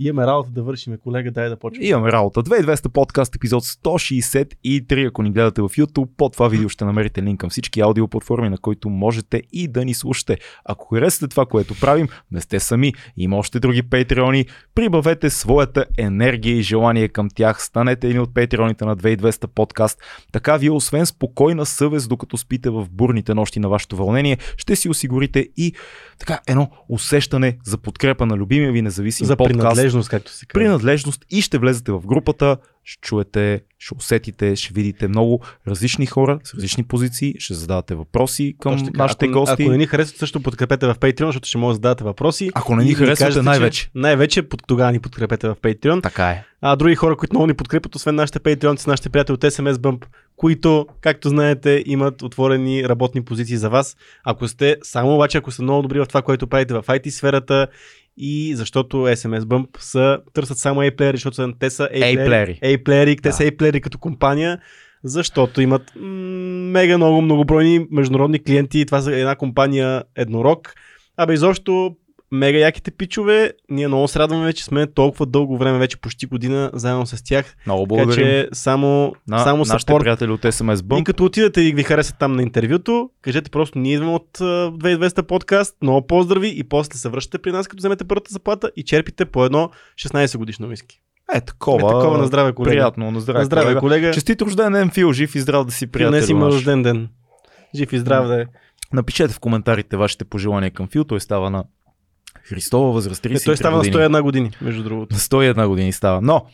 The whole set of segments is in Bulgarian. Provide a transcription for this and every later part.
Имаме работа да вършиме, колега, дай да почнем. Имаме работа. 2200 подкаст, епизод 163. Ако ни гледате в YouTube, под това видео ще намерите линк към всички аудиоплатформи, на които можете и да ни слушате. Ако харесате това, което правим, не сте сами. Има още други патреони. Прибавете своята енергия и желание към тях. Станете един от патреоните на 2200 подкаст. Така вие, освен спокойна съвест, докато спите в бурните нощи на вашето вълнение, ще си осигурите и така едно усещане за подкрепа на любимия ви независим За подкаст принадлежност, както се казва. принадлежност и ще влезете в групата, ще чуете, ще усетите, ще видите много различни хора с различни позиции, ще задавате въпроси към Точно така. нашите ако, гости. Ако не ни харесват, също подкрепете в Patreon, защото ще може да зададете въпроси. Ако не И ни да харесвате, кажете, че- най-вече. Най-вече под- тогава ни подкрепете в Patreon. Така е. А други хора, които много ни подкрепят, освен нашите патреонци, са нашите приятели от SMS Bump, които, както знаете, имат отворени работни позиции за вас. Ако сте, само обаче, ако сте много добри в това, което правите в IT сферата и защото SMS Bump са, търсят само A-плеери, защото са- те са A-плеери. A-плеери. A-плеери, те Да. са A-плеери като компания, защото имат м, мега много многобройни международни клиенти. Това са една компания еднорог. Абе, изобщо мега яките пичове. Ние много се радваме, че сме толкова дълго време, вече почти година, заедно с тях. Много Така благодарим че само, на само нашите сапорт. приятели от SMS И Bump. като отидете и ви харесат там на интервюто, кажете просто ние идваме от а, 2200 подкаст, много поздрави и после се връщате при нас, като вземете първата заплата и черпите по едно 16 годишно виски. Е, такова. Е такова на здраве, колега. Приятно, на здраве, на здраве, колега. колега. колега. Честит рожден ден, Фил, жив и здрав да си приятел. е Днес има наш. рожден ден. Жив и здрав да е. Напишете в коментарите вашите пожелания към Фил, той става на Христова възраст 33 Е, Той става на години. 101 години, между другото. На 101 години става. Но,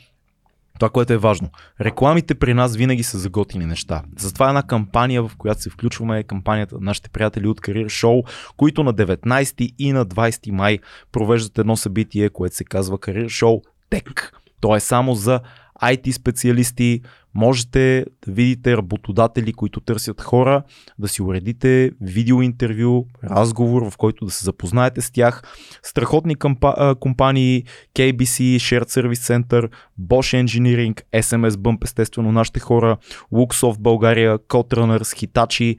това, което е важно, рекламите при нас винаги са за готини неща. Затова е една кампания, в която се включваме, е кампанията на нашите приятели от Career Show, които на 19 и на 20 май провеждат едно събитие, което се казва Career Show Tech. То е само за IT специалисти, можете да видите работодатели, които търсят хора, да си уредите видеоинтервю, разговор, в който да се запознаете с тях. Страхотни кампа- а, компании, KBC, Shared Service Center, Bosch Engineering, SMS Bump, естествено нашите хора, Luxoft България, Coderunners, Hitachi.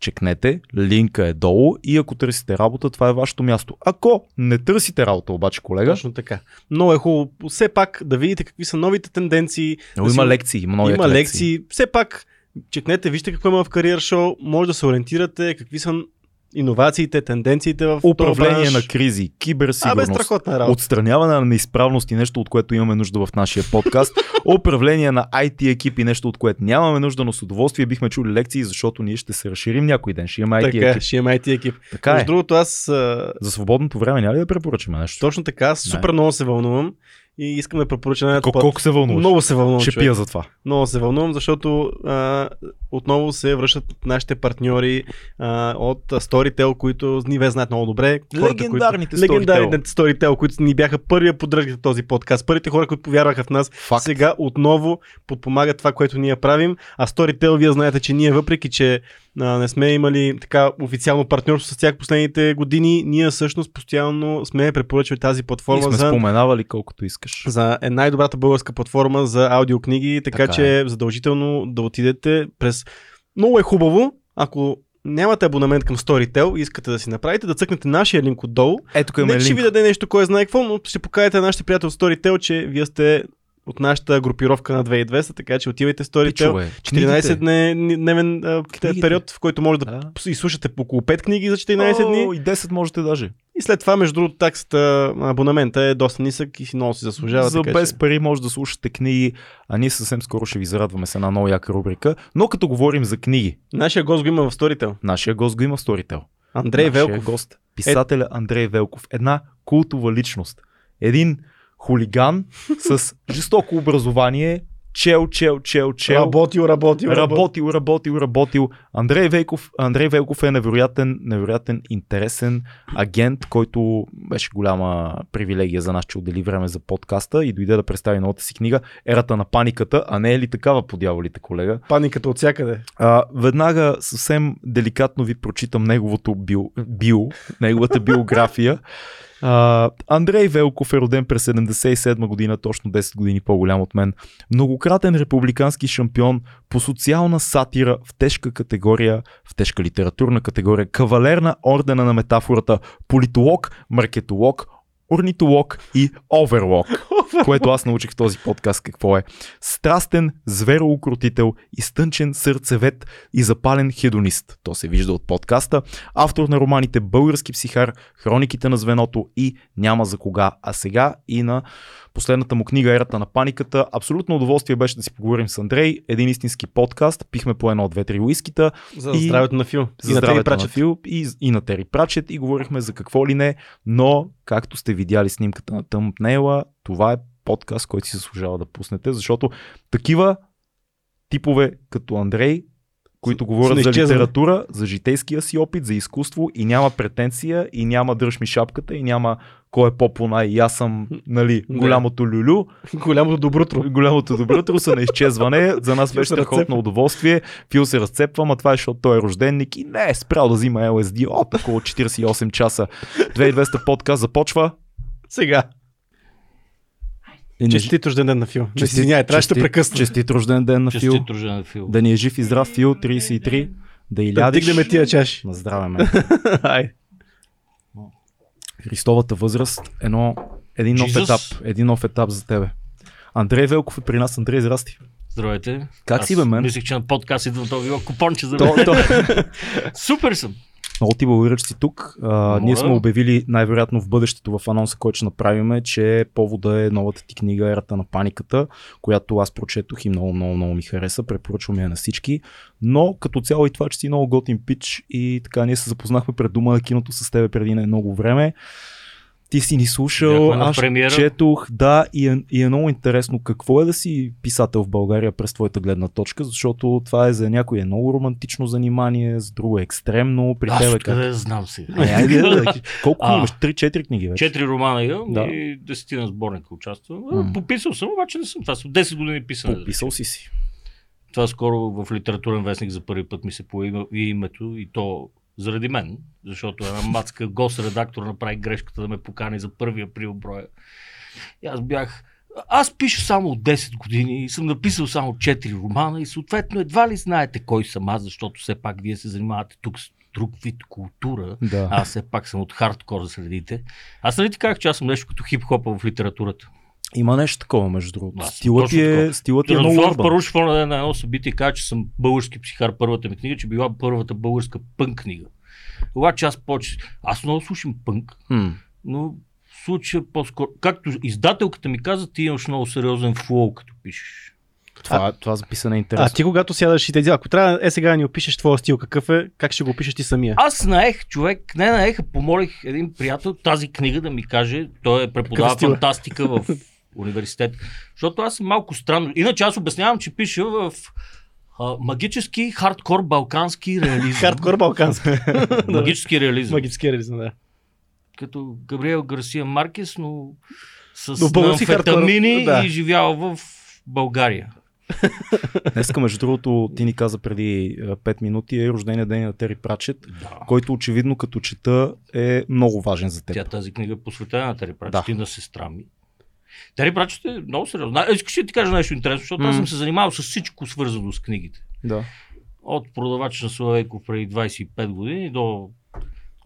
Чекнете, линка е долу и ако търсите работа, това е вашето място. Ако не търсите работа обаче, колега, Точно така. Много е хубаво все пак да видите какви са новите тенденции. но да има си- лекции, има много има яки лекции. Все пак, чекнете, вижте какво има в кариер шоу, може да се ориентирате, какви са иновациите, тенденциите в този Управление бранш. на кризи, Абе, киберсигурност, страхотна работа. отстраняване на неизправности, нещо от което имаме нужда в нашия подкаст, управление на IT екипи, нещо от което нямаме нужда, но с удоволствие бихме чули лекции, защото ние ще се разширим някой ден. Ще имаме IT Така, екип. ще има IT екип. Така е. Между другото, аз а, За свободното време няма ли да препоръчаме нещо? точно така, аз Не. супер много се вълнувам и искам да препоръча една Кол- колко се вълнуваш? Много се вълнувам. Ще човек. пия за това. Много се вълнувам, защото а, отново се връщат нашите партньори а, от а, Storytel, които ни ве знаят много добре. Легендарните които, Storytel. легендарните Storytel, които ни бяха първия поддръжка за този подкаст. Първите хора, които повярваха в нас, Факт. сега отново подпомагат това, което ние правим. А Storytel, вие знаете, че ние, въпреки че а, не сме имали така официално партньорство с тях последните години, ние всъщност постоянно сме препоръчвали тази И платформа сме за споменавали колкото искаш. за е най-добрата българска платформа за аудиокниги, така, така Така е. че е. задължително да отидете през... Много е хубаво, ако нямате абонамент към Storytel и искате да си направите, да цъкнете нашия линк отдолу. Ето тук Е, Не, имаме че ще ви линк. даде нещо, кой знае какво, но ще покажете на нашите приятели от Storytel, че вие сте от нашата групировка на 2200, така че отивайте в Storytel. Пичове, 14 книгите. дне, дневен а, Книгите. период, в който може да, Да. изслушате по около 5 книги за 14 дни. О, И 10 можете даже. И след това, между другото, таксата, абонамента е доста нисък и си много си заслужава. За така без че- пари може да слушате книги, а ние съвсем скоро ще ви зарадваме с една много яка рубрика. Но като говорим за книги, Нашия гост го има в Storytel. нашия гост го има в Storytel. Андрей Нашия Велков. гост. Писателя Андрей Велков. Една култова личност. Един хулиган с жестоко образование. Чел, чел, чел, чел. Работил, работил, Работил, работил, работил. Андрей Велков, Андрей Велков е невероятен, невероятен, интересен агент, който беше голяма привилегия за нас, че отдели време за подкаста и дойде да представи новата си книга Ерата на паниката, а не е ли такава по дяволите, колега? Паниката от всякъде. А, веднага съвсем деликатно ви прочитам неговото био, био неговата биография. А, Андрей Велков е роден през 77 година, точно 10 години по-голям от мен. Многократен републикански шампион по социална сатира в тежка категория, в тежка литературна категория, кавалер на ордена на метафората, политолог, маркетолог, орнитолог и оверлог, което аз научих в този подкаст какво е. Страстен звероукротител, изтънчен сърцевет и запален хедонист. То се вижда от подкаста. Автор на романите Български психар, Хрониките на звеното и Няма за кога, а сега и на последната му книга Ерата на паниката. Абсолютно удоволствие беше да си поговорим с Андрей. Един истински подкаст. Пихме по едно, две, три уискита. За И- здравето на Фил. За здравето на Фил и, и на Тери Прачет и говорихме за какво ли не, но както сте видяли снимката на Тъмпнейла, това е подкаст, който си заслужава да пуснете, защото такива типове като Андрей, които говорят за изчезнали. литература, за житейския си опит, за изкуство и няма претенция и няма дръж ми шапката и няма кой е по-пона и аз съм нали, Да. голямото люлю. Голямото доброто. Голямото доброто са на изчезване. За нас Фил беше се страхотно разцепва. удоволствие. Фил се разцепва, а това е защото той е рожденник и не е спрял да взима LSD от около 48 часа. 2200 подкаст започва. Сега. И не- Честит рожден ден на Фил. честит- Извинявай, трябваше да честит- прекъсна. Честит рожден ден на Фил. Честит рожден Фил. Да ни е жив и здрав Фил 33. Да и Да лядиш. вдигнем тия чаши. На здраве, ме. Ай. Христовата възраст. Едно, един нов Jesus. етап. Един нов етап за тебе. Андрей Велков е при нас. Андрей, здрасти. Здравейте. Как Аз си, бе, мен? Мислех, че на подкаст идва това било купонче за То, Е, мен. то, Супер съм. Много ти благодаря, че си тук. А, Моля. ние сме обявили най-вероятно в бъдещето в анонса, който ще направим, че повода е новата ти книга Ерата на паниката, която аз прочетох и много, много, много ми хареса. Препоръчвам я на всички. Но като цяло и това, че си много готин пич и така ние се запознахме пред дума на киното с тебе преди не много време. Ти си ни слушал, Бяхме на аз премиера. четох, да, и е, и е много интересно какво е да си писател в България през твоята гледна точка, защото това е за някой е много романтично занимание, за друго е екстремно, при Аз тебе как? откъде знам си. Ай, айде, да, да. Колко А. имаш? 3-4 книги вече. Четири романа имам Да. и десетина сборника участвам. А, М. Пописал съм, обаче не съм. Това са 10 години писане. Пописал си си. Това скоро в литературен вестник за първи път ми се появи и името и то заради мен, защото една мацка гост-редактор направи грешката да ме покани за 1 април броя. И аз бях... Аз пиша само от 10 години и съм написал само 4 романа и съответно едва ли знаете кой съм аз, защото все пак вие се занимавате тук с друг вид култура. Да. Аз все пак съм от хардкор средите. Аз нали ти казах, че аз съм нещо като хип-хопа в литературата. Има нещо такова, между другото. Аз, Стилът ти точно е, такова. стилът ти е много Радослав урбан. Паруш в на едно събитие каза, че съм български психар, първата ми книга, че била първата българска пънк книга. Обаче аз почнах. Аз много слушам пънк, М. но в случая по-скоро. Както издателката ми каза, ти имаш много сериозен флоу, като пишеш. Това, това записане А е интересно. ти когато сядаш и тези, ако трябва е сега да ни опишеш твоя стил, какъв е, как ще го опишеш ти самия? Аз знаех, човек, не знаех, а помолих един приятел тази книга да ми каже. Той е преподава Какъв стил е? фантастика в университет. Защото аз съм малко странно. Иначе аз обяснявам, че пиша в а, магически хардкор балкански реализъм. Хардкор балкански. Магически реализъм. Магически реализъм, да. Като Габриел Гарсия Маркес, но Но с български амфетамини хардкор, да. и живява в България. Днеска, между другото, ти ни каза преди 5 минути е рождения ден на Тери Прачет, Да. който очевидно като чета е много важен за теб. Тя тази книга е посветена на Тари Прачет Да. и на сестра ми. Тари Прачет е много сериозно. Искаш ли да ти кажа нещо интересно, защото аз М. съм се занимавал с всичко свързано с книгите. Да. От продавач на Славейков преди 25 години до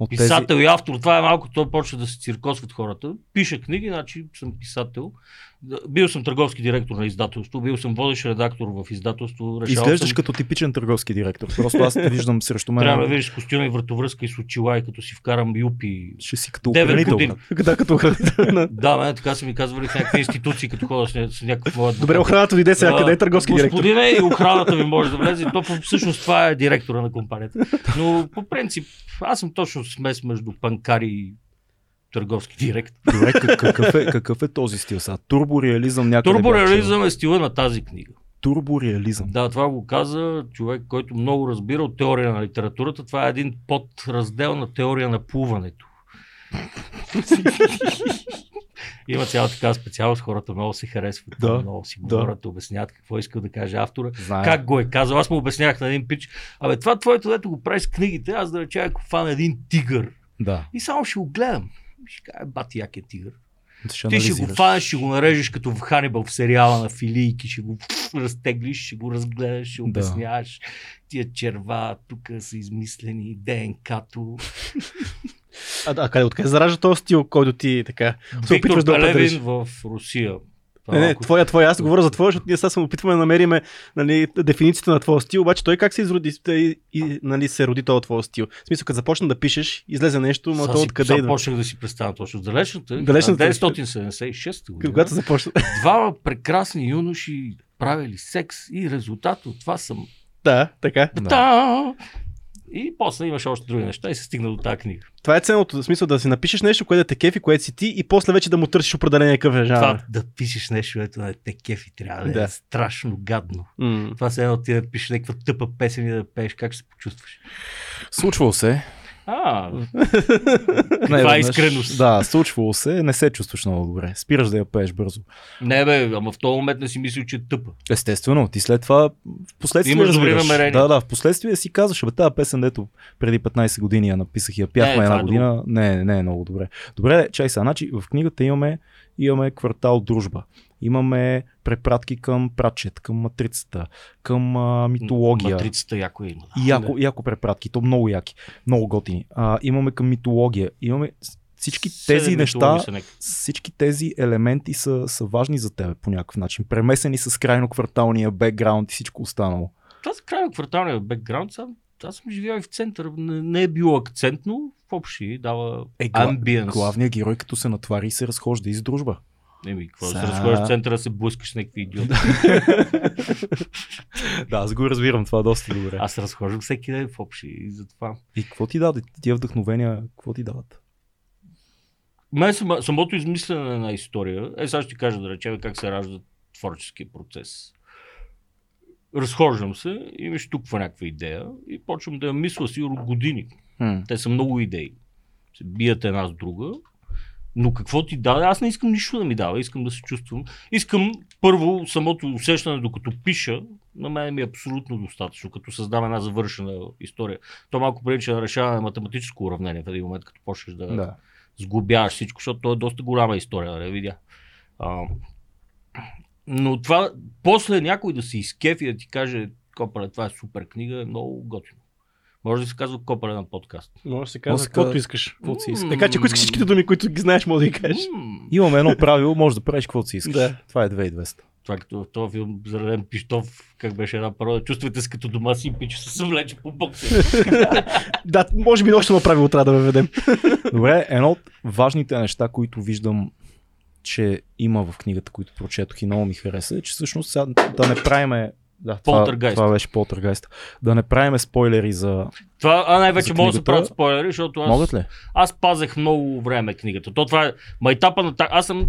От тези... Писател и автор, това е малко, той почва да се циркосват хората. Пиша книги, значи съм писател. Да, Бил съм търговски директор на издателство, бил съм водещ редактор в издателство. Решавал Изглеждаш съм, като типичен търговски директор. Просто аз те виждам срещу мен. Трябва да видиш с костюми и вратовръзка и с очила и като си вкарам юпи. Ще си като Девет охранител. години. Да, като охраната. Да, мен така са ми казвали в някакви институции, като хода с, ня- с някакъв млад адвокат. Добре, охраната дойде сега, Да, къде е търговски директор? Господине, и охраната ви може да влезе. То всъщност това е директора на компанията. Но по принцип, аз съм точно смес между панкари и търговски директор. Добре, как- какъв е, какъв е този стил сега? Турбореализъм някъде. бях чел. Турбореализъм е стила на тази книга. Турбореализъм. Да, това го каза човек, който много разбира от теория на литературата. Това е един подраздел на теория на плуването. Има цяла такава специалност, хората много се харесват, Да, много си да. говорят, обясняват какво иска да каже автора. Знаем. Как го е казал? Аз му обяснях на един пич. Абе, това твоето, дето го прави с книгите, аз да речем, ако фана един тигър Да. и само ще го гледам. Ще кажа, бати, як е тигър. Ще Ти ще го анализираш. фанеш, ще го нарежеш като в Ханибал в сериала на Филийки, ще го разтеглиш, ще го разгледаш, ще Да. обясняваш. Тия черва тук са измислени, ДНК-то. А, да, къде, откъде заражда този стил, който ти така се Виктор опитваш да определиш? Пелевин в Русия. Това Е, Не, не, малко- твоя, твоя, аз говоря за твоя, защото ние сега се опитваме да намериме нали, дефиницията на твоя стил, обаче той как се изроди и, и нали, се роди този твой стил. В смисъл, като започна да пишеш, излезе нещо, Сега но то си- откъде сега идва? почнах да си представя точно. Далечната, Далечната- е- 1976 година. Когато започна. Двама прекрасни юноши правили секс и резултат от това съм. да, така. Да. Та! И после имаше още други неща и се стигна до тази книга. Това е ценното. В смисъл да си напишеш нещо, което да те кефи, което си ти и после вече да му търсиш определение какъв е жанр. Това да пишеш нещо, ето на те кефи трябва да, е Да. страшно гадно. М. Това се едно ти да пишеш някаква тъпа песен и да пееш, как ще се почувстваш. Случвало се. А, Не, Това е веднъж- искреност. Да, случвало се. Не се чувстваш много добре. Спираш да я пееш бързо. не бе, ама в този момент не си мислил, че е тъпа. Естествено, ти след това в последствие Имаш добри разбираш. намерения. Да, да, в последствие си казваш, бе, тази песен, дето преди 15 години я написах и я пяхме Не, това една е година. Не, не е много добре. Добре, чай сега. Значи в книгата имаме, имаме квартал дружба. Имаме препратки към пратчет, към матрицата, към а, митология. Матрицата яко е я има. Яко, яко препратки, то много яки, много готини. А, имаме към митология, имаме с- всички тези Седем неща, митологи са някакви. всички тези елементи са, са важни за тебе по някакъв начин. Премесени с крайно кварталния бекграунд и всичко останало. Това с крайно кварталния бекграунд, сам, аз съм живял и в центъра, не, не е било акцентно, в общи дава Е, гла- амбиенс. Главният герой като се натвари и се разхожда из дружба. Еми, какво да Са- се разходиш в центъра, се блъскаш с някакви идиоти. да, аз го разбирам това доста добре. Аз се разхождам всеки ден в общи и затова. И какво ти даде? Тия вдъхновения, какво ти дават? Мен само, самото измислене на една история, е сега ще ти кажа да речем как се ражда творческия процес. Разхождам се и ми штуква някаква идея и почвам да я мисля сигурно години. Те са много идеи. Се бият една с друга. Но какво ти даде? Аз не искам нищо да ми дава. Искам да се чувствам. Искам първо самото усещане, докато пиша, на мен ми е абсолютно достатъчно, като създам една завършена история. То малко прилича на решаване на математическо уравнение в един момент, като почнеш да, Да. сглобяваш всичко, защото то е доста голяма история, да я видя. А, но това, после някой да се изкефи и да ти каже, Копале, това е супер книга, е много готино. може да се казва Копале на подкаст. Може да се Може да казва, се казва- каквото искаш. Каквото си искаш. М. Така че ако искаш всичките думи, които ги знаеш, може да ги кажеш. М, Имаме едно правило, може да правиш каквото си искаш. Да. Това е 2200. Това като в този филм зареден пиштов, как беше една пародия, чувствате се като дома си и пича се съвлече по бокса. Да, може би още едно правило трябва да въведем. Добре, едно от важните неща, които виждам, че има в книгата, които прочетох и много ми хареса, е, че всъщност сега да не правиме да, това, Полтергайст. това беше полтергайст. Да не правиме спойлери за... Това, а най-вече За могат да се книгата- правят спойлери, защото аз Могат ли? аз пазех много време книгата. То това е майтапа на... та- Аз съм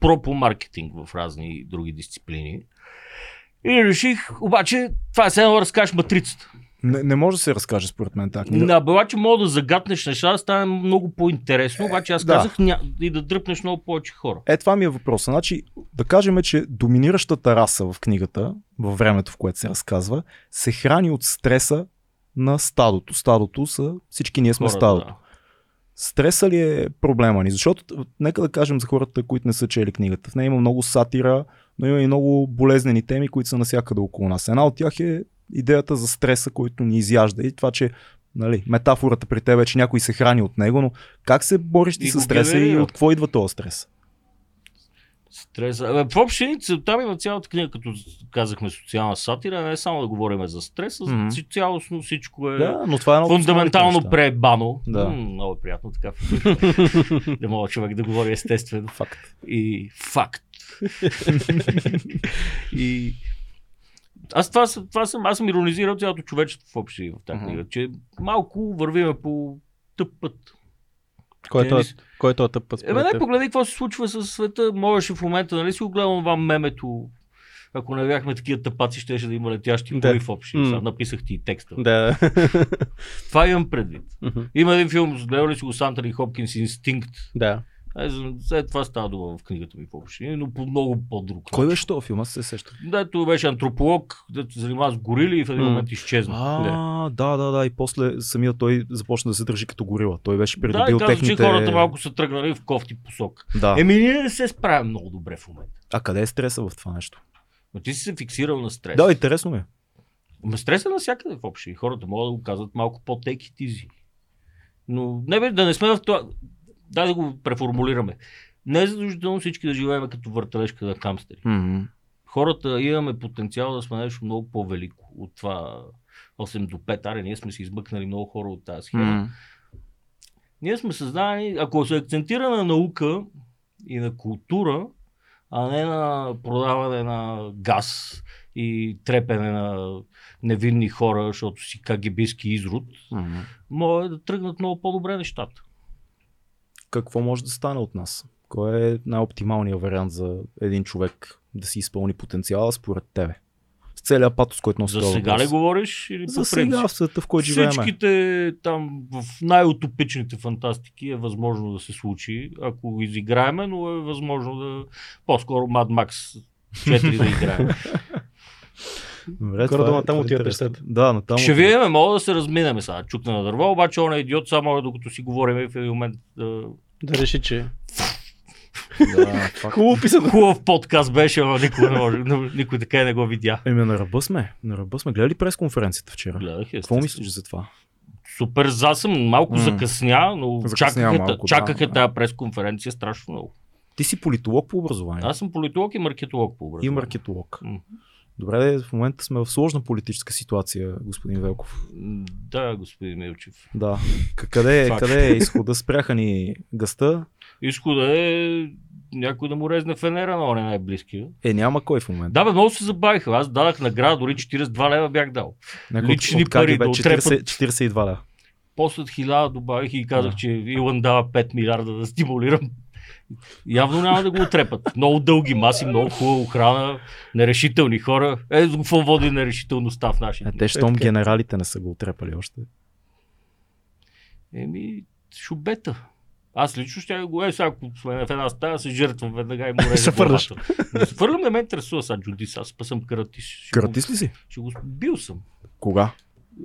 про по маркетинг в разни други дисциплини. И реших, обаче, това е все едно да разкажеш матрицата. Не, не може да се разкаже според мен така книга. Да, бе, обаче мога да загатнеш неща, да стане много по-интересно, обаче аз Е, да. казах ня... и да дръпнеш много повече хора. Е, това ми е въпроса. Значи, да кажем, че доминиращата раса в книгата, във времето, в което се разказва, се храни от стреса на стадото. Стадото са всички ние сме Хората, стадото. да. Стреса ли е проблема ни? Защото, т- нека да кажем за хората, които не са чели книгата. В нея има много сатира, но има и много болезнени теми, които са навсякъде около нас. Една от тях е идеята за стреса, който ни изяжда и това, че нали, метафората при тебе е, че някой се храни от него, но как се бориш ти И с го стреса и генерира. от какво идва този стрес? Стреса. Абе, В общи целта ми на цялата книга, като казахме социална сатира, не е само да говорим за стреса, Мгм. mm-hmm. цялостно всичко е... Да, но това е едно от Фундаментално основните неща. пребано. Да. М, много е приятно така. да мога човек да говори естествено. Факт. И факт. и... Аз това, съм- това съм, аз съм иронизирал цялото човечество в общи в тази Мгм. книга, че малко вървиме по тъп път. Кой е Те този- не си- Кой е този тъп път? Ебе, според не, теб? погледай какво се случва със света. Можеше в момента, нали си го гледам това мемето. Ако не бяхме такива тъпаци, щеше да има летящи Да. коли в общи. М. Сега написах ти и текста. Да. Това имам предвид. Мгм. Има един филм, гледал ли си го Сантър и Хопкинс Инстинкт? Да. Е, за- за това става дума в книгата ми въобще, но по много по-друг. Кой беше този филм? Аз се сещам. Дето беше антрополог, дето се занимава с горили и в един М. момент изчезна. А, да, да, да. И после самия той започна да се държи като горила. Той беше Да, и придобил казва, техните... че хората малко са тръгнали в кофти посок. Да. Еми, ние не се справим много добре в момента. А къде е стреса в това нещо? Но ти си се фиксирал на стрес. е Да, интересно ми е. Ма стреса навсякъде в общи. Хората могат да го казват малко по-тек и тизи. Но не бе, да не сме в това. Дай да го преформулираме. Не е задължително всички да живеем като въртележка на хамстери. Mm-hmm. Хората имаме потенциал да сме нещо много по-велико от това 8 до 5. Аре, ние сме си измъкнали много хора от тази схема. Mm-hmm. Ние сме създадени, ако се акцентира на наука и на култура, а не на продаване на газ и трепене на невинни хора, защото си кагибийски изрод, Mm-hmm. може да тръгнат много по-добре нещата. Какво може да стане от нас? Кой е най-оптималният вариант за един човек да си изпълни потенциала според тебе? С целият патос, който носи За този сега въпрос. ли говориш? Или За по сега принцип? в света, в който живеем. Всичките там в най-утопичните фантастики е възможно да се случи, ако изиграеме, но е възможно да по-скоро Mad Max 4 да играем. Добре, Горе-долу това е- натам това е отива интересно. песента. Да, натам Ще отива. видим, мога да се разминеме сега. Чукна на дърво, обаче он е идиот, само докато си говорим в един момент. Да... Да реши, че... е? Да, факт. Хубаво писано. Хубав подкаст беше, но никой, не може, никой така и не го видя. Еми, на ръба сме. На ръба сме. Гледа ли пресконференцията вчера? Гледах я. Какво мислиш за това? Супер, за съм малко М. закъсня, но Закъсня чаках, малко, малко, чаках да, да, тази пресконференция страшно много. Ти си политолог по образование Аз съм политолог и маркетолог по и образование. маркетолог. М. Добре, де, в момента сме в сложна политическа ситуация, господин Велков. М, Да, господин Милчев. Да. К- Къде, е, Факт. къде е изхода? Спряха ни гъста. Изхода е някой да му резне фенера на оне най-близкия. Е, няма кой в момента. Да, бе, много се забавих. Аз дадах награда, дори 42 лева бях дал. Някой лични КГБ, пари да 40, отрепат. 42 ля. После от 1000 добавих и казах, Да. че Илон дава 5 милиарда да стимулирам. Явно няма да го отрепат. Много дълги маси, много хубава охрана, нерешителни хора. Е, за какво води нерешителността в нашите Е, дни? те, щом генералите не са го отрепали още. Еми, шубета. Аз лично ще го е, сега ако сме в една стая, се жертвам веднага и му реже Се фърляш. главата. Не се фърлям, не ме интересува сега джудис, аз па съм каратис. Ще го- Кратис ли си? Ще го... Бил съм. Кога?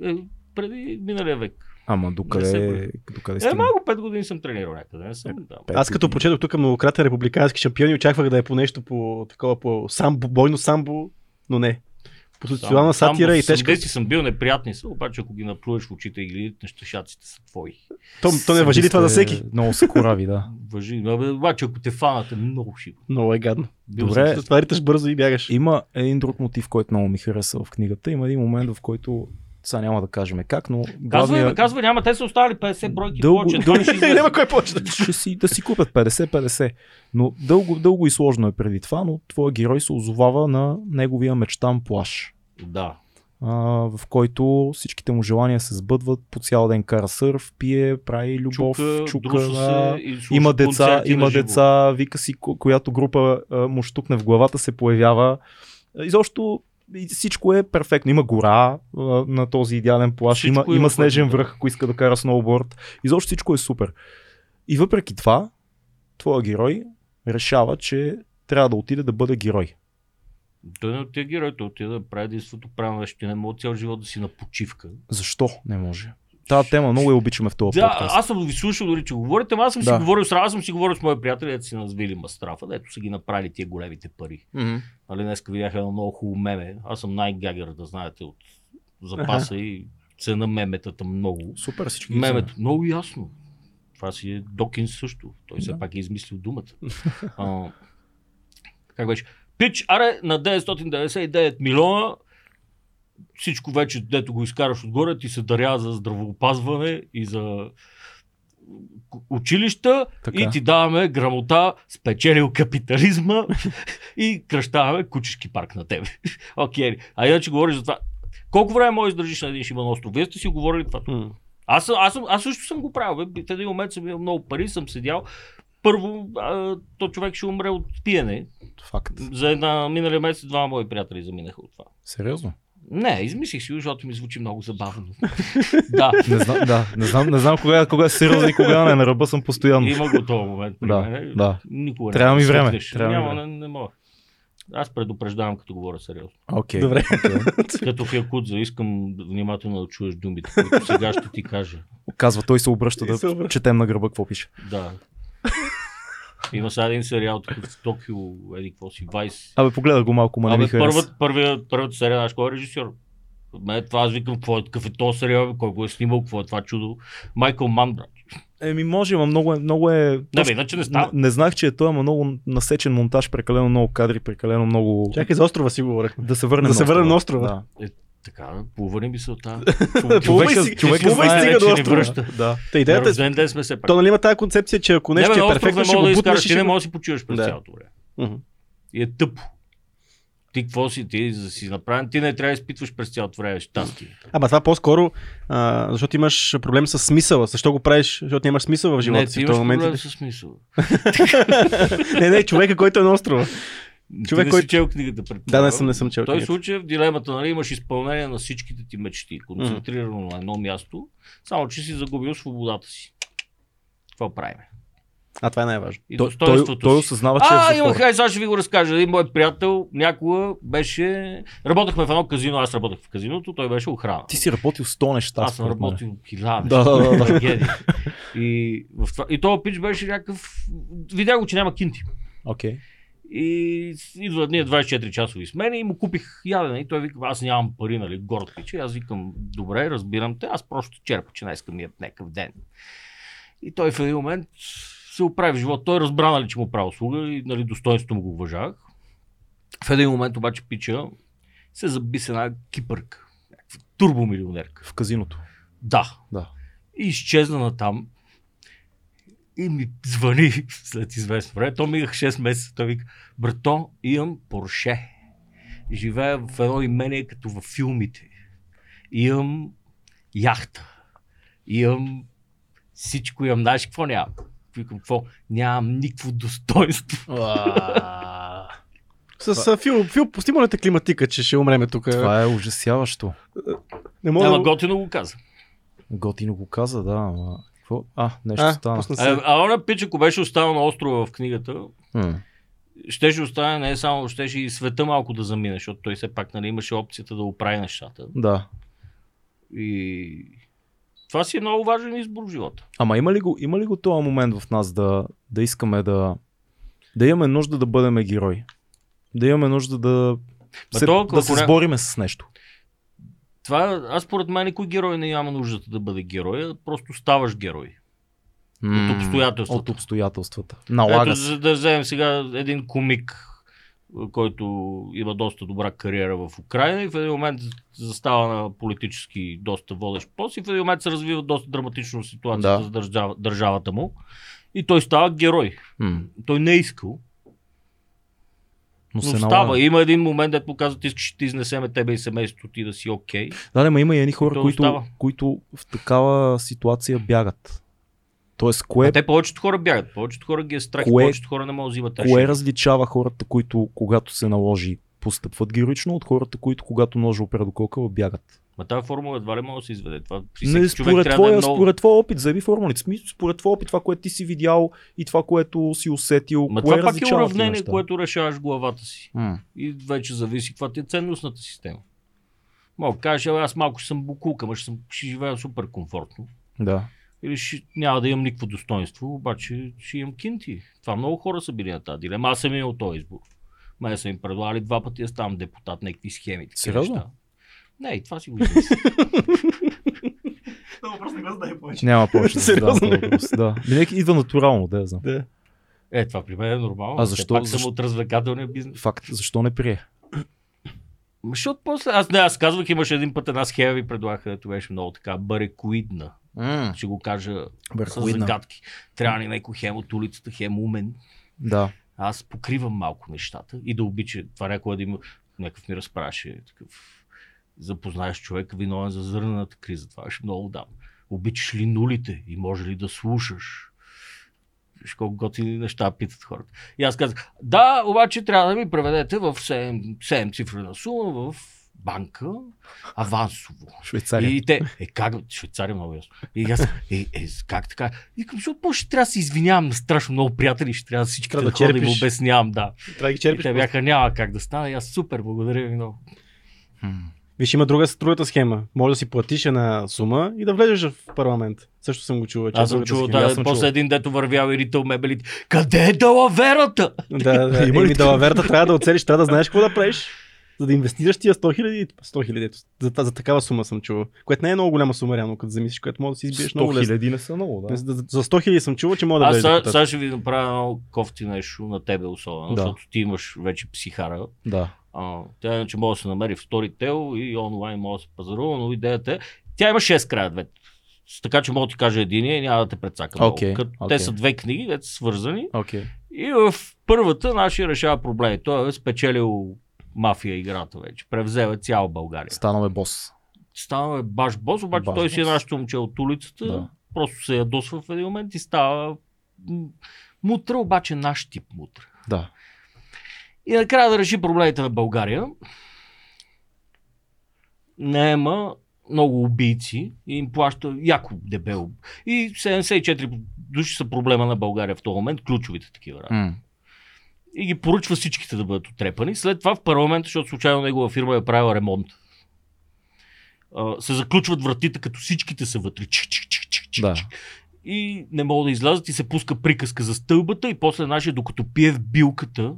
Е, преди миналия век. Ама Не се докъде, брои. докъде Е, стигна? малко 5 години съм тренирал някъде. Не Е, съм, да. Пет Аз като години. прочетох тук многократен републикански шампион и очаквах да е по нещо по такова, по самбо, бойно самбо, но не. По социална Само- сатира само и в тежка. 70 съм бил неприятни са, обаче ако ги наплюеш в очите и ги видят, нещашаците са твои. То, то не важи ли това за Садисте, всеки? Е, Много се корави, да. Въжи. Абе, Обаче ако те фанат е много шибо. Много е гадно. Бил Добре. съм С това риташ бързо и бягаш. Има един друг мотив, който много ми харесва в книгата. Има един момент, в който сега няма да кажем как, но Казва, главния... им, казва, няма, те са останали 50 бройки Дълго- повече. Дълго... Ще И излезе. няма кой повече да ще си, да си купят 50-50. Но дълго, дълго и сложно е преди това, но твоя герой се озовава на неговия мечтан плаш, да. а, в който всичките му желания се сбъдват, по цял ден кара сърф, пие, прави любов, чука, друса а, се и слуша има деца, концерти има на живо. деца, вика си, ко- която група а, му штукне в главата, се появява. А, Изобщо и всичко е перфектно. Има гора а, на този идеален плаш, Всичко е има, има има снежен което да. връх, ако иска да кара сноуборд. Изобщо всичко е супер. И въпреки това, твоя герой решава, че трябва да отиде да бъде герой. Той не отиде герой, той отиде да прави действото правилно нещо. Ти не мога цял живот да си на почивка. Защо не може? Та тема много я обичаме в този Да, подкаст. аз съм ви слушал дори, че говорите, ама аз съм Да. си говорил с аз съм си говорил с мои приятели, дето си назвили Мастрафа, дето са ги направили тия големите пари. Мгм. Нали, днеска видях едно много хубаво меме. Аз съм най-гагър, да знаете, от запаса и цена меметата много. Супер всички. ги Мемето, много ясно. Това си е Докинс също. Той все Да. пак е измислил думата. А, как беше? Пич, аре, на 999 милиона всичко вече, дето го изкараш отгоре, ти се даря за здравоопазване и за училища Така. така. и ти даваме грамота спечелил капитализма и кръщаваме кучешки парк на тебе. Окей, а иначе говориш за това. Колко време можеш да държиш на един шибан остров? Вие сте си говорили това. М. Аз, съм- аз, съм- аз също съм го правил. Бе. В един момент съм имал много пари, съм седял. Първо, а, то човек ще умре от пиене. взема. Факт. За една миналия месец двама мои приятели заминаха от това. Сериозно. Не, измислих си, го, защото ми звучи много забавно. да, Не знам, да, не знам, не знам кога, кога е сериозно и кога не. На ръба съм постоянно. има го този момент. при Да, нали? мене. да. Никога Трябва ми не време, свикнеш. трябва ми Няма, време. не, не мога. Аз предупреждавам, като говоря сериозно. Окей. Добре. окей. Като в Якудза искам внимателно да чуеш думите, които сега ще ти кажа. Казва, той се обръща И се да обръща. четем на гърба какво пише. Да. Има сега един сериал тук в Токио, еди какво си, Вайс. Абе, погледах го малко, ма не ми Абе, хареса. първата, първия, първата серия, знаеш кой е режисьор? Мен това аз викам, какво е, какъв е този сериал, бе? кой го е снимал, какво е това чудо. Майкъл Ман, брат. Еми може, ама много е... Много е... Не, бе, иначе не не, става. не, знах, че е той, ама много насечен монтаж, прекалено много кадри, прекалено много... Чакай за острова си говорихме. Да се върнем Да се върнем на острова. Да. Така, плуване мисълта. Плувай Човека- си- човека плувай е- знае, стига че до ни острова. връща. Да. Та На идеята е, рожден ден сме се пак. то нали има тази концепция, че ако нещо не, е бе, на остров перфектно, не ще го мога да бутнеш изкараш, и ти ще не го... можеш да си почиваш през Да. цялото време. Мгм. И е тъпо. Ти какво си, ти за да си направен, ти не трябва да изпитваш през цялото време щастие. Ама това по-скоро, а, защото имаш проблем с смисъла. Защо го правиш? Защото нямаш смисъл в живота не, си ти в имаш този момент. проблем със смисъл. не, не, човека, който е на острова. Човек, Човек, ти не който- си чел книгата. Да, предполагам. не съм, не Е, съм чел. Той книгата. случай в дилемата, нали, имаш изпълнение на всичките ти мечти, концентрирано на едно място, само че си загубил свободата си. Какво правим? А това е най-важно. И Той, той, достоинството той си. осъзнава, че А, е в имах, затвора. ай, сега ще ви го разкажа. Един мой приятел някога беше... Работехме в едно казино, аз работех в казиното, той беше охрана. Ти си работил 100 неща. Аз съм според мен. работил хиляда. Да, да, да, да. Трагедия. И, в това... и този пич беше някакъв... Видях го, че няма кинти. Окей. И с- идват ние 24 часови смени и му купих ядене. И той вика, аз нямам пари, нали, горд пиче. И Аз викам, добре, разбирам те, аз просто черпа, че не искам ми е някакъв ден. И той в един момент се оправи в живота. Той разбра, нали, че му прави услуга и нали, достоинството му го уважавах. В един момент обаче пича се заби с една кипърка. Някаква турбомилионерка. В казиното. Да. Да. И изчезна на там. И ми звъни след известно време. То мигах 6 месеца. Той вика, брато, имам Порше. Живея в едно имение, като във филмите. Имам яхта. Имам всичко. Имам, знаеш какво нямам? Викам, какво? Нямам никакво достоинство. С а, Фил, Фил, пусти моля те климатика, че ще умреме тук. Това е ужасяващо. Не мога. Ама да- готино го каза. Готино го каза, да. Ама... Какво? А, нещо А, стана. пусна се. А, а она пича, ако беше останал на острова в книгата, М. щеше остане не само, щеше и света малко да замине, защото той все пак нали, имаше опцията да оправи нещата. Да. И това си е много важен избор в живота. Ама има ли го, има ли го този момент в нас да, да искаме да, да имаме нужда да бъдем герой? Да имаме нужда да Ма се, то, ако да се поня- сбориме с нещо. Това, аз според мен, никой герой не няма нуждата да бъде герой, а просто ставаш герой. М, обстоятелствата. От обстоятелствата. Ето, Налага се. за да вземем сега един комик, който има доста добра кариера в Украина и в един момент застава на политически доста водещ пост и в един момент се развива доста драматично ситуацията Да. да. за държава, държавата му. И той става герой. М, Той не е искал, Но но се става. налага. Има един момент, дето му казват, искаш, ще ти изнесеме тебе и семейството ти да си окей. Да, да, ма има и едни хора, Той които, остава. които в такава ситуация бягат. Тоест, кое А те повечето хора бягат, повечето хора ги е страх, Кое- повечето хора не могат да взимат Кое решение. различава хората, които когато се наложи постъпват героично от хората, които когато ножа опре до кокала бягат. Ма тази формула едва ли може да се изведе. Това при всеки Не, човек според, трябва да твоя, е много... според твоя опит, заяви формулите. Сми- Според твоя опит, това, което ти си видял и това, което си усетил. Ма кое това пак е различава тия уравнение, неща? което решаваш в главата си. М. И вече зависи каква ти е ценностната система. Мога да кажеш, «Абе, аз малко ще съм букулка, ама ще, съм, ще живея супер комфортно. Да. Или ще, няма да имам никакво достоинство, обаче ще имам кинти. Това много хора са били на тази дилема. Аз съм имал този избор. Мене са им предлагали два пъти да ставам депутат, някакви схеми. такива Сериозно? неща. Не, и това си го измисля. Няма повече. да Сериозно задавам ли? този въпрос, Да. Винаги идва натурално, да я знам. Да. Е, това при мен е нормално. А Все защо- Пак защо- съм от развлекателния бизнес. Факт, защо не прие? Ма, Защото после, аз не, аз казвах, имаше един път една схема ви предлагах, където беше много така барекоидна. Ще го кажа с Върховидна. загадки. Трябва ни някой хем от улицата, хем умен. Да. Аз покривам малко нещата и да обича. Това някой да има, някакъв ми разпраше. Такъв, запознаеш човек, виновен за зърната криза. Това ще много дам. Обичаш ли нулите и може ли да слушаш? Виж колко готини неща питат хората. И аз казах, да, обаче трябва да ми преведете в 7, 7 цифрена сума в банка авансово. Швейцария. И те, е как, бе? Швейцария много ясно. И аз, е, е, как така? И към, защото после ще трябва да се извинявам на страшно много приятели, ще трябва всички Трябва да, да да, да им черпиш. обяснявам, да. Трябва да ги И черпиш. те бяха, няма как да стане, и аз супер, благодаря ви много. Виж, има друга, другата схема. Може да си платиш една сума и да влезеш в парламент. Също съм го чувал. че е Аз съм другата чувал, схема. да, аз съм после чувал. един дето вървял и ритъл мебелите. Къде е далаверата? Да, да. Има Има ли ли такива? трябва да оцелиш, трябва да знаеш какво да правиш. за да инвестираш тия 100 хиляди, 100 хиляди, за, та- за, такава сума съм чувал, което не е много голяма сума реално, като замислиш, което може да си избиеш много 100 лесно. хиляди не са много, да. За, за 100 хиляди съм чувал, че мога да Аз бъдеш сега депутат. сега ще ви направя едно кофти нещо на тебе особено, Да. защото ти имаш вече психара. да. А, тя иначе може да се намери в Storytel и онлайн може да се пазарува, но идеята е, тя има 6 края двете. С- Така че мога да ти кажа единия и няма да те предсака. много. Окей, Като окей. Те са две книги, те са свързани. Окей. И в първата нашия решава проблеми. Той е спечелил мафия играта вече. Превзела цяла България. Станаме бос. Става баш бос, обаче Баш той си е бос. нашето момче от улицата. Да. Просто се ядосва в един момент и става м, мутра, обаче наш тип мутра. Да. И накрая да реши проблемите на България. Наема много убийци и им плаща яко дебело. И 74 души са проблема на България в този момент, ключовите такива. Mm. М. И ги поръчва всичките да бъдат отрепани. След това в парламента, защото случайно негова фирма е правила ремонт, а, се заключват вратите, като всичките са вътре. Чик, чик, чик, чик, чик, Да. чик. И не могат да излязат и се пуска приказка за стълбата и после нашия, докато пие в билката,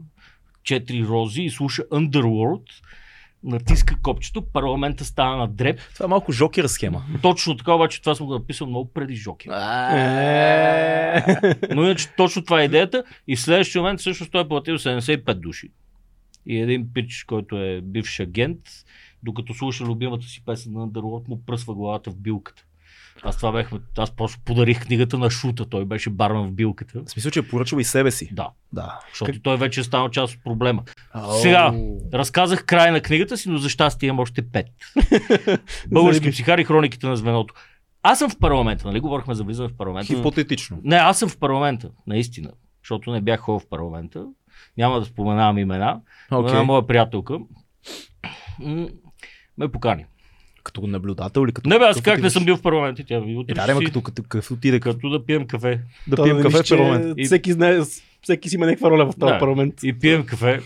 четири рози и слуша Underworld, натиска копчето, парламента става на дреп. Това е малко жокер схема. Точно така, обаче това съм го написал много преди Жокер. Е. Но иначе точно това е идеята и в следващия момент всъщност той е платил 75 души. И един пич, който е бивш агент, докато слуша любимата си песен на Underworld, му пръсва главата в билката. Аз това бях, аз просто подарих книгата на Шута, той беше бармен в билката. В смисъл, че е поръчал и себе си. Да, Да. защото той вече е станал част от проблема. Сега, разказах края на книгата си, но за щастие имам още пет. Български Заеби. психар и хрониките на звеното. Аз съм в парламента, нали? Говорихме за влизане в парламента. Хипотетично. Не, аз съм в парламента, наистина. Защото не бях ходил в парламента. Няма да споменавам имена. Okay. Една Okay. моя приятелка м, ме покани. Като наблюдател или като... Не бе, аз какъв как не отиваш? съм бил в парламента. Тя ми Е, утре да, ще няма си- като, като, като отиде, като като да пием кафе. да То пием кафе видиш, в че парламент. И- Всеки знае, всеки си има някаква роля в този Да. парламент. И пием кафе.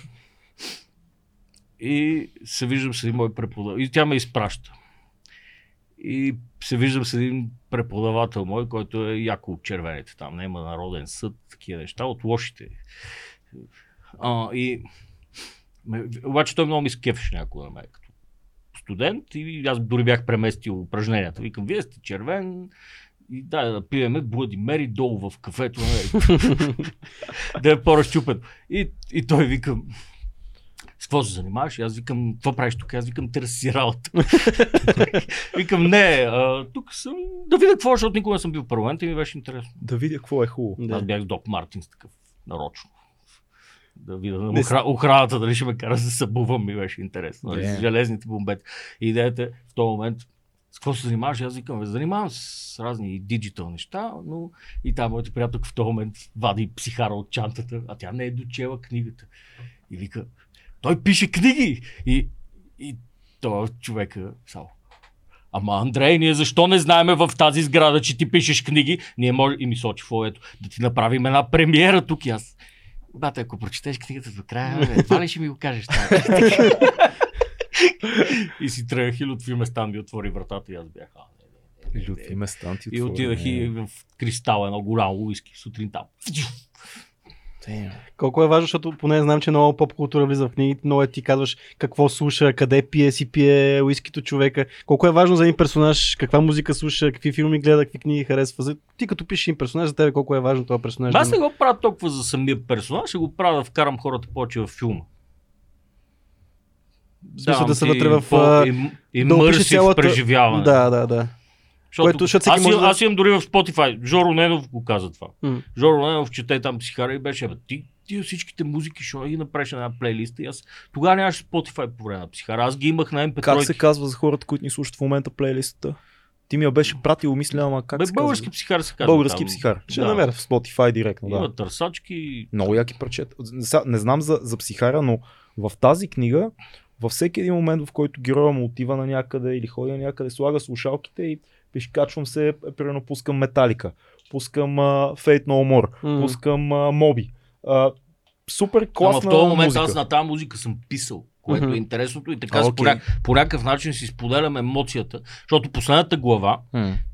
И се виждам с един мой преподавател. И тя ме изпраща. И се виждам с един преподавател мой, който е яко от червените там. Не има народен съд, такива неща, от лошите. А, и... ме- Обаче той много ми скефеше някога на мен като студент и аз дори бях преместил упражненията. Викам, вие сте червен, и дай да пиеме Bloody Mary долу в кафето. нали? да е по-разчупен. И, и той викам, с какво се занимаваш? И аз викам, какво правиш тук? И Аз викам, търси си работа. викам, не, а, тук съм да видя какво, е, защото никога не съм бил в парламента и ми беше интересно. да видя какво е хубаво. Аз Да. бях с Док Мартинс такъв, нарочно. Да видя на Не охра... охраната, дали ще ме кара да се събувам, ми беше интересно. Нали? Не. С железните бомбети. И идеята е, в този момент, с какво се занимаваш? И Аз викам, бе, занимавам се с разни диджитал неща, но и там моята приятелка в този момент вади психара от чантата, а тя не е дочела книгата. И вика, той пише книги! И, и той човека, само, Ама, Андрей, ние защо не знаеме в тази сграда, че ти пишеш книги? Ние може и ми сочи фоето, да ти направим една премиера тук и аз. Бата, ако прочетеш книгата до края, бе, това ли ще ми го кажеш? това?» и си тръгнах и Лютви Местан ми отвори вратата и аз бях. А, не, не, не, не, не. Лютви места ти И отидах Е, и в кристал едно голямо уиски сутринта. Колко е важно, защото поне знам, че много поп култура влиза в книгите, но е ти казваш какво слуша, къде пие, си пие уискито човека. Колко е важно за един персонаж, каква музика слуша, какви филми гледа, какви книги харесва. За- Ти като пишеш един персонаж, за тебе колко е важно този персонаж. Аз да не го правя толкова за самия персонаж, ще го правя да вкарам хората повече във филма. смисъл Давам да са ти вътре в, по- а, им- да опише Имърсив цялата- преживяване. Да, да, да. Защото, Което- защото всеки аз, може имам, да- аз имам дори в Spotify. Жоро Ненов го каза това. М. Жоро Ненов чете там психара и беше, бе, ти, ти всичките музики, ще ги направиш на една плейлиста. И аз тогава нямаше Spotify по време на психара. Аз ги имах на mp 3 Как се казва за хората, които ни слушат в момента плейлистата? Ти ми я беше пратил, мисля, ама как Бе, се български казва? психар се казва. Български там. психар. Ще Да. намеря в Spotify директно, да. Има търсачки. Много яки прочета. Сега, Не знам за, за психара, но в тази книга, във всеки един момент, в който героя му отива на някъде или ходи на някъде, слага слушалките и пише, качвам се, е, примерно пускам Металика, пускам uh, Fate No More, М. пускам uh, Моби. Uh, супер класна Ама в този момент музика. аз на тази музика съм писал, което Мгм. е интересното и така А, okay. окей. по, ня- по някакъв начин си споделям емоцията, защото последната глава,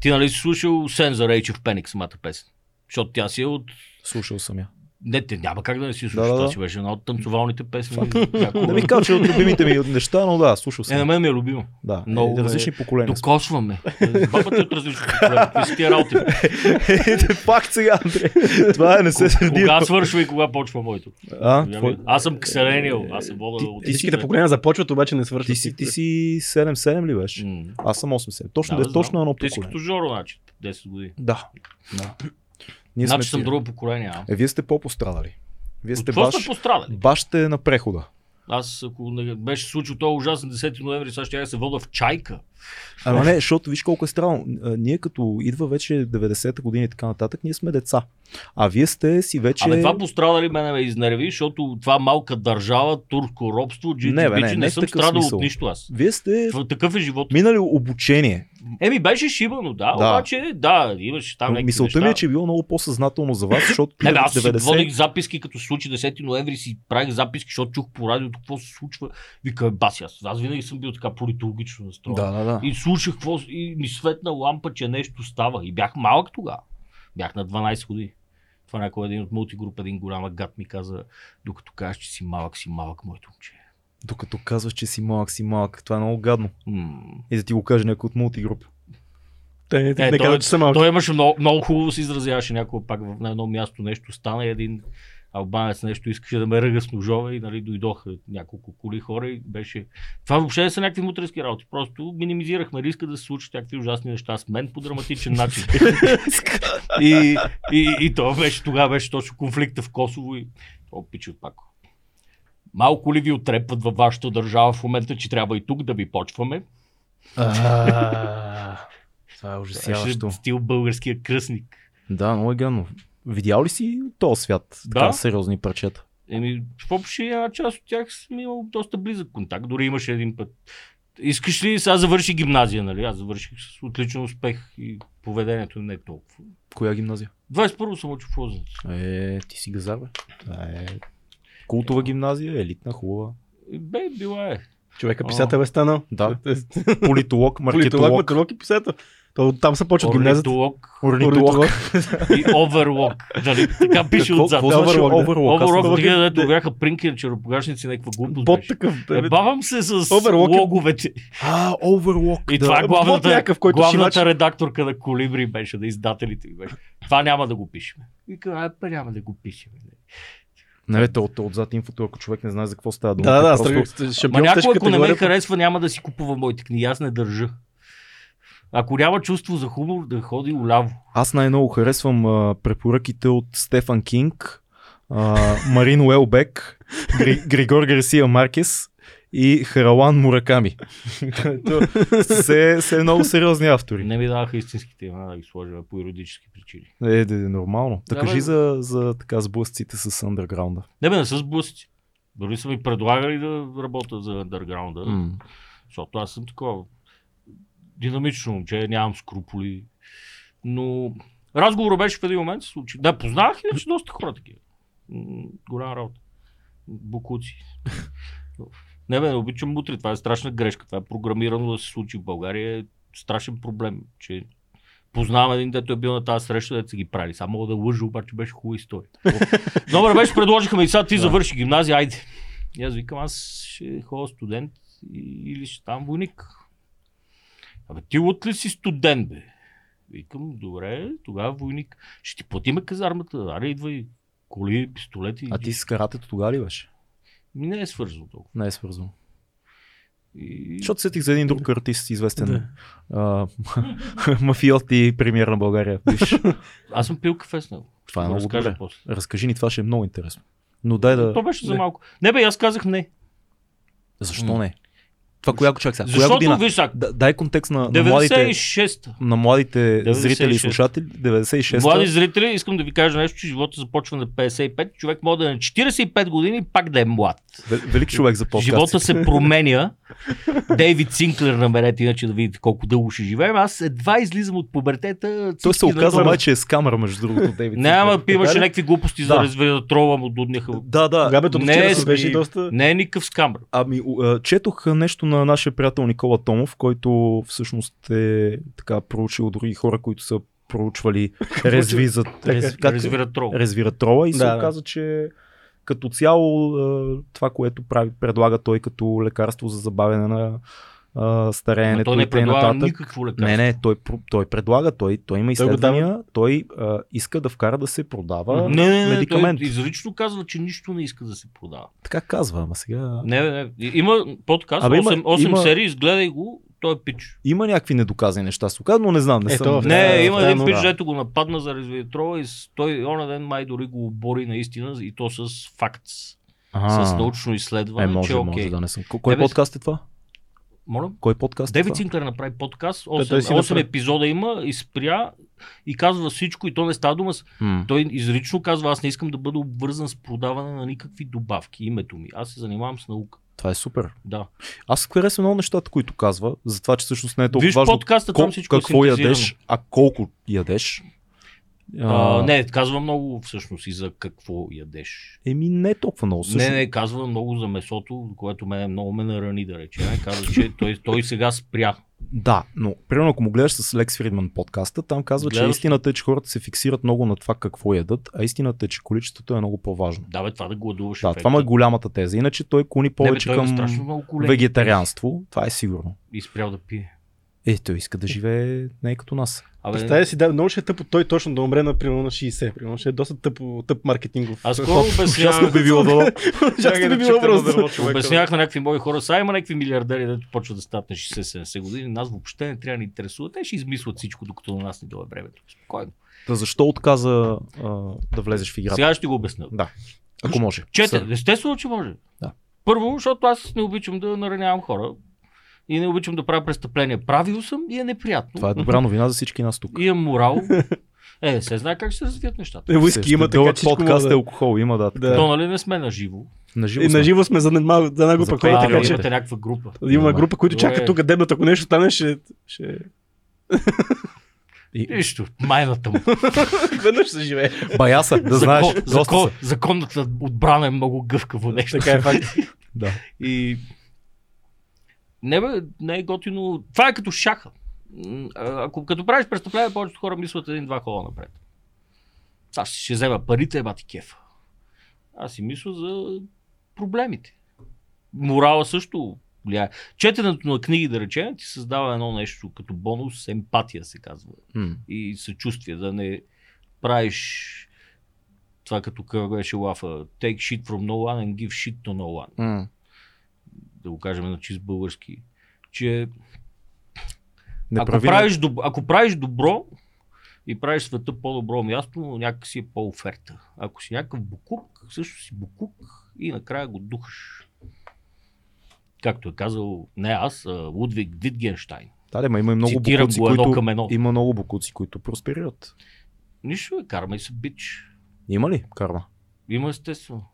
ти нали си слушал Сенза Рейчев Пеник самата песен, защото тя си е от Слушал съм я. Не, те, няма как да не си Да, слушаш. да, Това да. си беше една от танцувалните песни. Яко- Да ми кажа, че е от любимите ми неща, но да, слушал Е, на съм. мен ми е любимо. Да, много много различни поколения. Докосваме. Бабата е от различни поколения. Какви са тия работи? Ете, Е, пак сега, Андре. Това е, не се сърди. Кога свършва и кога почва моето? Ами, А, твой- Аз съм ксерениал. Аз съм Бога. Ти, Всичките поколения започват, обаче не свършват. ти си, ти си 7-7 ли беше? М. Аз съм 8-7. Точно да, Да, е знам. точно едно Ти си като поколение. Жоро, значи. 10 години. Да. да. Ние сме Значи съм тия. друго поколение. А? Е, вие сте по-пострадали. Вие От сте какво сме баш, пострадали? баш сте на прехода. Аз ако не беше случил този ужасен 10 ноември, сега ще я да се вода в чайка. Ама не, защото виж колко е странно. А, Ние като идва вече 90-та година и така нататък, ние сме деца. А вие сте си вече... Абе това пострадали мене ме изнерви, защото това малка държава, турско робство, джити, Не, бе, не, не, не не в съм такъв страдал смисъл. от нищо аз. Вие сте Това- Такъв е живот. минали обучение. Еми беше шибано, да, Да. обаче да, имаше там Но някакви мисълта неща. ми е, че е било много по-съзнателно за вас, защото Не, бе, аз си 90... водих записки, като се случи 10 ноември, си правих записки, защото чух по радиото какво се случва. Вика, баси аз. Аз винаги съм бил така политологично настроен. Да, да, да. И слушах какво, и ми светна лампа, че нещо става. И бях малък тогава. Бях на 12 години. Това някой един от мултигруп, един голям гад ми каза, докато кажеш, че си малък, си малък, моето момче. Докато казваш, че си малък, си малък. Това е много гадно. М. И да ти го каже някой от мултигруп. Те не, Е, не той- казват, че са малки. Той имаше много, много хубаво се изразяваше някога пак в- на едно място нещо стана и един албанец нещо искаше да ме ръга с ножове и нали, дойдоха няколко коли хора и беше... Това въобще не са някакви мутренски работи. Просто минимизирахме риска да се случат някакви ужасни неща с мен по драматичен начин. и, и, и това беше, тогава беше точно конфликта в Косово и то пича пак. Малко ли ви отрепват във вашата държава в момента, че трябва и тук да ви почваме? Това е Беше стил българския кръстник. Да, много е гадно. Видял ли си от този свят Да. така сериозни парчета? Еми, въобще една част от тях съм имал доста близък контакт. Дори имаше един път. Искаш ли, сега завърши гимназия, нали? Аз завърших с отличен успех и поведението не е толкова. Коя гимназия? 21-во съм учил в Лозенец. Е, ти си газар, бе. Това е култова гимназия, елитна, хубава. И Бе, била е. Човека писател е станал. Да. Те- Политолог, Политолог, маркетолог, маркетолог и писател. То, там се почва гимназията. Орнитолог орнитолог. и оверлок. Нали? Така пише Какво- отзад. Какво значи Оверлок, да. оверлок? Аз Оверлок, съм- Оверлок тия е- дето бяха принки на черопогашници, някаква глупост Под беше. такъв. бе, бе. Ебавам се с Оверлок е- логовете. А, оверлок. И това е под главната, някакъв, който главната шивач. редакторка на Колибри беше, на издателите ми беше. Това няма да го пишем. Вика, а, па няма да го пишем. Не, бе, то- то отзад инфото, ако човек не знае за какво става дума. Да, да, да, просто- страх- Ма шампион в някой, тежка ако не ме категория. харесва, няма да си купува моите книги. Аз не държа. Ако няма чувство за хумор, да ходи уляво. Аз най-много харесвам а, препоръките от Стефан Кинг, а, Марин Уелбек, Гри, Григор Гарсия Маркес и Харалан Мураками. Ето, Все, все много сериозни автори. Не ми даваха истинските имена да ги сложим по юридически причини. Е, е, е нормално. Та Да, кажи бе. за, за така сблъсците с андерграунда. Не бе, не са сблъсъци. Дори са ми предлагали да работя за андерграунда, М. защото аз съм такова динамично момче, нямам скрупули. Но разговорът беше в един момент се случи. Да, познавах иначе доста хора такива. М, Голяма работа. Букуци. Не бе, не обичам мутри. Това е страшна грешка. Това е програмирано да се случи в България. Е страшен проблем, че познавам един, дето е бил на тази среща, дето са ги правили. Само мога да лъжа, обаче беше хубава история. Добре, беше, предложиха ми, сега ти завърши гимназия, айде. И аз викам, аз ще ходя студент и- или ще ставам войник. Абе, ти от ли си студент, бе? Викам, добре, тогава войник. Ще ти платиме казармата, аре идвай. Коли, пистолети. А ти с каратето тогава ли беше? Ми не е свързано толкова. Не е свързано. И... Защото сетих за един друг артист, Да. известен а, мафиот и премьер на България. Виж, Аз съм пил кафе с него. това е Ще го много разкажа добре. после. Разкажи ни, това ще е много интересно. Но дай да... То беше за Не. малко. Не бе, аз казах не. Защо не? Това коя чак сега? Коя Защото, година? виж, сега, Да, дай контекст на, на младите, 96-та. на младите 96. зрители и слушатели. 96-та. Млади зрители, искам да ви кажа нещо, че живота започва на 55. Човек може да е на 45 години и пак да е млад. Вел- Велик човек за подкаст. Живота се променя. Дейвид Синклер намерете иначе да видите колко дълго ще живеем. Аз едва излизам от пубертета. Той се всички оказа надолу. май, че е с камера, между другото, Дейвид. Няма, Синклер. имаше Така ли? някакви глупости Да. за разведа трова му дудняха. Да, да. Тогава бе, то Не, вчера си сме- беше доста... Не е никакъв скамър. Ами, у- а, четох нещо на нашия приятел Никола Томов, който всъщност е така проучил други хора, които са проучвали резви за... Резви, как- Развира трол. Резвира трола и се Да, да. оказа, че като цяло е, това, което прави, предлага той като лекарство за забавяне на а, Ама стареенето Той не и предлага т.н. никакво лекарство. Не, не, той, пр- той предлага, той, той има Той го дава. изследвания, той, а, иска да вкара да се продава Мгм. Не, не, не, е медикамент. Той изрично казва, че нищо не иска да се продава. Така казва, ама сега... Не, не, не. Има подкаст, Абе, 8, има- 8 има- серии, изгледай го, той е пич. Има някакви недоказани неща, се оказва, но не знам, не Е, съм... то в Не, тая- има в тая един пич, нора. дето го нападна за резвитрола и с- той оня ден май дори го обори наистина и то с факт, А, с научно Е, изследване, може, че е окей. може да не съм. Ко- Кой Е, бе, подкаст е това? Моля? Кой подкаст е Девид това? Синклер направи подкаст, той 8, си 8 направи. епизода има и спря и казва всичко и то не става дума. с- М. Той изрично казва, аз не искам да бъда обвързан с продаване на никакви добавки, името ми. Аз се занимавам с наука. Това е супер. Да. Аз харесвам много нещата, които казва, за това, че всъщност не е толкова Виж важно подкаста, Кол- там всичко е какво синтезирано. ядеш, а колко ядеш. А, не, казва много всъщност и за какво ядеш. Еми, не е толкова много. Също. Не, не, казва много за месото, което мене много ме нарани, да рече. Не? Каза, че той, той сега спря. Да, но примерно ако му гледаш с Лекс Фридман подкаста, там казва, че Гледаш ли? истината е, че хората се фиксират много на това какво ядат, а истината е, че количеството е много по-важно. Да, бе, това да гладуваш. Да, ефекта. това му е голямата теза. Иначе той клони Не, бе, повече той има към страшно много големи вегетарианство. Това е сигурно. тези. И спрял да пие. Е, той иска да живее не е като нас. Абе, Представя си, да, много ще е тъпо той точно да умре на примерно на 60. Примерно ще е доста тъпо, тъп маркетингов. аз скоро Ужасно обяснявах, би било дало. Чакай да чукна на дърво, човека. обяснявах на някакви мои хора, сега има някакви милиардери, дето почват да стават на 60-70 години, нас въобще не трябва да ни интересува. Те ще измислят всичко, докато на нас ни дойде времето. Спокойно. Та защо отказа а, да влезеш в играта? Сега ще го обясня. Ако може. Чете, естествено, че може. Да. Първо, защото аз не обичам да наранявам хора и не обичам да правя престъпления. Правил съм и е неприятно. Това е добра новина за всички нас тук. Имам морал. Е, се знае как ще се развият нещата. Е, Уиски има така, дълъг че подкаст е да... алкохол, има да. Така. Да. То нали не сме на живо. На И живо. на сме. живо сме за една, мал- за една група За хора, така Patreon. че имате някаква група. има Добре. група, които Добре. чакат тук дебнат, ако нещо стане, ще... ще... И... Нищо, майната му. Веднъж се живее. Баяса, да знаеш. Закон, доста закон, са. законната отбрана е много гъвкаво нещо. така е факт. Да. И... Не бе, не е готино. Това е като шаха. М, а, Ако като правиш престъпление, повечето хора мислят един-два хола напред. Аз ще взема парите, еба ти кефа. Аз си мисля за проблемите. Морала също влияе. Четенето на книги, да речем, ти създава едно нещо като бонус, емпатия се казва М. и съчувствие, да не правиш това като къв беше лафа. Take shit from no one and give shit to no one. М. Да го кажем на чист български. Че Не ако, прави- правиш доб... ако правиш добро и правиш света по-добро място, някакси е по-оферта. Ако си някакъв букук, също си букук и накрая го духаш. Както е казал не аз, а Лудвиг Витгенштайн. Да, да, ма има и много Цитирам букуци, го едно които... към едно. Има много букуци, които просперират. Нищо е карма и се бич. Има ли карма? Има естествено.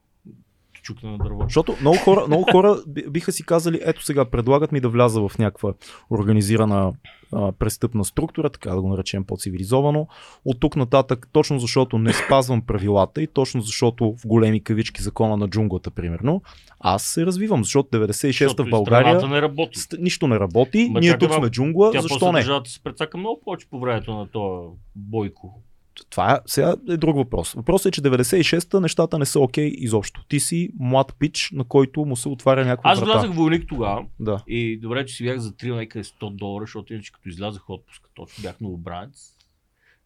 Чукна на дърво. Защото много хора, много хора би- биха си казали, ето сега предлагат ми да вляза в някаква организирана а, престъпна структура, така да го наречем по-цивилизовано. От тук нататък, точно защото не спазвам правилата и точно защото в големи кавички закона на джунглата, примерно, аз се развивам, защото 96-та в и България Страната не работи. ст- нищо не работи, Ма ние чакай тук малко, сме джунгла, Тя защо после не? държавата се прецака много повече по времето на този бойко. Това е, сега е друг въпрос. Въпросът е, че 96-та нещата не са окей изобщо. Ти си млад пич, на който му се отваря някаква Аз врата. влязах в войник тогава Да. и добре, че си бях затрил някъде 100 долара, защото иначе като излязах отпуска, точно бях новобранец,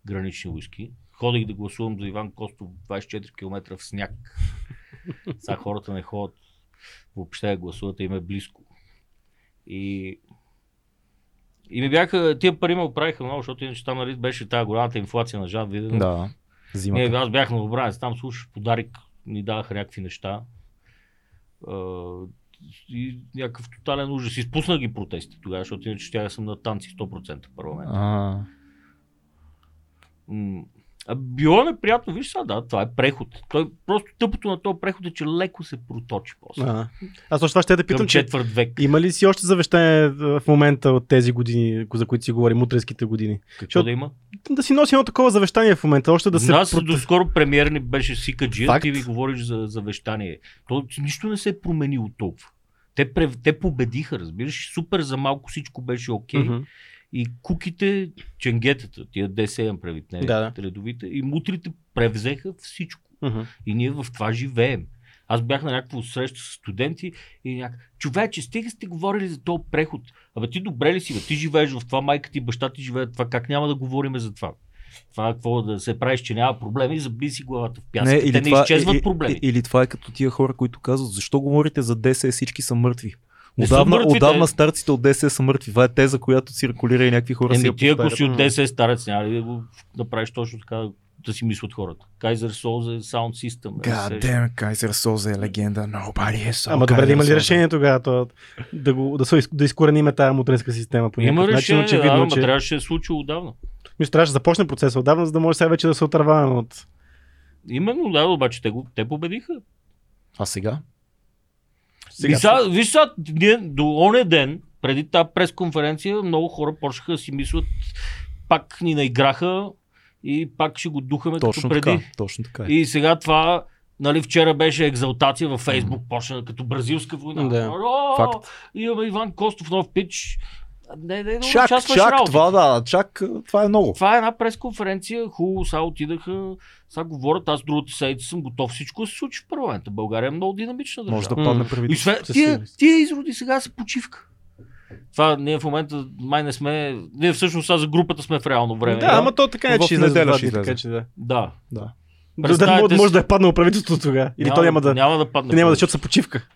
гранични войски. Ходих да гласувам за Иван Костов 24 км в сняг. Сега хората не ходят въобще да гласуват, а им е близко. И и ми бяха, тия пари ме оправиха много, защото иначе там нали, беше тази голямата инфлация на Жан Виден. Да. Зимата. Не, аз бях на обранец, там слушах подарик, ни даваха някакви неща. А, и някакъв тотален ужас. Изпусна ги протести тогава, защото иначе ще съм на танци 100% парламент. А, М, А, било е неприятно, виж сега, да, това е преход. Той просто тъпото на този преход е, че леко се проточи после. А, Аз точно това ще те Към питам, че четвърт век. има ли си още завещание в момента от тези години, за които си говорим, утренските години? Какво Защото- да има? Да си носи едно такова завещание в момента, още да се... Нас прот- доскоро премиер ни беше Сикаджия, Факт. ти ви говориш за завещание. То нищо не се е променило толкова. Те, пре- те победиха, разбираш, супер за малко всичко беше окей. Okay. Мгм. И куките, ченгетата, тия ДСМ правителите, Да, да. редовите, и мутрите превзеха всичко. Мгм. И ние в това живеем. Аз бях на някаква среща с студенти и някак... Човече, стига сте говорили за този преход. Абе ти добре ли си? Бе? Ти живееш в това, майка ти, баща ти живеят в това. Как няма да говорим за това? Това какво да се правиш, че няма проблеми, забли си главата в пясъка. Не, Те не изчезват и- проблеми. и- Или това е като тия хора, които казват, защо говорите за ДС, всички са мъртви. Не са Отдавна, мъртвите. отдавна старците от ДС са мъртви. Това е теза, която циркулира и някакви хора си я Еми ти ако повтарят. си от 10 старец, няма ли да го направиш точно така да си мислят хората? Кайзер Солзе, Sound System. е, God се- damn, Кайзер Созе е легенда. Nobody is so Ама добре, да има ли Kaiser Soze. решение тогава? То, да, го, да, се, да изкорениме тази мутренска система по Има някакъв начин, решение, очевидно, ама че... трябваше да се случи отдавна. Мисля, трябваше да започне процеса отдавна, за да може сега вече да се отърваваме от... Именно, да, обаче те, го, те победиха. А сега? Сега Сега, сега, виж сега, ние до оне ден, преди тази пресконференция, много хора почнаха да си мислят, пак ни наиграха и пак ще го духаме Точно като преди. така. Точно така. е. И сега това, нали, вчера беше екзалтация във Фейсбук, почна като бразилска война. Да. О, Факт. Имаме Иван Костов, нов пич. Не, не, не, Чак, участваш чак, работа. това да, чак, това е много. Това е една пресконференция, хубаво, сега отидаха, сега говорят, аз другата седмица съм готов всичко да се случи в парламента. България е много динамична държава. Може да М. падне И правителство. освен, със тия, сигурност. тия изроди сега са почивка. Това ние в момента май не сме. Ние всъщност сега за групата сме в реално Да, време. ама то така е, В че ще излезе неделя два ще дни, така излезе. че да. да. Да. Да, да, Представете може, си- може да е паднало правителството тогава. Или то няма да... няма да падне. Те няма да, защото са почивка.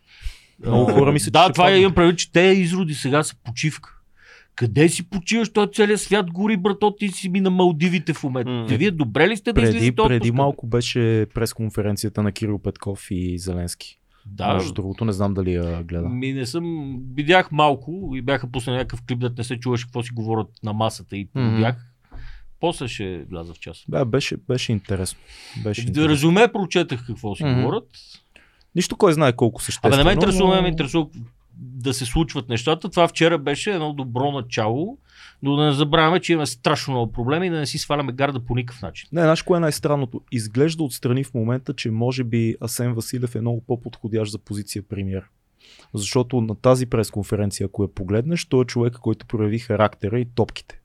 Много хора мислят, че Да, ще това падне. я имам предвид, че те изроди сега са почивка. Къде си почиваш? Той е целият свят гори, брато, ти си ми на Малдивите в момента. М. Вие добре ли сте да Преди, излизате отпуска? преди малко беше пресконференцията на Кирил Петков и Зеленски. Да, Между другото, не знам дали я гледа. Ми не съм. Видях малко и бяха пуснали някакъв клип, да не се чуваше какво си говорят на масата и Мгм. бях. После ще вляза в час. Да, беше, беше интересно. Беше Да интересно. резюме прочетах какво си Мгм. говорят. Нищо кой знае колко съществено. Абе, не ме интересува, но- не ме интересува да се случват нещата. Това вчера беше едно добро начало, но да не забравяме, че имаме страшно много проблеми и да не си сваляме гарда по никакъв начин. Не, знаеш кое е най-странното? Изглежда отстрани в момента, че може би Асен Василев е много по-подходящ за позиция премьер. Защото на тази пресконференция, ако я погледнеш, той е човек, който прояви характера и топките.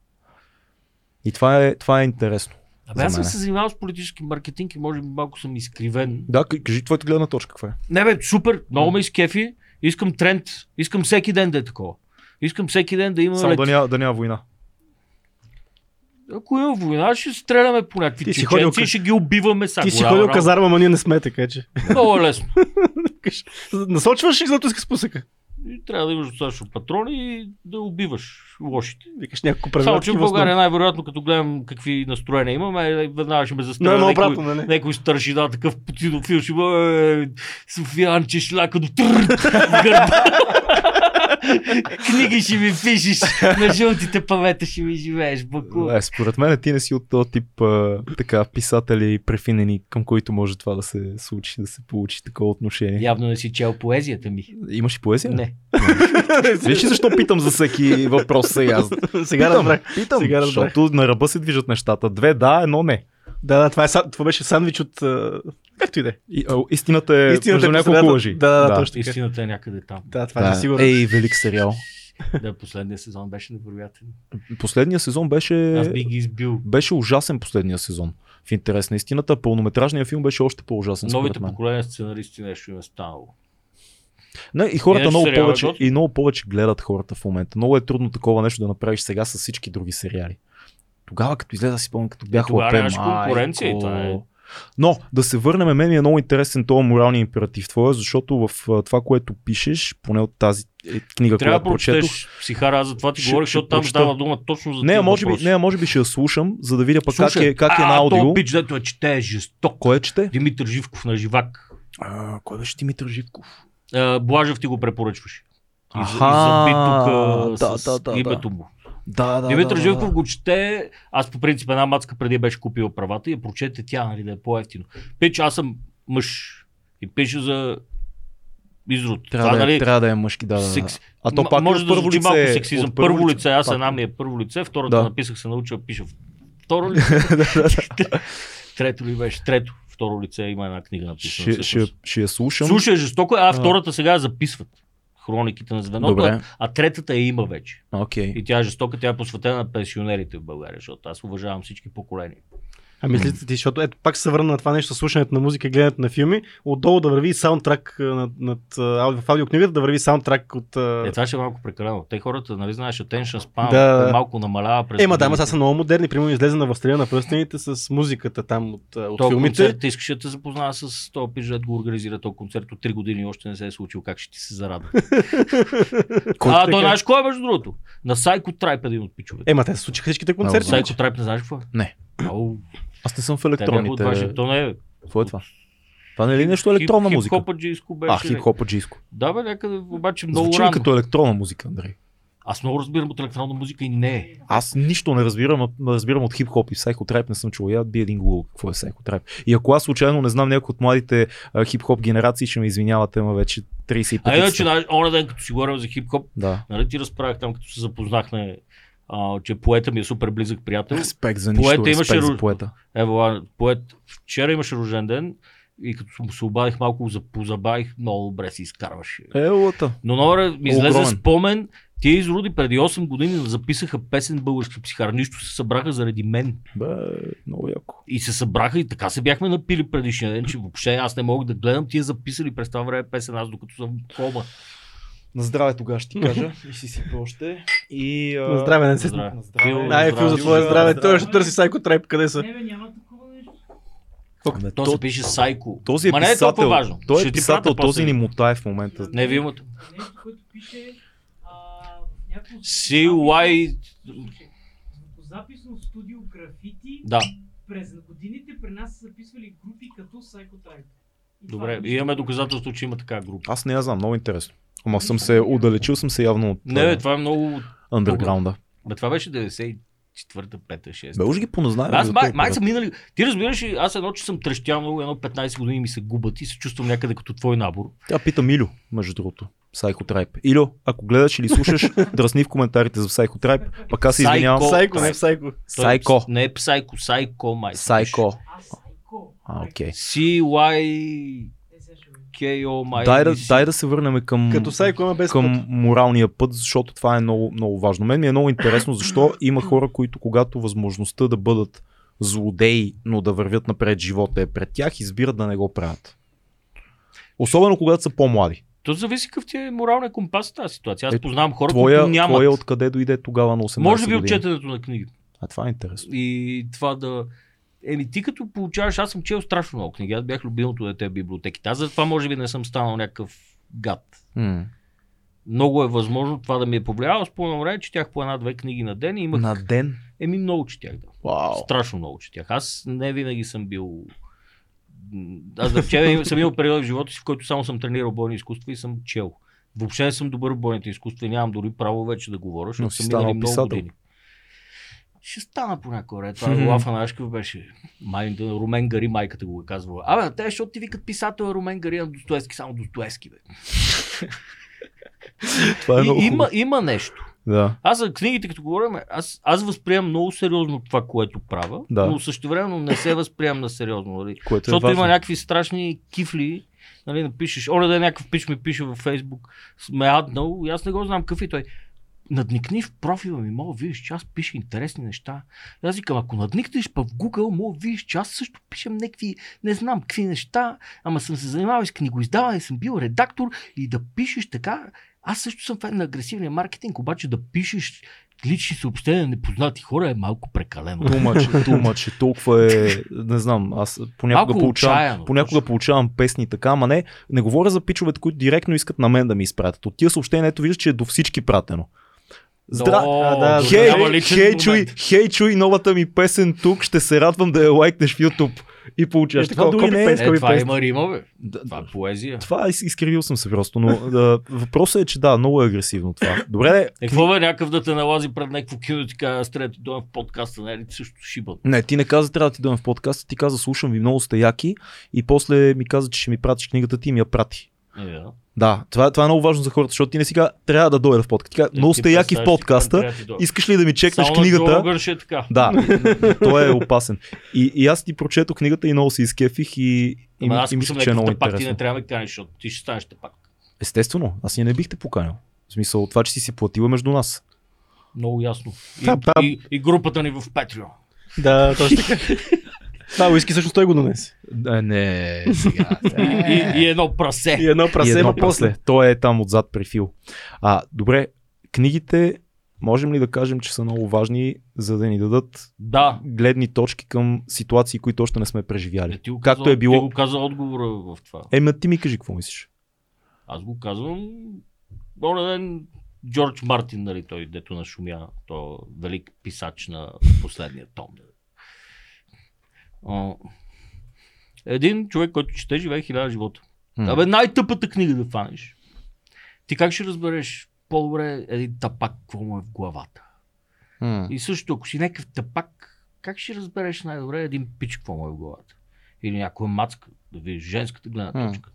И това е, това е интересно. Абе, За аз съм мене. се занимавал с политически маркетинг и може би малко съм изкривен. Да, к- кажи твоята гледна точка, каква е? Не бе, супер, много ме изкефи. Искам тренд. Искам всеки ден да е такова. Искам всеки ден да има... Само лет- да няма, да няма война. Ако има война, ще стреляме по някакви Ти си чеченци ходил ка- и ще ги убиваме сега. Ти си Голяма ходил работа. казарма, ама ние не сме, така че. Много е лесно. Насочваш и зато искаш спусъка. И трябва да имаш достатъчно патрони и да убиваш лошите. Викаш няколко Само, правила. че в такива България най-вероятно, като гледам какви настроения имаме, е, веднага ще ме основни. застреля Но, но някой, обратно, нали? някой старшина, такъв путинофил, ще бъде е, Софианче шляка до трррр в гърба. Книги ще ми пишеш, на жълтите павета ще ми живееш, баку. Е, според мен ти не си от този тип а, така, писатели префинени, към които може това да се случи, да се получи такова отношение. Явно не си чел поезията ми. Имаш и поезия? Не. Виж ли защо питам за всеки въпрос сега? Сега питам, разбрах. питам Сега разбрах. защото на ръба се движат нещата. Две да, едно не. Да, да, това, е, са- това беше сандвич от... а, Както и да е. И, а, истината е Истината е между по няколко средата. лъжи. Да, да, точно. Така. Истината е някъде там. Да, това да. е сигурно. Ей, велик сериал. Да, последния сезон беше невероятен. Последния сезон беше... Аз би ги избил. Беше ужасен последния сезон. В интерес на истината, пълнометражният филм беше още по-ужасен. според Новите мен. поколения сценаристи нещо им е станало. Не, и хората Иначе много сериалът е повече, готин. и много повече гледат хората в момента. Много е трудно такова нещо да направиш сега с всички други сериали. Тогава, като излезе, аз си помня, като бях Е, тогава лапе, нямаше конкуренция и майко. това е. Но да се върнем, мен ми е много интересен този моралния императив твоя, защото в а, това, което пишеш, поне от тази е, книга, Трябва да която прочетох, прочетеш психара, аз за това ти Ще- говорих, ще защото там прочета. става дума точно за не, а тия може би, въпроси. не, а може би ще я слушам, за да видя пък как Слушай, е, как е а, на аудио. то пич, дето я чете, е жесток. Кой е чете? Димитър Живков на живак. А, кой беше Димитър Живков? А, Блажев ти го препоръчваше. И, за- и заби Аха, тук а, с името му. Да, да, Димитър да, Живков да. го чете. Аз по принцип една мацка преди беше купила правата и я прочете тя, нали, да е по-ефтино. Пич, аз съм мъж. И пише за изрод. Трябва, Това, да, е- нали, трябва да е мъжки, да, да, да. секс- А то М- пак е може от да първо звучи лице, малко от сексизъм. Първо, лице, аз пак. една ми е първо лице, втората Да. написах се науча да пиша второ лице. Трето ли беше? Трето. Второ лице има една книга написана. Ще, ще, всъщност. ще я слушам. Слушай, жестоко е, а втората сега я записват. хрониките на звеното, Добре. а третата я има вече. Окей. И тя е жестока, тя е посветена на пенсионерите в България, защото аз уважавам всички поколения. А мислите Ами, ти, защото ето пак ще се върна на това нещо, слушането на музика, и гледането на филми, отдолу да върви саундтрак а, над, над, а, в аудиокнигата, да върви саундтрак от... а, Е, това ще е малко прекалено. Те хората, нали знаеш, attention span Да, да. да. малко намалява през Ема да, ама годините. сега са много модерни. Примерно излезе на Властелина на пръстените с музиката там от, а, от То филмите. концерт искаше да те запознава с този пижет, го организира този концерт от 3 години и още не се е случил. Как ще ти се зарадва? Който а, така- то знаеш кой е между другото? На Сайко Трайп един от пичовете. Ема те се случиха всичките Е, концерти. Сайко вече. Трайп не знаеш какво е? Не. Ау, Аз не съм в те бяха от електронните. Вашингтон, е. Какво е това? Това не е ли нещо електронна музика? Хип-хопа джиско беше. А, хип-хопа джиско. Да, бе, някъде, обаче много Звучи ми рано. като електронна музика, Андрей. Аз много разбирам от електронна музика и не е. Аз нищо не разбирам, а- не разбирам от хип-хоп и психотрайп не съм чул. Я би един Google какво е психотрайп. И ако аз случайно не знам някой от младите а, хип-хоп генерации, ще ме извинявате, ама вече 35. А иначе, съм. на- оня ден, като си говорим за хип-хоп, Да. нали ти разправях там, като се запознахме, а, че поета ми е супер близък приятел. Респект за нищо, Поета респект имаше за ру- поета. Ево, а, поет, вчера имаше рожден ден и като му се обадих малко, го за- позабавих, много добре си изкарваше. Елата. Но нова ми излезе Е, Огромен. спомен, тия изроди преди 8 години записаха песен български психар. Нищо се събраха заради мен. Бе, много яко. И се събраха и така се бяхме напили предишния ден, че въобще аз не мога да гледам тия записали през това време песен, аз докато съм в кома. На здраве тогава ще ти кажа. и си си още. И, а... На здраве, не се... Здраве. Фил, Ай, е, здраве. Фил, за твое здраве. Той ще търси Сайко Трайп, къде са? Е, Не, Е, бе, няма такова нещо. Ама То се пише Сайко. този е Ма не е писател. толкова важно. Той Ще е ти писател, пратя този после. ни мутае в момента. Не ви имате. Е, Нещо, което пише а, в някакво... CY... По записно студио графити, Да, през годините при нас са записвали групи като Psycho Tribe. И това добре. е нещо, Имаме което- доказателство, че има така група. Аз не я знам, много интересно. Ама съм се удалечил съм се явно от Не, а, бе, това е много... андерграунда. Бе, това беше 94-та, 5-та, 6-та. Бе, уж ги поназнавам. Аз май, май съм минали. Ти разбираш, ли, аз едно, че съм трещял много, едно 15 години ми се губят и се чувствам някъде като твой набор. Тя пита Милю, между другото. Psycho Tribe. Илю, ако гледаш или слушаш, дръсни в коментарите за Psycho Tribe. Пък аз се Psycho. е извинявам. Сайко, не в Сайко. Той Сайко. Не е Псайко, Сайко, май. Сайко. А, Psycho. А, окей. CYKO, Е, сега ще го- май. Дай да, или си- дай да се върнем към, Като Сайко, ама без към път. моралния път, защото това е много, много важно. Мен ми е много интересно защо има хора, които когато възможността да бъдат злодеи, но да вървят напред живота е пред тях, избират да не го правят. Особено когато са по-млади. То зависи какъв ти е моралния компас в тази ситуация. Аз Е, познавам хора, Твоя, които нямат. твоя откъде дойде тогава на 18 Може би от години? четенето на книги. А това е интересно. И това да... Еми, ти като получаваш, аз съм чел страшно много книги. Аз бях любимото дете в библиотеките. Аз затова може би не съм станал някакъв гад. м много е възможно това да ми е повлияло. Аз по време четях по една-две книги на ден и имах... На ден? Еми много четях, да. Вау. Страшно много четях. Аз не винаги съм бил... М, Аз да речем, съм имал период в живота си, в който само съм тренирал бойни изкуства и съм чел. Въобще не съм добър в бойните изкуства и нямам дори право вече да говоря, защото Но си съм минали станал много писател. години. Ще стана по някаква ред. Това Мгм. Лафа на Ашков беше. Майната на Румен Гари, майката го е казвала. Абе, на те, защото ти викат писател е Румен Гари, а на Достоевски само Достоевски, бе. Това е много И, има, хубаво. има нещо. Да. Аз за книгите, като говорим, аз, аз възприемам много сериозно това, което правя, Да. но същевременно не се възприемам на сериозно. Нали? Което Защото е има важно. някакви страшни кифли, нали, напишеш, оле да е някакъв пич ми пише във Фейсбук, ме е аднал, и аз не го знам какъв е той. Надникни в профила ми, мога да видиш, че аз пиша интересни неща. И аз викам, ако надникнеш па в Google, мога да видиш, че аз също пишем някакви, не знам какви неща, ама съм се занимавал и с книгоиздаване, съм бил редактор и да пишеш така. Аз също съм фен на агресивния маркетинг, обаче да пишеш лични съобщения на непознати хора е малко прекалено. Тумач, тумач, толкова е, не знам, аз понякога Малко получавам, отчаяно, понякога точно. получавам песни така, ама не, не говоря за пичовете, които директно искат на мен да ми изпратят. От тия съобщения, ето виждаш, че е до всички пратено. Здра... О, А, да, добре, Хей, няма личен хей, момент. чуй, хей, чуй, новата ми песен тук, ще се радвам да я лайкнеш в YouTube. И получаваш. Е, такова дори не е- Е, копи-пейст. това песни. има рима, бе. Да, Това е поезия. Това из- изкривил съм се просто, но да, въпросът е, че да, много е агресивно това. Добре, де, Е, какво бе, някакъв да те налази пред някакво кино и ти кажа, аз трябва да ти дойда в подкаста, нали ти също шибат. Не, ти не каза, трябва да ти дойдем в подкаста, ти каза, слушам ви, много сте яки и после ми каза, че ще ми пратиш книгата ти и ми я прати. Е, да. Да, това, това е много важно за хората, защото ти не си каза, трябва да дойда в подкаста. Ти каза, Е, много ти сте яки в представяш си, подкаста, трябва да ти дойда. искаш ли да ми чекнеш Само на Джо книгата? Роган ще е така. Да, той е опасен. И, и аз ти прочетох книгата и много се изкефих и, и, Ама м- аз и мисля, мисля, че е много пак ти не интересно. трябва да ми канеш, защото ти ще станеш пак. Естествено, аз ние не бих те поканил. В смисъл, това, че си си платила между нас. Много ясно. И, Тап, тап. и, и групата ни в Патрио. Да, точно така. Това уиски също той го донесе. Да, не, сега. И, и, и едно прасе. И едно Е. И прасе, едно ма после. Той е там отзад при Фил. А, добре, книгите можем ли да кажем, че са много важни, за да ни дадат Да. гледни точки към ситуации, които още не сме преживяли? Е, ти го Както каза, е било. Ти го каза отговора в това. Ема ти ми кажи какво мислиш. Аз го казвам. Оня ден Джордж Мартин, нали, той дето на шумя, то велик писач на последния том. нали. А, един човек, който чете, живее хиляда живота. М. Абе, най-тъпата книга да фанеш. Ти как ще разбереш по-добре е един тапак, какво му е в главата? И също, ако си някакъв тапак, как ще разбереш най-добре един пич, какво му е в главата? Или някоя мацка, да видиш женската гледна М. точка.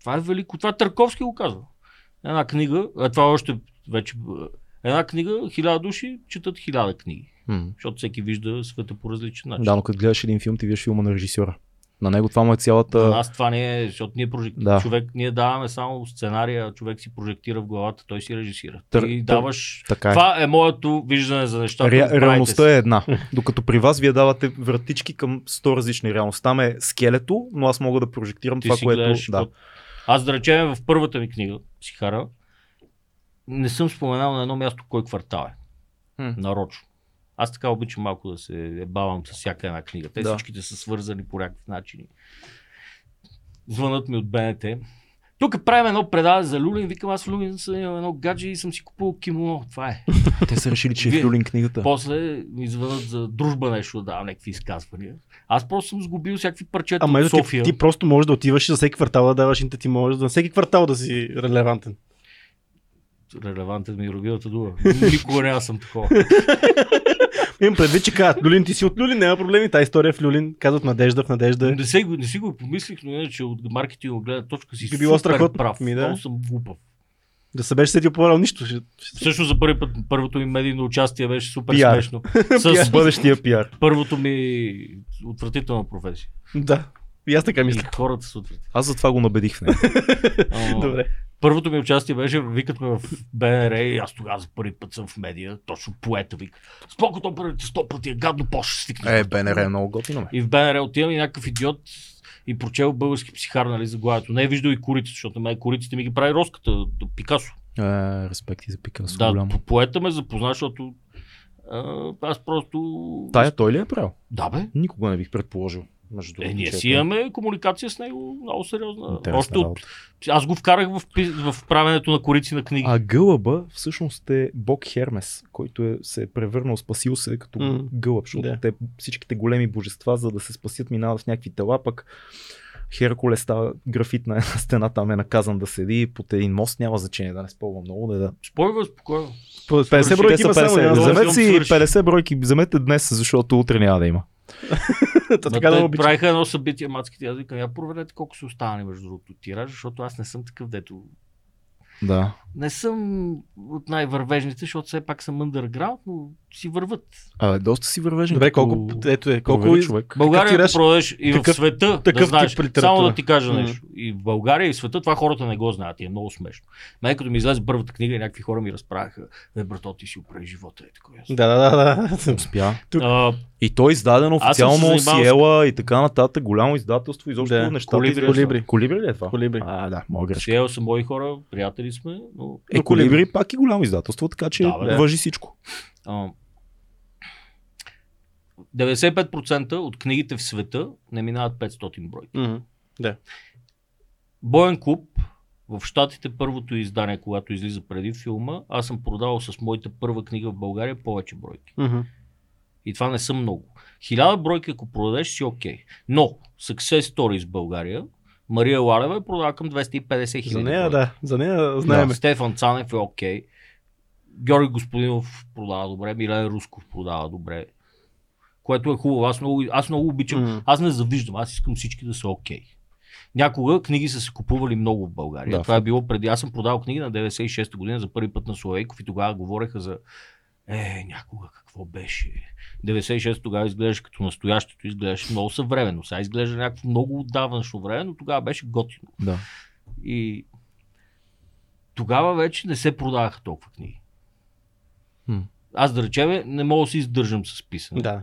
Това е велико. Това Търковски го казва. Една книга, а това още вече... е, Една книга, хиляда души четат хиляда книги. М. Защото всеки вижда света по различен начин. Да, но като гледаш един филм, ти виждаш филма на режисьора. На него това му е цялата... Аз това не е, защото ние, прожек... Да. да. човек, ние даваме само сценария, човек си прожектира в главата, той си режисира. Тър- Ти тър- даваш... Така е. Това е моето виждане за нещата. Ре, Правете реалността си. е една. Докато при вас вие давате вратички към 100 различни реалности. Там е скелето, но аз мога да прожектирам Ти това, си което... гледаш. да. Да. Аз да речем в първата ми книга, Психара, не съм споменал на едно място кой квартал е. М. Нарочно. Аз така обичам малко да се бавам с всяка една книга. Те Да. да. всичките са свързани по някакъв начин. Звънат ми от БНТ. Тук правим едно предаване за Люлин. Викам, аз в Люлин съм имал едно гадже и съм си купувал кимоно. Това е. Те са решили, че е Вие- в Люлин книгата. После ми звънат за дружба нещо да давам някакви изказвания. Аз просто съм сгубил всякакви парчета Ама от ето ти, София. ти, просто можеш да отиваш и за всеки квартал да даваш инта, ти можеш за всеки квартал да си релевантен. релевантен ми е родилата дума. Никога не аз съм такова. Имам предвид, че казват, Люлин, ти си от Люлин, няма проблеми, тази история е в Люлин, казват Надежда в Надежда. е. не, си, го- не си го помислих, но иначе от маркетингова гледна точка си Би било супер страхотно. прав. Ми да. Много съм глупав. Да се беше сетил по-рано нищо. Ще- ще- Всъщност за първи път първото ми медийно участие беше супер Пиар. смешно. С бъдещия пиар. първото ми отвратителна професия. Да. И аз така И Е, мисля. хората са отвратителни. Аз затова го набедих в него. Ама- Добре. Първото ми участие беше, викат ме в БНР и аз тогава за първи път съм в медия, точно поета вика. Споко то първите сто пъти е гадно, по-ще свикнеш. Е, БНР е много готино. Ме. И в БНР отивам и някакъв идиот и прочел български психар, нали, заглавието. Не е виждал и кориците, защото на мен кориците ми ги прави роската, до Пикасо. Е, респекти за Пикасо. да, голямо. по- поета ме запозна, защото а, аз просто... Тая той ли е правил? Да, бе. Никога не бих предположил. Между Е, другото, ние че е си правил. имаме комуникация с него много сериозна. Интересна Още от... работа. Аз го вкарах в, пи- в правенето на корици на книги. А гълъба всъщност е бог Хермес, който е, се е превърнал, спасил се като М, гълъб, защото да. те, всичките големи божества, за да се спасят, минават в някакви тела, пък Херкулес става графит на една стена, там е наказан да седи под един мост, няма значение да не спомням много, да, да. Спойва, спокойно. По 50 Свърши, бройки Те са има само. 50, няма да- вземете си филм свърши. 50 бройки, вземете днес, защото утре няма да има. Та Ма Така да те ме обича. Правиха едно събитие, мацките, аз викам, я проверете колко са останали между другото тираж, защото аз не съм такъв, дето Да. не съм от най-вървежните, защото все пак съм underground, но си върват. А, доста си вървежен. Добре, като- колко, ето е, колко провери човек. България тираж? тираж, продадеш и Такъв- в света, такъв да знаеш, тип литература. само да ти кажа Мгм. нещо. И в България, и в света това хората не го знаят и е много смешно. Най като ми излезе първата книга и някакви хора ми разправяха, бе брато, ти си оправи живота и такова. Да, да, да, да. Успя. тук. А, И той е издаден Аз съм се официално занимавал с- Сиела и така нататък, голямо издателство, изобщо Да, да, нещата. Колибри. изглежда- Колибри. Колибри ли е това? Колибри. А, да, мога грешка. Сиел са мои хора, приятели сме, но Е, Но Колибри, Колибри. пак е голямо издателство, така че Да, бе, да. въжи всичко. А, 95% от книгите в света не минават 500 бройки. Мгм. Боен клуб в Штатите първото издание, когато излиза преди филма, аз съм продавал с моята първа книга в България повече бройки. Мгм. И това не са много. Хиляда бройки, ако продадеш, си окей. Но Success Stories в България, Мария Ларева е продава към 250 хиляди. За нея, бройки. да. За нея знаем. Да, Стефан Цанев е окей. Георги Господинов продава добре, Милен Русков продава добре. Което е хубаво. Аз много, аз много обичам. Мгм. Аз не завиждам. Аз искам всички да са окей. Някога книги са се купували много в България. Да. Да, Това е било преди. Аз съм продавал книги на 96-та година за първи път на Словейков и тогава говореха за е, някога какво беше. 96 тогава изглеждаше като настоящето, изглеждаше много съвременно. Сега изглежда някакво много отдавнашно време, но тогава беше готино. Да. И Тогава вече не се продаваха толкова книги. Хм. Аз да речем, не мога да се издържам с писане. Да.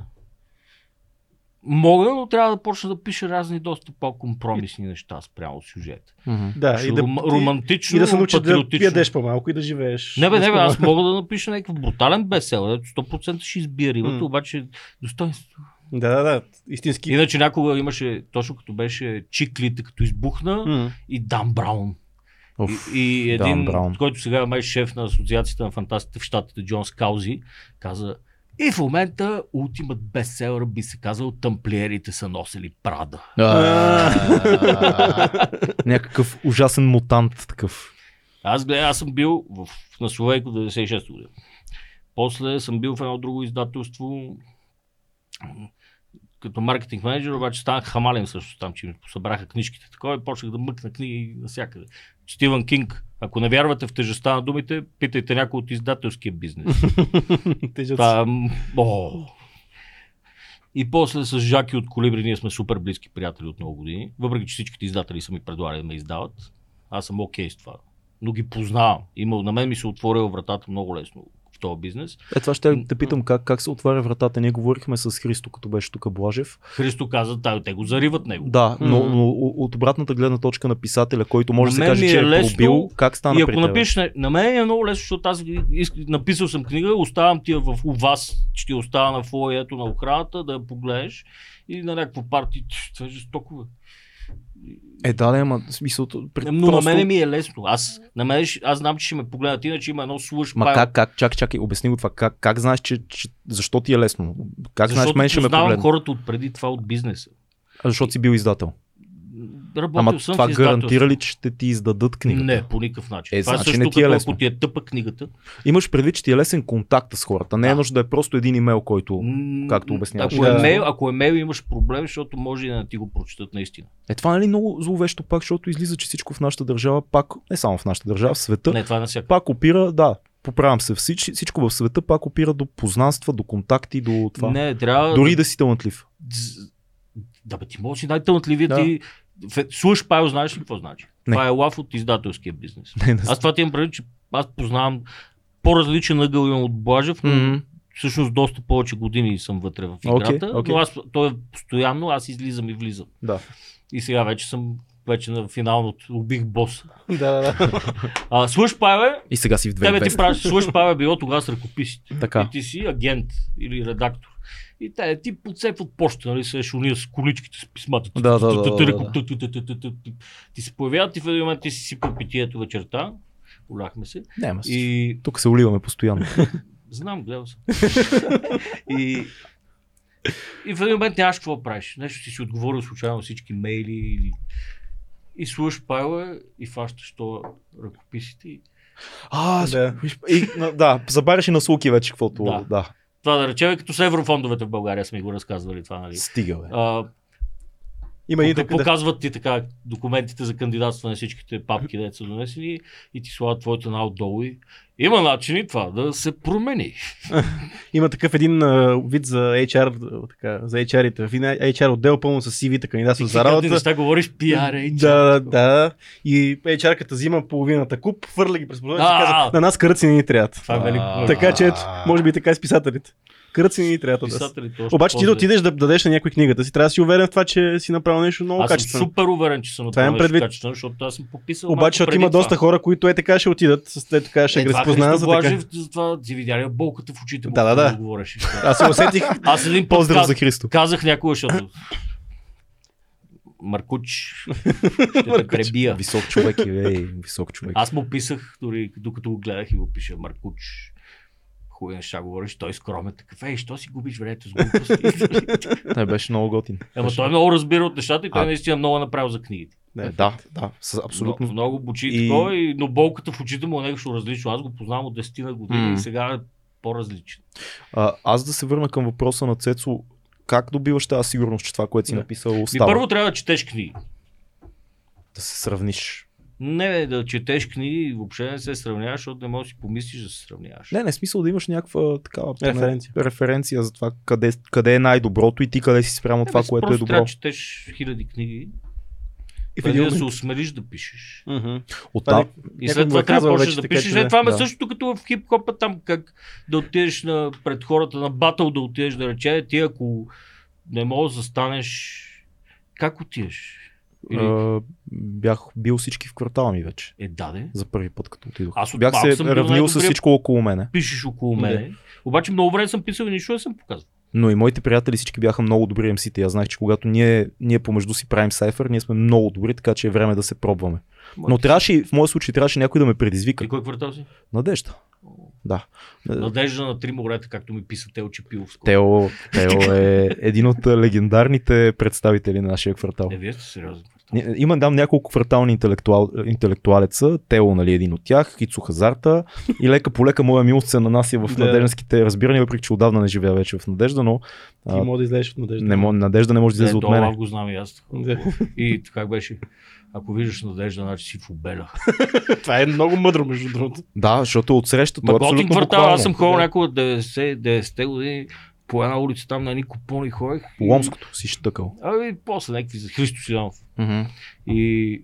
Мога, но трябва да почна да пиша разни доста по-компромисни неща спрямо сюжета. Да, Ще и да, ром- и, романтично, и да се но научиш да патриотично. ядеш по-малко и да живееш. Не бе, не бе, по-малко. аз мога да напиша някакъв брутален бестселър, дето 100% ще избия рибата, М. обаче достоинство. Да, да, да. Истински. Иначе някога имаше, точно като беше чиклите, като избухна М. и Dan Браун. Оф, И, и Dan един, Brown. който сега е май шеф на Асоциацията на фантастите в щатите, Джон Скаузи, каза и в момента ултимат бестселър би се казал Тамплиерите са носили Прада. А. Някакъв ужасен мутант такъв. Аз, гледа, аз съм бил в, на Словейко 96 година. После съм бил в едно друго издателство м, като маркетинг менеджер, обаче станах хамален също там, че ми посъбраха книжките. Такова и почнах да мъкна книги навсякъде. Стивън Кинг. Ако не вярвате в тежестта на думите, питайте някой от издателския бизнес. Тежат. Там, е о. И после с Жаки от Колибри ние сме супер близки приятели от много години. Въпреки, че всичките издатели са ми предлагали да ме издават, аз съм окей с това. Но ги познавам. Има, на мен ми се отворила вратата много лесно в този бизнес. Е, това ще те питам как, как се отваря вратата. Ние говорихме с Христо, като беше тук Блажев. Христо каза, тай, те го зариват него. Да, но, Мгм. но о- от обратната гледна точка на писателя, който може да На се мен каже, ми е че е лесно пробил, как стана и при ако тебе? напишеш, на, на мен е много лесно, защото аз иск- написал съм книга, оставам ти я в у вас, ще ти оставя на фоето на охраната, да я погледнеш и на някаква парти, това е жестоко. бе. Е, да, да, ама в смисъл... Пред... Но на мене ми е лесно. Аз, на мене, ще- аз знам, че ще ме погледнат, иначе има едно слуш. Ма пайл. как, как, чак, чакай, обясни го това. Как, как знаеш, че, че, защо ти е лесно? Как знаеш, Защото мен ще ме познавам погледне? хората от преди това от бизнеса. А, Защото си бил издател. Работил Ама съм това в издателство. гарантира ли, че ще ти издадат книгата? Не, по никакъв начин. Е, това значи е не също ти е като лесно. ако ти е тъпа книгата. Имаш предвид, че ти е лесен контакт с хората. Не е Да. нужда да е просто един имейл, който... М, както обясняваш. Ако е, Да. мейл, ако е мейл, имаш проблем, защото може и да не ти го прочитат наистина. Е, това нали много зловещо пак, защото излиза, че всичко в нашата държава, пак, не само в нашата държава, в света, Не, това е на всяка. пак опира, да, поправям се, всич, всичко в света пак опира до познанства, до контакти, до това. Не, трябва. Дори да си талантлив. Дз- Да, бе, ти може да си най-тълнатливият Да. да. ти. Фе- Слуш, Павел, знаеш ли какво значи? Не. Това е лав от издателския бизнес. Не, не знам. Аз това ти имам предвид, че аз познавам по-различен ъгъл имам от Блажев, но Мгм. всъщност доста повече години съм вътре в Окей, играта, окей. но аз, той е постоянно, аз излизам и влизам. Да. И сега вече съм вече на финалното, убих бос. Да, да, да. А, слуш, Павел, И сега си в две тебе ти правиш, слуш, Павел, било тогава с ръкописите. Така. И ти си агент или редактор. И те ти подцепват почта, нали, се уния с количките, с писмата. Да, да, да, да, да. Ти се появяват и в един момент ти си сипал питието вечерта. Оляхме се. Не, ама си. И Тук се оливаме постоянно. Знам, гледал съм. и, и в един момент нямаш какво да правиш. Нещо си си отговорил случайно всички мейли или... И слушаш Пайла и фащаш то ръкописите. и- А, Да. с- и, на- да, забаряш и на слуки вече каквото. Да. Да. да. Това да речем е като с еврофондовете в България сме го разказвали това, нали? Стига, бе. А, Има и Пок- така. показват ти така документите за кандидатство на всичките папки, де са донесени и ти слагат твоето на отдолу и има начини това да се промени. Има такъв един а, вид за HR, а, така, за HR-ите. В един HR отдел пълно с CV-та, кандидатстват за Ти работа. неща говориш пиар, ей, Да, да. И HR-ката взима половината куп, хвърля ги през прозореца и А, казва, на нас кръци не ни трябват. Това е велико. А, Така че, ето, може би така и с писателите. Кръци не ни трябват. от нас. Писателите още Обаче ти да по-зле. отидеш да дадеш на някой книгата си, трябва да си уверен в това, че си направил нещо много Аз съм качествено. супер уверен, че съм Това направил имам нещо предвид. качествено, защото аз съм пописал. малко Обаче, защото преди има това. доста хора, които е така ще отидат, с те така ще Е, ги това разпознаят Христо за така. Блажев, за това ти видя ли болката в очите му, Да, да, когато да. говореше. Аз се усетих. Аз един път Поздрав каз, за Христо. казах някой, защото... Маркуч, ще те пребия. Висок човек, е, ей, висок човек. Аз му писах, дори докато го гледах и го пиша Маркуч. Хубави неща говориш, той скромен е такъв. Ей, що си губиш времето с глупости? Не, беше много готин. Ама той много разбира от нещата и той А- наистина много е направил за книгите. Е, да, да, с, Абсолютно. абсолютно. Много бучи И- и... такова, и- но болката в очите му е нещо различно. Аз го познавам от 10 на години М. и сега е по-различен. А, аз да се върна към въпроса на Цецо. Как добиваш тази сигурност, че това, което си Да. написал, И остава? първо трябва да четеш книги. Да се сравниш. Не бе, да четеш книги и въобще не се сравняваш, защото не можеш да си помислиш да се сравняваш. Не, не, смисъл да имаш някаква такава поне Референция. референция за това къде, къде е най-доброто и ти къде си спрямо Не, това, бе, което е просто добро. трябва да четеш хиляди книги И в преди един да се момент... усмелиш да пишеш. Мгм. Оттам, И Някой след му това е трябва казал да почнеш вече, да така пишеш. че След да. това ме Да. същото като в хип-хопа там, как да отидеш на, пред хората на батъл, да отидеш да рече, ти ако не можеш да станеш, как отиваш? Или... а, бях бил всички в квартала ми вече. Е, даде. За първи път, като отидох. Аз от бях малък съм се бил равнил с най-добрия. всичко около мене. Пишеш около Да. мене. Обаче много време съм писал и нищо не съм показвал. Но и моите приятели всички бяха много добри МС-те. Аз знаех, че когато ние, ние помежду си правим сайфър, ние сме много добри, така че е време да се пробваме. Но трябваше, и- в моя случай, трябваше някой да ме предизвика. И кой квартал си? Надежда. Да. Надежда на три морета, както ми писа Тел Чепилов. скоро. Тео, Тео е един от легендарните представители на нашия квартал. Е, вие сте сериозен квартал. Ня- Има там няколко квартални интелектуал, интелектуалеца, Тео, нали, един от тях, Кицу Хазарта и лека по лека моя милост се нанася в Да. надежденските разбирания, въпреки че отдавна не живея вече в Надежда, но Ти а, мога да излезеш от надежда. не, мо- Надежда не може да излезе Е, от долу мене. го знам и аз. Да. И как беше? Ако виждаш Надежда, значи си в обеля. Това е много мъдро, между другото. Да, защото от срещата Ма е готин абсолютно квартал, аз съм буквално. ходил някога 90-те години по една улица там на едни купони ходих. По Ломското си щъкал. Ами, после някакви за Христо Сиданов. И...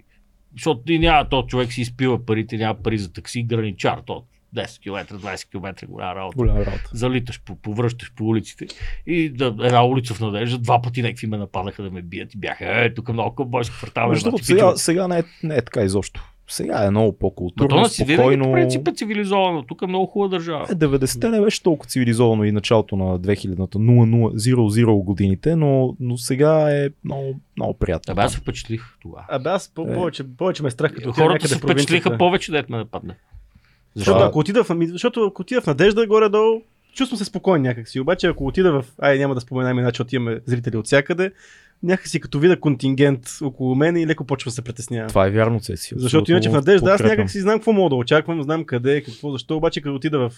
Защото ти няма, то човек си изпива парите, няма пари за такси, граничар, то 10 км, 20 км голяма работа. Голяма работа. залиташ, по- повръщаш по улиците и да, една улица в надежда, два пъти някакви ме нападаха да ме бият и бяха, е, тук много бойски квартал. Между другото, сега, сега не, е, не е така изобщо. Сега е много по-културно, Трудно си винаги по спокойно. принципа цивилизовано. Тук е много хубава държава. Е, 90-те не беше толкова цивилизовано и началото на 2000-та, 00 годините, но, но сега е много, много приятно. Абе, аз се впечатлих тогава. Абе аз по- Е. повече, повече ме е страх, като Хората се впечатлиха по... повече, дет ме нападна. Защото Да. ако отида в, ами- защото ако отида в надежда горе-долу, чувствам се спокоен някакси. Обаче ако отида в... Ай, няма да споменам иначе, защото имаме зрители от всякъде. Някакси като видя контингент около мен и леко почвам да се притеснявам. Това е вярно, Цеси. Защото Абсолютно иначе в надежда аз подкрепям. някак си знам какво мога да очаквам, знам къде, какво, защо, обаче като отида в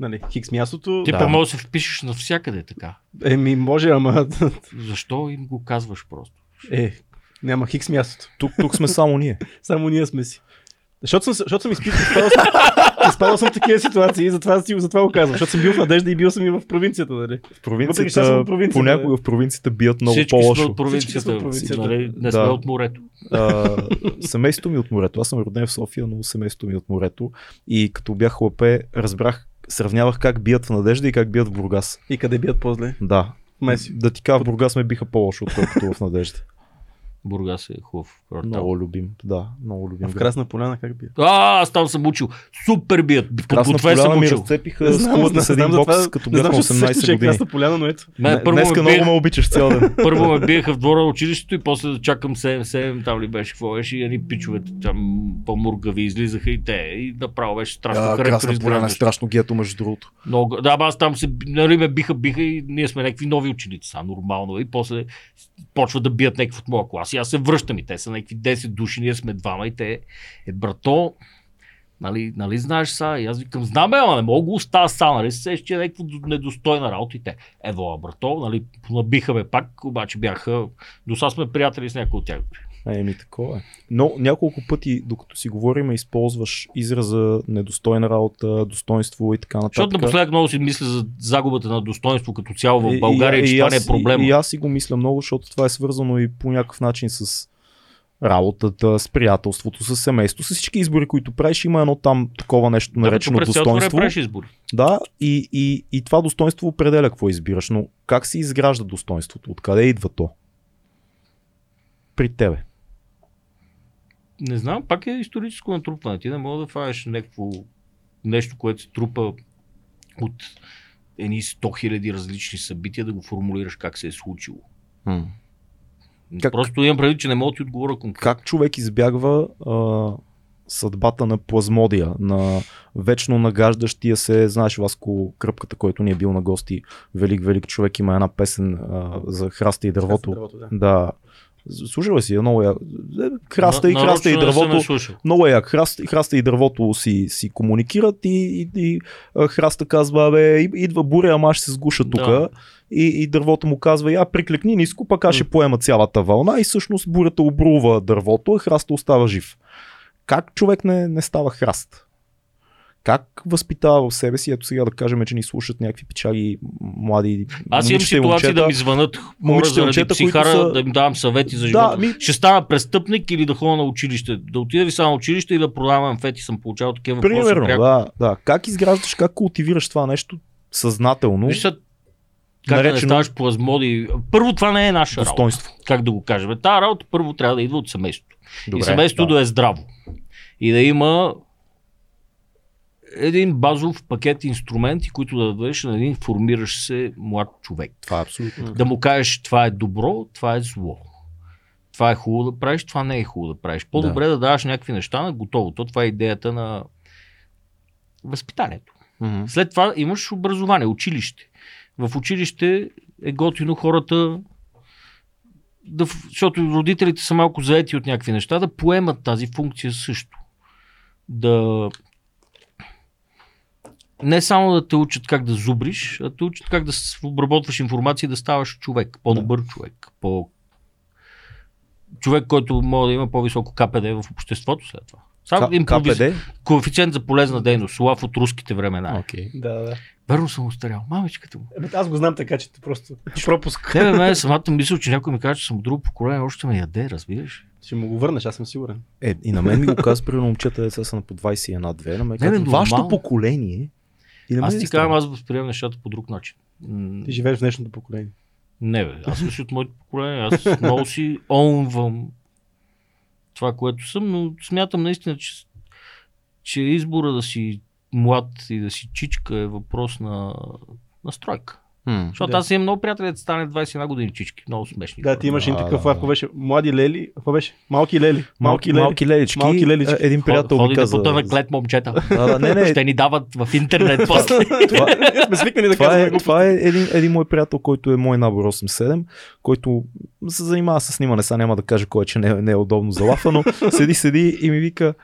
нали, хикс мястото, Ти Да. да. може да се впишеш навсякъде е така. еми може, ама Защо им го казваш просто? е, няма хикс мястото. Тук, тук сме само ние. Само ние сме си. Защото съм, защото съм изпитал, изпадал съм, изпадал съм в такива ситуации и затова, си- затова го казвам. Защото съм бил в надежда и бил съм и в провинцията, нали? В Въпреки, че аз съм провинцията, от провинцията, понякога в провинцията бият много Всички сме по-лошо. от Всички сме провинцията. от провинцията. Нали? Не Да. сме от морето. а, семейството ми от морето. Аз съм роден в София, но семейството ми от морето. И като бях хлапе, разбрах, сравнявах как бият в Надежда и как бият в Бургас. И къде бият по-зле? Да. Меси. Да ти кажа, в Бургас ме биха по-лошо, отколкото в Надежда. Бургас е хубав квартал. Много любим. Да, много любим. А в град. Красна поляна как бият? А, аз там съм учил. Супер бият. По е Красна две поляна съм ми учил. разцепиха с кулата Е, с един за бокс, това- като не бях знам, на че се сещаш, 18 че е години. Красна поляна, но ето. Мен първо Днеска ме, много биех, ме обичаш цял ден. първо ме биеха в двора на училището и после да чакам 7-7, там ли беше, какво беше, и едни пичовете там по-мургави излизаха и те. И направо беше страшно А, характер Красна поляна е изграждащо. страшно гето, между другото. Много, да, ама аз там се, нали ме биха, биха и ние сме някакви нови ученици, са нормално. И после почват да бият някакви от моя клас. И аз се връщам и те са някакви 10 души, ние сме двама и те е брато. Нали, нали знаеш са? И аз викам, знам, бе, ама не мога да го оставя са, нали, се сеща, че е някаква недостойна работа и те. Ево, а, брато, нали, набихаме пак, обаче бяха, до сега сме приятели с някои от тях. Еми, такова е. Но няколко пъти, докато си говорим, използваш израза недостойна работа, достоинство и така нататък. Защото напоследък много си мисля за загубата на достоинство като цяло И- в и- България, че това аз- не е проблем. И, и аз си го мисля много, защото това е свързано и по някакъв начин с работата, с приятелството, с семейството, с всички избори, които правиш, има едно там такова нещо наречено Ами през цялото време достоинство. правиш избори. Да, и, и, и това достоинство определя какво избираш, но как се изгражда достоинството? Откъде идва то? При тебе. Не знам, пак е историческо натрупване. Ти не мога да фанеш някакво нещо, което се трупа от едни 100 хиляди различни събития, да го формулираш как се е случило. М. Как- Как? Просто имам предвид, че не мога да ти отговоря конкретно. как човек избягва а, съдбата на плазмодия, на вечно нагаждащия се, знаеш, Васко Кръпката, който ни е бил на гости, велик, велик човек, има една песен а, за храста и дървото. да. Да. Служила си, я, много я. е, Храста и На- храста и нарочно не съм дървото. я слушал. Много е як. Храста, храста и дървото си, си комуникират и, и, и а, храста казва, бе, и- идва буря, ама аз ще се сгуша тук. Да. И, и дървото му казва, я прикликни ниско, пък аз ще поема цялата вълна. И всъщност бурята обрува дървото, а храста остава жив. Как човек не, не става храст? Как възпитава в себе си, ето сега да кажем, че ни слушат някакви печали м- млади Аз имам момичета и ситуации да ми момчета. звънат хора момичета и заради момчета, които психара, са- да им давам съвети за живота. Да, ми, Ще стана престъпник или да ходя на училище. Да отида ли само на училище и да продавам фети. Съм получавал такива въпроси. примерно, е пряко. да, да. Как изграждаш, как култивираш това нещо съзнателно, Виж сега, как да не наречено ставаш плазмоди. Първо, това не е наша работа. достоинство. Как да го кажем? Та работа първо трябва да идва от семейството. и семейството да. да. е здраво. И да има един базов пакет инструменти, които да дадеш на един формиращ се млад човек. Това е абсолютно. Да му кажеш това е добро, това е зло. Това е хубаво да правиш, това не е хубаво да правиш. По-добре да, да даваш някакви неща на готово. То това е идеята на възпитанието. След това имаш образование, училище. В училище е готино хората, да, в- защото родителите са малко заети от някакви неща, да поемат тази функция също. Да. Не само да те учат как да зубриш, а те учат как да с- обработваш информация и да ставаш човек, по-добър човек, по... човек, който може да има по-високо КПД в обществото след това. Сам К- импровиз... КПД? Коефициент за полезна дейност, лав от руските времена. Окей. Да, да. Верно съм устарял. Мамичката му. Ами, Аз го знам така, че просто пропуск. Не, бе, мен самата мисъл, че някой ми каже, че съм от друго поколение, още ме яде, разбираш. Ще му го върнеш, аз съм сигурен. Е, и на мен ми го каза, примерно, момчета деца са на по 21-2. На мен Не, бе, казват, вашето нормално. поколение. И на мен Аз не ти става. казвам, аз възприемам нещата по друг начин. М, Ти живееш в днешното поколение. Не, бе, аз съм си от моето поколение, аз много си онвам това, което съм, но смятам наистина, че, че избора да си млад и да си чичка е въпрос на настройка. М. Защото Да. аз имам много приятели да стане 21 години чички, много смешни. Да, хора. ти имаш един Да, такъв да, лав, да. какво беше млади лели, какво беше? Малки лели. Малки, малки лелички. Малки лелички. Е, Един приятел ми Ходите каза. по тънък лед, момчета. Да, да, не, не, Ще ни дават в интернет после. това, Ние сме свикнали да това, е, казваме това е един, един мой приятел, който е мой набор 8-7, който се занимава с снимане. Сега няма да кажа кой, е, че не, е- не е удобно за лафа, но седи, седи и ми вика,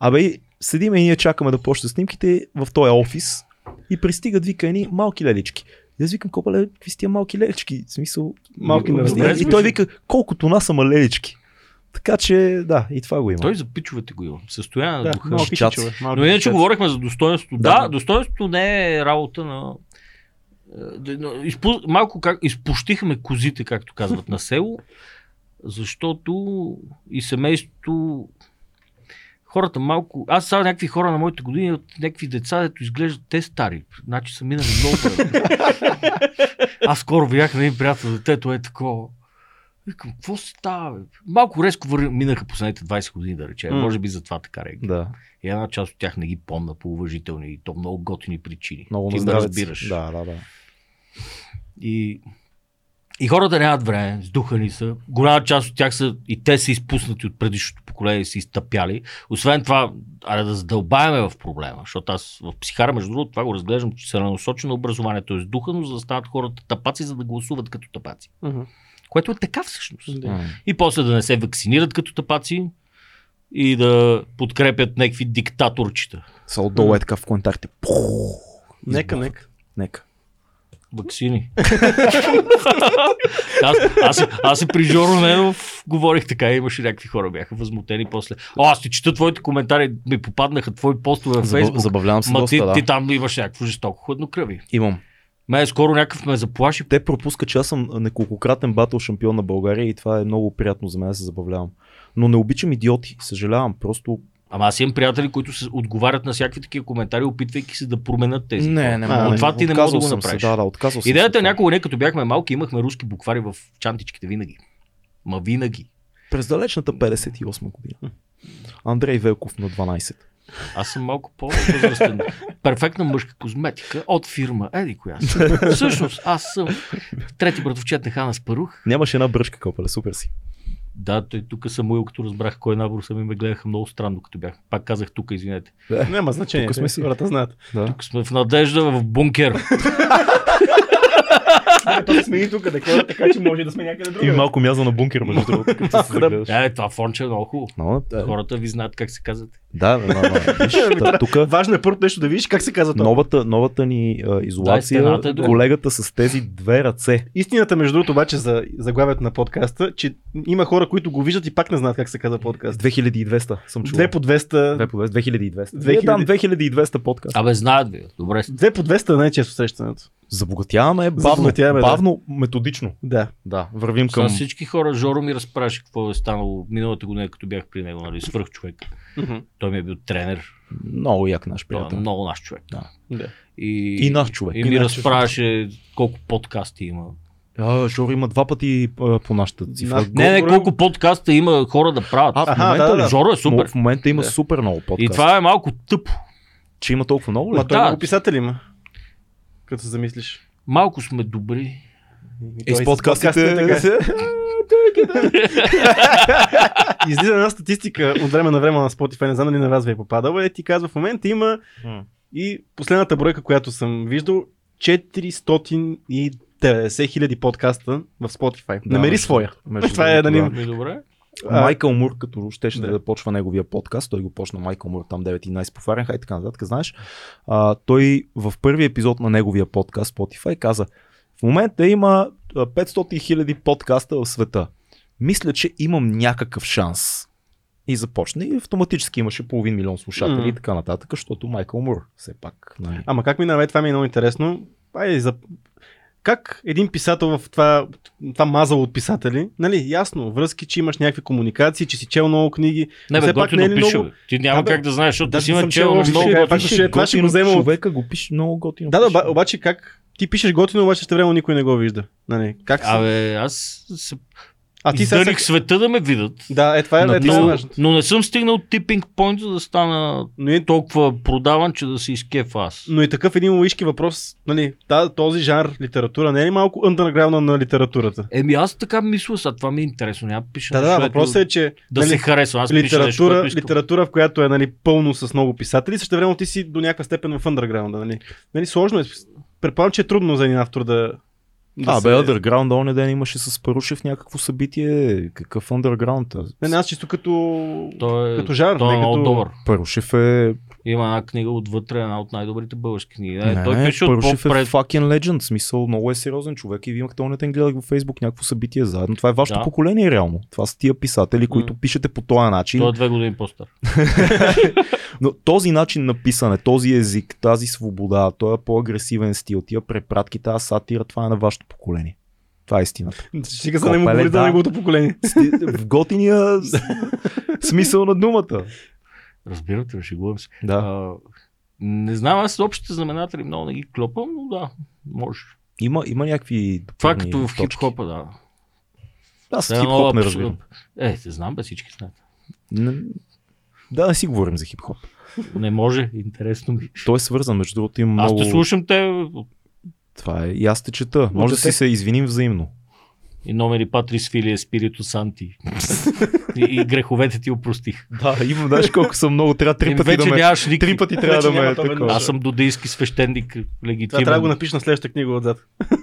абе, седиме и ние чакаме да почне снимките в този офис и пристигат, вика, едни малки лелички. И аз викам, копале, какви са тия малки лелички? В смисъл, Малки Добре, нараснения. и, и той вика, колкото нас са лелички. Така че, да, и това го има. Той за пичовете го има. Състояние на Да, духа. малки Жичаци. чичове. Но иначе говорихме за достоинството. Да. Да, достоинството не е работа на... е, да- но изпу- Малко как... изпущихме козите, както казват на село, защото и семейството хората малко... Аз сега някакви хора на моите години от някакви деца, дето изглеждат те стари. Значи са минали много време. Аз скоро видях на един приятел, детето е такова. Викам, какво се става? бе? Малко резко вър... минаха последните 20 години, да речем. М. Може би затова така реагира. Да, И една част от тях не ги помна по уважителни и то много готини причини. много Ти ме наздравец. разбираш. Да, да, да. И, и хората нямат време, сдухани са. Голяма част от тях са и те са изпуснати от предишното поколение и са изтъпяли. Освен това, аре да задълбаваме в проблема, защото аз в психара, между другото, това го разглеждам, е че се насочено образование, т.е. духано, за да станат хората тапаци, за да гласуват като тапаци. Което е така всъщност. М. И после да не се вакцинират като тапаци и да подкрепят някакви диктаторчета. Са отдолу е така в коментарите. Пух, Нека, нека. нека. Ваксини. аз, аз, аз и при Жоро Ненов говорих така, имаше някакви хора, бяха възмутени после. О, аз ти чета твоите коментари, ми попаднаха твои постове в Забав, Фейсбук. забавлявам се Ма доста, ти, да. ти там имаш някакво жестоко хладнокръви. Имам. Мен скоро някакъв ме заплаши. Те пропускат, че аз съм неколкократен батъл шампион на България и това е много приятно за мен да се забавлявам. Но не обичам идиоти, съжалявам. Просто Ама аз имам приятели, които се отговарят на всякакви такива коментари, опитвайки се да променят тези. хора. мога. мога. От това ти не мога да Е, Отказал го съм се, направиш. Да, да, отказал съм. Идеята се е от това. някога, ние като бяхме малки, имахме руски буквари в чантичките винаги. Ма винаги. През далечната 58 година. Андрей Велков на 12. Аз съм малко по-възрастен. Перфектна мъжка козметика от фирма. Еди коя съм. Всъщност, аз съм трети братовчет на Хана Спарух. Нямаше една бръжка, копале, супер си. Да, той тук Самуил, като разбрах кой е набор, сами ме гледаха много странно, като бях. Пак казах тук, извинете. Няма значение. Тук сме те- си. Хората знаят. Да. Тук сме в надежда в бункер. То се смени тук, декора, така че може да сме някъде другаде. И малко мязо на бункер, между другото, като се загледаш. Да, бе, това фонче е много хубаво. Много е- Хората ви знаят как се казвате. Да, бе, ма, ма, виж, та- тук Важно е първото нещо да видиш как се казва това. новата, новата ни а, изолация, стената е друга. колегата с тези две ръце. Истината, между другото, обаче за заглавието на подкаста, че има хора, които го виждат и пак не знаят как се казва подкаст. 2200 съм чувал. Две по 200. Две по 200. 2200. 2000. Вие там 2200 подкаст. Абе, знаят ви. Добре. Две по 200 е най-често срещането. Забогатяваме е бавно, Забогатяваме, да. бавно методично. Да. Да, вървим Към... към... С всички хора Жоро ми разпраше какво е станало миналата година, като бях при него, нали, свърх човек. Той ми е бил тренер. Много як наш Той е приятел. много наш човек. Да. Да. И, И наш човек. И ми наш човек. разправяше колко подкасти има. А, Жоро има два пъти а, по нашата цифра. Наш- Го- Не, не, Говорим- колко подкаста има хора да правят. А, в Аха, момента, да, да, да. Жоро е супер. В момента има Да. супер много подкаст. И това е малко тъпо. Че има толкова много ли? Ма той Да. много писатели има. Като се замислиш. Малко сме добри. той Е, с подкастите... така е. Излиза една статистика от време на време на Spotify, не знам дали на вас ви е попадала, е ти казва в момента има М. и последната бройка, която съм виждал, 490 хиляди подкаста в Spotify. Да, Намери между- своя. между Това е, другото, нали, да. Ми добре. А- Майкъл Мур, като щеше да. Да. да почва неговия подкаст, той го почна Майкъл Мур там 9-11 по Фаренхайт и така нататък, знаеш, а, той в първи епизод на неговия подкаст Spotify каза, в момента има а, 500 хиляди подкаста в света. Мисля, че имам някакъв шанс. И започна и автоматически имаше половин милион слушатели Мгм. и така нататък, защото Майкъл Мур все пак. Нали. Ама как минава, това ми е много интересно. Айде, за... Как един писател в това, това мазало от писатели, нали, ясно, връзки, че имаш някакви комуникации, че си чел много книги. Не, бе, все пак готино не е ли пише. много- бе. Ти няма Да, бе. как да знаеш, защото Да, си съм има чел чел още много сега, готини. е, пак ще- това ще го Готино взема от- Човека го пише много готино. Да, да, пише. оба- обаче как ти пишеш готино, обаче ще време никой не го вижда. Нали, как а, Абе, аз се а ти сега... издъних света да ме видят. Да, е това е, е, това е но, важно. но не съм стигнал типинг point да стана Но и, толкова продаван, че да се изкеф аз. но и такъв един лоишки въпрос, нали, та, този жанр литература не е ли малко underground на литературата? Еми аз така мисля, сега това ми е интересно. Няма пиша Да, да, нещо, да, въпросът ето е, че да нали, се харесва. Аз пиша нещо, литература, което искам. литература, в която е нали, пълно с много писатели, също време ти си до някаква степен в underground. Нали? Нали, сложно е. Предполагам, че е трудно за един автор да. да А, се- бе, Underground, оня ден имаше с Парушев някакво събитие. Какъв Underground? Не, не, аз чисто като. Той е, като жар, той е не много като- добър. Парушев е... Има една книга отвътре, една от най-добрите български книги. Е, не, той пише от Парушев е по-пред. fucking legend. в Смисъл, много е сериозен човек. И вие имахте оня ден гледах във Фейсбук някакво събитие заедно. Това е вашето Да. поколение, реално. Това са тия писатели, които пишете по този начин. Той е две години по-стар. Но този начин на писане, този език, тази свобода, този по-агресивен стил, тия препратки, тази сатира, това е на вашето поколение. Това е истината. Ще за да не му Копеле, говори за да. неговото поколение. Сти- В готиния с- смисъл на думата. Разбирате, ли, шегувам се. Да. А, не знам, аз общите знаменатели много не ги клопам, но да, може. Има, има някакви. Това е допълни като в точки. хип-хопа, да. Аз Е, хип много хоп не абсурд. разбирам. Е, те знам, бе, всички знаят. Не- Да, не си говорим за хип-хоп. Не може, интересно ми. Той е свързан, между другото, има Аз много... те слушам те Това е. И аз те чета. Може да си се извиним взаимно. и номери Патрис Филия, Спирито Санти. и, и греховете ти опростих. Да, имам, знаеш колко съм много. Трябва три Е, пъти вече да ме... нямаш никакви... Три пъти трябва Вече да ме... е няма това такова. веднъж. Аз съм додейски свещеник, Това трябва да го легитимен. напиш на следващата книга отзад.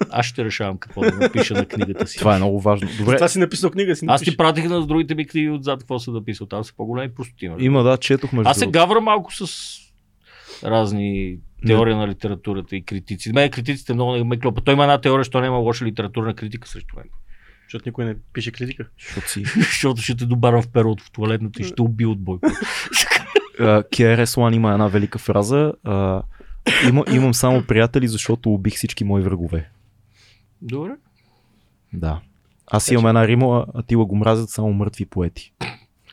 Аз ще решавам какво да напиша на книгата си. Това е много важно. Добре, Това си написал книга, си Аз напиш. ти пратих на другите ми книги отзад какво са написал. Там са по-големи простоти. нали? има, да, четох между Аз се другото. гавра малко с разни теории на литературата и критици. Мен критиците много не ме клопа. Той има една теория, що няма лоша литературна критика срещу мен. Защото никой не пише критика. Защото си... Защото ще те добарам в перото в туалетната и ще уби от бой. Кереслан има една велика фраза. а, има- Имам само приятели, защото убих всички мои врагове. Добре. Да. Аз Значи- имам една рима, а тила го мразят само мъртви поети.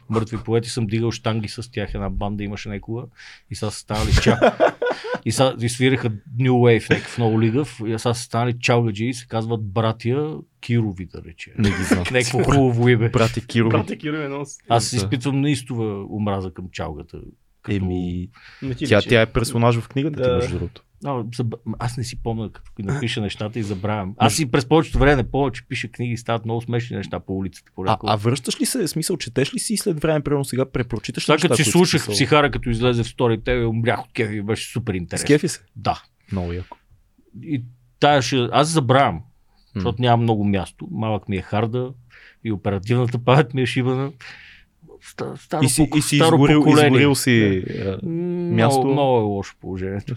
Мъртви поети съм дигал штанги с тях. Една банда имаше някога. И сега са станали ча. И сега и свираха New Wave, някакъв много лигав. И сега са станали чалгаджи и се казват братия Кирови, да рече. Не ги знам. Някакво хубаво име. Брати Кирови. Брате Киро е нос. Аз Да. изпитвам наистова омраза към чалгата. Като... Еми, Не ти тя, личи. тя е персонаж в книгата ти, Да. между другото. А, заб... Аз не си помня, като ги напиша нещата и забравям. Аз и през повечето време не помня, че пиша книги и стават много смешни неща по улицата. А, понякога. а връщаш ли се, в смисъл, четеш ли си и след време, примерно сега препрочиташ ли Сега като неща, си които слушах писал? психара, като излезе в стори тебе, умрях от кефи, беше супер интересно. Скефи се. Да. Много яко. И тая ще... Аз забравям. защото няма много място. Малък ми е харда и оперативната памет ми е шибана. Ста- Старо, И си, пок- и си старо изгорил, поколение. изгорил си. е, а, място. Много, много е лошо положението.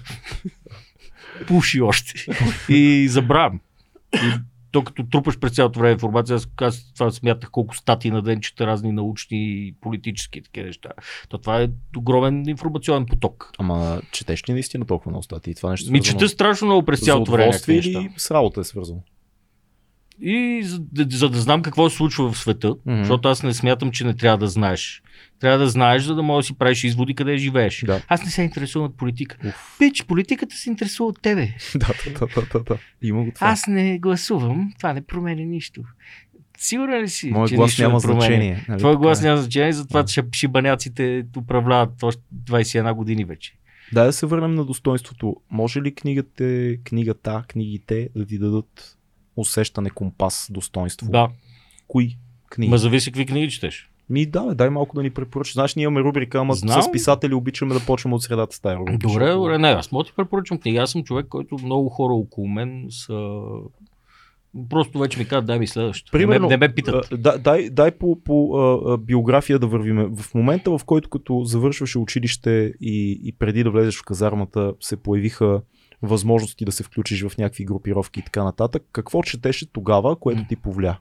Пуши още. И забравям. И то като трупаш през цялото време информация, аз, аз това смятах колко статии на ден чета разни научни и политически такива неща. То това е огромен информационен поток. Ама четеш ли наистина толкова много статии? Това нещо Ми свързано чета страшно много през с цялото време. някакви удоволствие неща. или с работа е свързано? И за, да- за да знам какво се случва в света, Мгм. mm-hmm. защото аз не смятам, че не трябва да знаеш. Трябва да знаеш, за да можеш да си правиш изводи къде живееш. Да. Аз не се интересувам от политика. Пич, политиката се интересува от тебе. да, да, да, да, да. Има го това. Аз не гласувам, това не променя нищо. Сигурен ли си, Моят че глас нищо няма не променя? значение. нали Твой така глас е? няма значение, затова Да. че шибаняците управляват още 21 години вече. Дай да се върнем на достоинството. Може ли книгата, книгата, книгите да ти дадат усещане, компас, достоинство? Да, Кои книги? ма зависи какви книги четеш. Ми да, бе, дай малко да ни препоръчаш. Знаеш, ние имаме рубрика, ама Знам. с писатели обичаме да почваме от средата с тая рубрика. Добре, добре, не, аз мога да ти препоръчам книга. Аз съм човек, който много хора около мен са... Просто вече ми казват, дай ми следващото. не, Примерно, ме, не ме питат. а, Да, дай, дай по, по а, а, биография да вървиме. В момента, в който като завършваше училище и, и преди да влезеш в казармата, се появиха възможности да се включиш в някакви групировки и така нататък. Какво четеше тогава, което ти повля?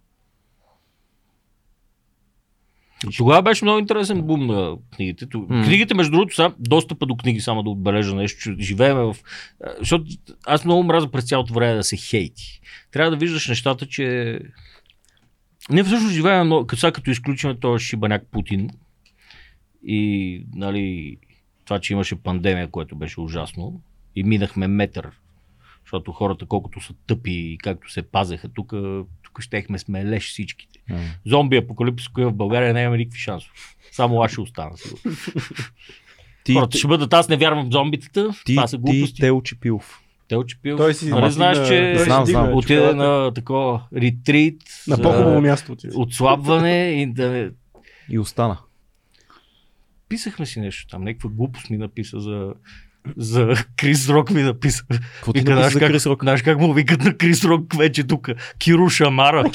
Тогава беше много интересен бум на книгите. Ту- М. Книгите, между другото, са достъпа до книги, само да отбележа нещо, че живееме в... а, Защото аз много мразя през цялото време да се хейти. Трябва да виждаш нещата, че... Ние всъщност живеем, много... като, сега като изключим този шибаняк Путин и нали, това, че имаше пандемия, което беше ужасно и минахме метър, защото хората колкото са тъпи и както се пазеха, тук, тук щехме сме леш всичките зомби апокалипс, коя в България не имаме никакви шансове. Само аз ще остана. сигурно. Ти, Хората ще бъдат, аз не вярвам в зомбитата, ти, това са ти, глупости. Тео Чипилов. Те очепил. Той си Нали знаеш, че Знам, знам. отиде на такова ретрит, на за по-хубаво място. отиде. отслабване и да... И остана. Писахме си нещо там, някаква глупост ми написа за за Крис Рок ми написа. Какво ти Вика, написа знаеш за как, Крис Рок? знаеш как му викат на Крис Рок вече тук? Киру Шамара.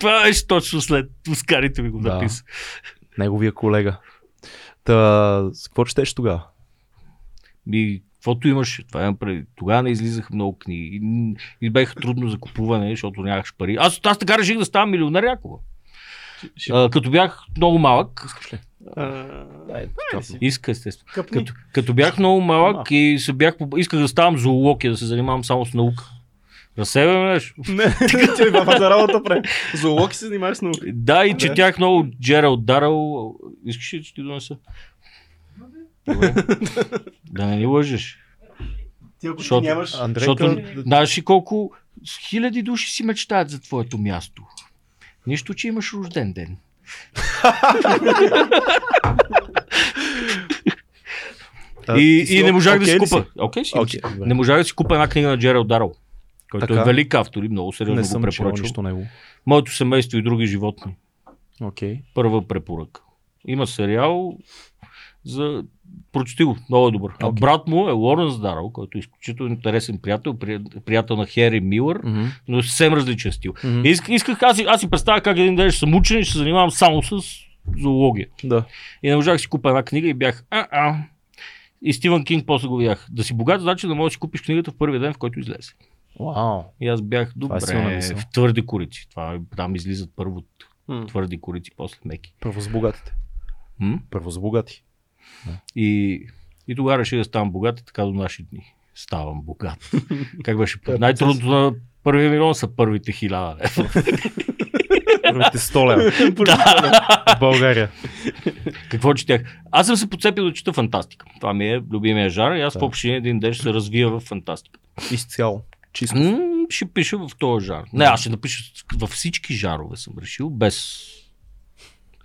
Това беше точно след Оскарите ми го Да. написа. Неговия колега. Та, с какво четеш тогава? Ми, каквото имаше, това имам преди. Тогава не излизаха много книги. Н- И беха трудно за купуване, защото нямаш пари. Аз, аз така реших да ставам милионер якова. ще- А, като бях много малък, А, иска естествено. Капни. Като, като бях много малък и се бях, по- исках да ставам зоолог и да се занимавам само с наука. На себе ме нещо. Не, ти баба за работа пре. Зоолог се занимаваш с наука. Да, и четях много Джералд Дарал. Искаш ли да ти донеса? Добре. да не ни лъжеш. Ти ако ти Защото- нямаш... Защото Защото... знаеш ли колко с хиляди души си мечтаят за твоето място. Нищо, че имаш рожден ден. А, и, ти си и не можах да окей си ли купа. Окей, си. Окей, добре. не можах да си купа една книга на Джералд Дарал, който Така. е велик автор и много Не сериозно съм го препоръчал препоръчвам. нищо него. Моето семейство и други животни. Окей. Първа препоръка. Има сериал за... Прочети го, много е добър. А Окей. брат му е Лоренс Дарал, който е изключително интересен приятел, при- приятел на Хери Милър, но е съвсем различен стил. Мгм. Иск, исках, аз, си- аз си представя как един ден ще съм учен и ще се занимавам само с зоология. Да. И не можах да си купа една книга и бях а-а. И Стивън Кинг после го видях. Да си богат, значи да можеш да си купиш книгата в първия ден, в който излезе. Вау. И аз бях е силна добре, мисъл. в твърди корици. Това, е, там излизат първо твърди корици, после меки. Първо с богатите. М? Първо с богати. И, и тогава реших да ставам богат и така до наши дни. Ставам богат. как беше? е Най-трудното на първия милион са първите хиляда. лева. Първите 100 лева в България. Какво четях? Аз съм се подцепил да чета фантастика. Това ми е любимия жар и аз Да. да. по един ден ще се развия в фантастика. Изцяло. Чисто. М- ще пиша в този жар. Не, аз ще напиша с- във всички жарове съм решил, без е,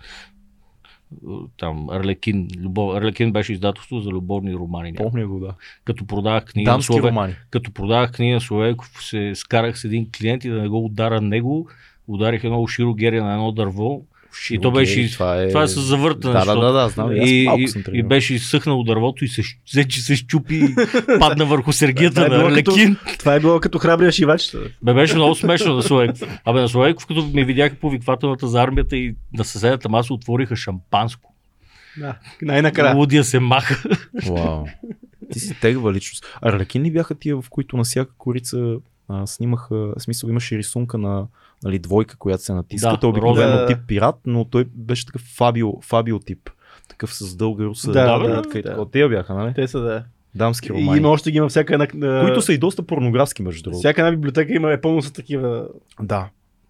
там Арлекин. Любов... Арлекин беше издателство за любовни романи. някакво. Помня го, да. Като продавах книги на Дамски Слове... романи. Като продавах книги на Словеков, се скарах с един клиент и да не го удара него. Ударих едно широ герия на едно дърво. И то Окей, беше, това е- това е с завъртане, Да, да, защото- да, да, знам. И, Нали, аз и, малко съм и, и тренирал. беше изсъхнало дървото и се, щ- взе, че се щупи и падна върху сергията Това е на било като- Арлекин. Това е било като храбрия шивач. Бе, беше много смешно на Славейков. Абе, на Славейков, като ми видяха повиквателната за армията и на съседната маса отвориха шампанско. Да, най-накрая. Лудия се маха. Вау. Ти си тегва личност. Арлекин ли бяха тия, в които на всяка корица а, снимаха, в смисъл имаше рисунка на нали, двойка, която се натиска. Да, Да, Той обикновено розен. тип пират, но той беше такъв фабио, фабио тип. Такъв с дълга руса. Да, да, братка и да. такова. Тия бяха, нали? Те са да. Дамски И романи. има още ги има всяка една. а, Които са и доста порнографски, между другото. Всяка една библиотека има е пълно с такива. Да.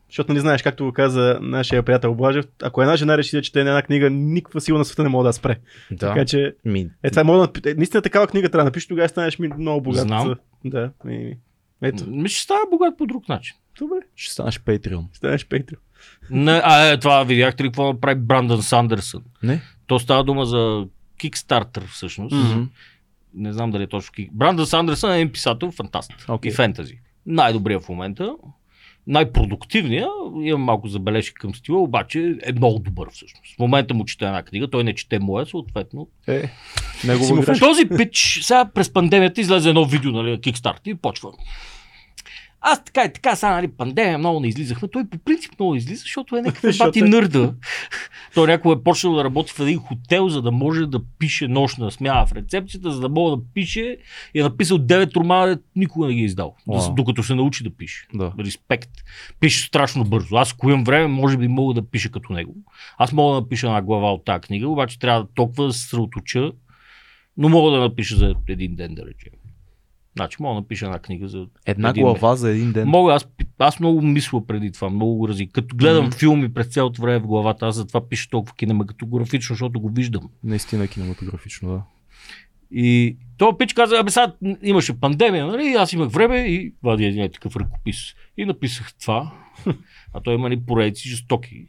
Защото не знаеш, както го каза нашия приятел Блажев, ако една жена реши да чете една книга, никаква сила на света не може да я спре. да. Така че, Ми, е, това е, мога да, е, наистина такава книга трябва да напишеш, тогава станеш ми много богат. Знам. Да. И, и- ето, Ми ще става богат по друг начин. добре, ще станеш Patreon. станеш Петрио. Не, а е, това видяхте ли какво направи Брандън Сандерсън? Не? То става дума за Kickstarter всъщност. Мгм. Не знам дали е точно Kickstarter. Брандън Сандерсън е един писател, фантаст Окей. и фентази. Най-добрия в момента, най-продуктивния, имам малко забележки към стила, обаче е много добър всъщност. В момента му чете една книга, той не чете моя, съответно. Е, Си му негово Добре. В този пич, сега през пандемията излезе едно видео, нали, на Kickstarter и почва. Аз така и така, сега, нали, пандемия, много не излизахме. Той по принцип много излиза, защото е някакъв Защото бати е. нърда. Той някой е почнал да работи в един хотел, за да може да пише нощна смяна в рецепцията, за да мога да пише и е написал 9 романа, дето никога не ги е издал. Уау. Wow. Докато се научи да пише. Да. Респект. Пише страшно бързо. Аз, ако имам време, може би мога да пиша като него. Аз мога да напиша една глава от тази книга, обаче трябва да толкова да се съсредоточа, но мога да напиша за един ден, да речем. Значи, мога да напиша една книга за. Една един глава за един ден. Ден. Мога, аз, аз много мисля преди това, много го рази. Като гледам Мгм. mm-hmm. филми през цялото време в главата, аз затова пиша толкова кинематографично, защото го виждам. Наистина е кинематографично, да. И то пич каза, абе сега имаше пандемия, нали? И Аз имах време и вади един е такъв ръкопис. И написах това. А той има ни поредици жестоки.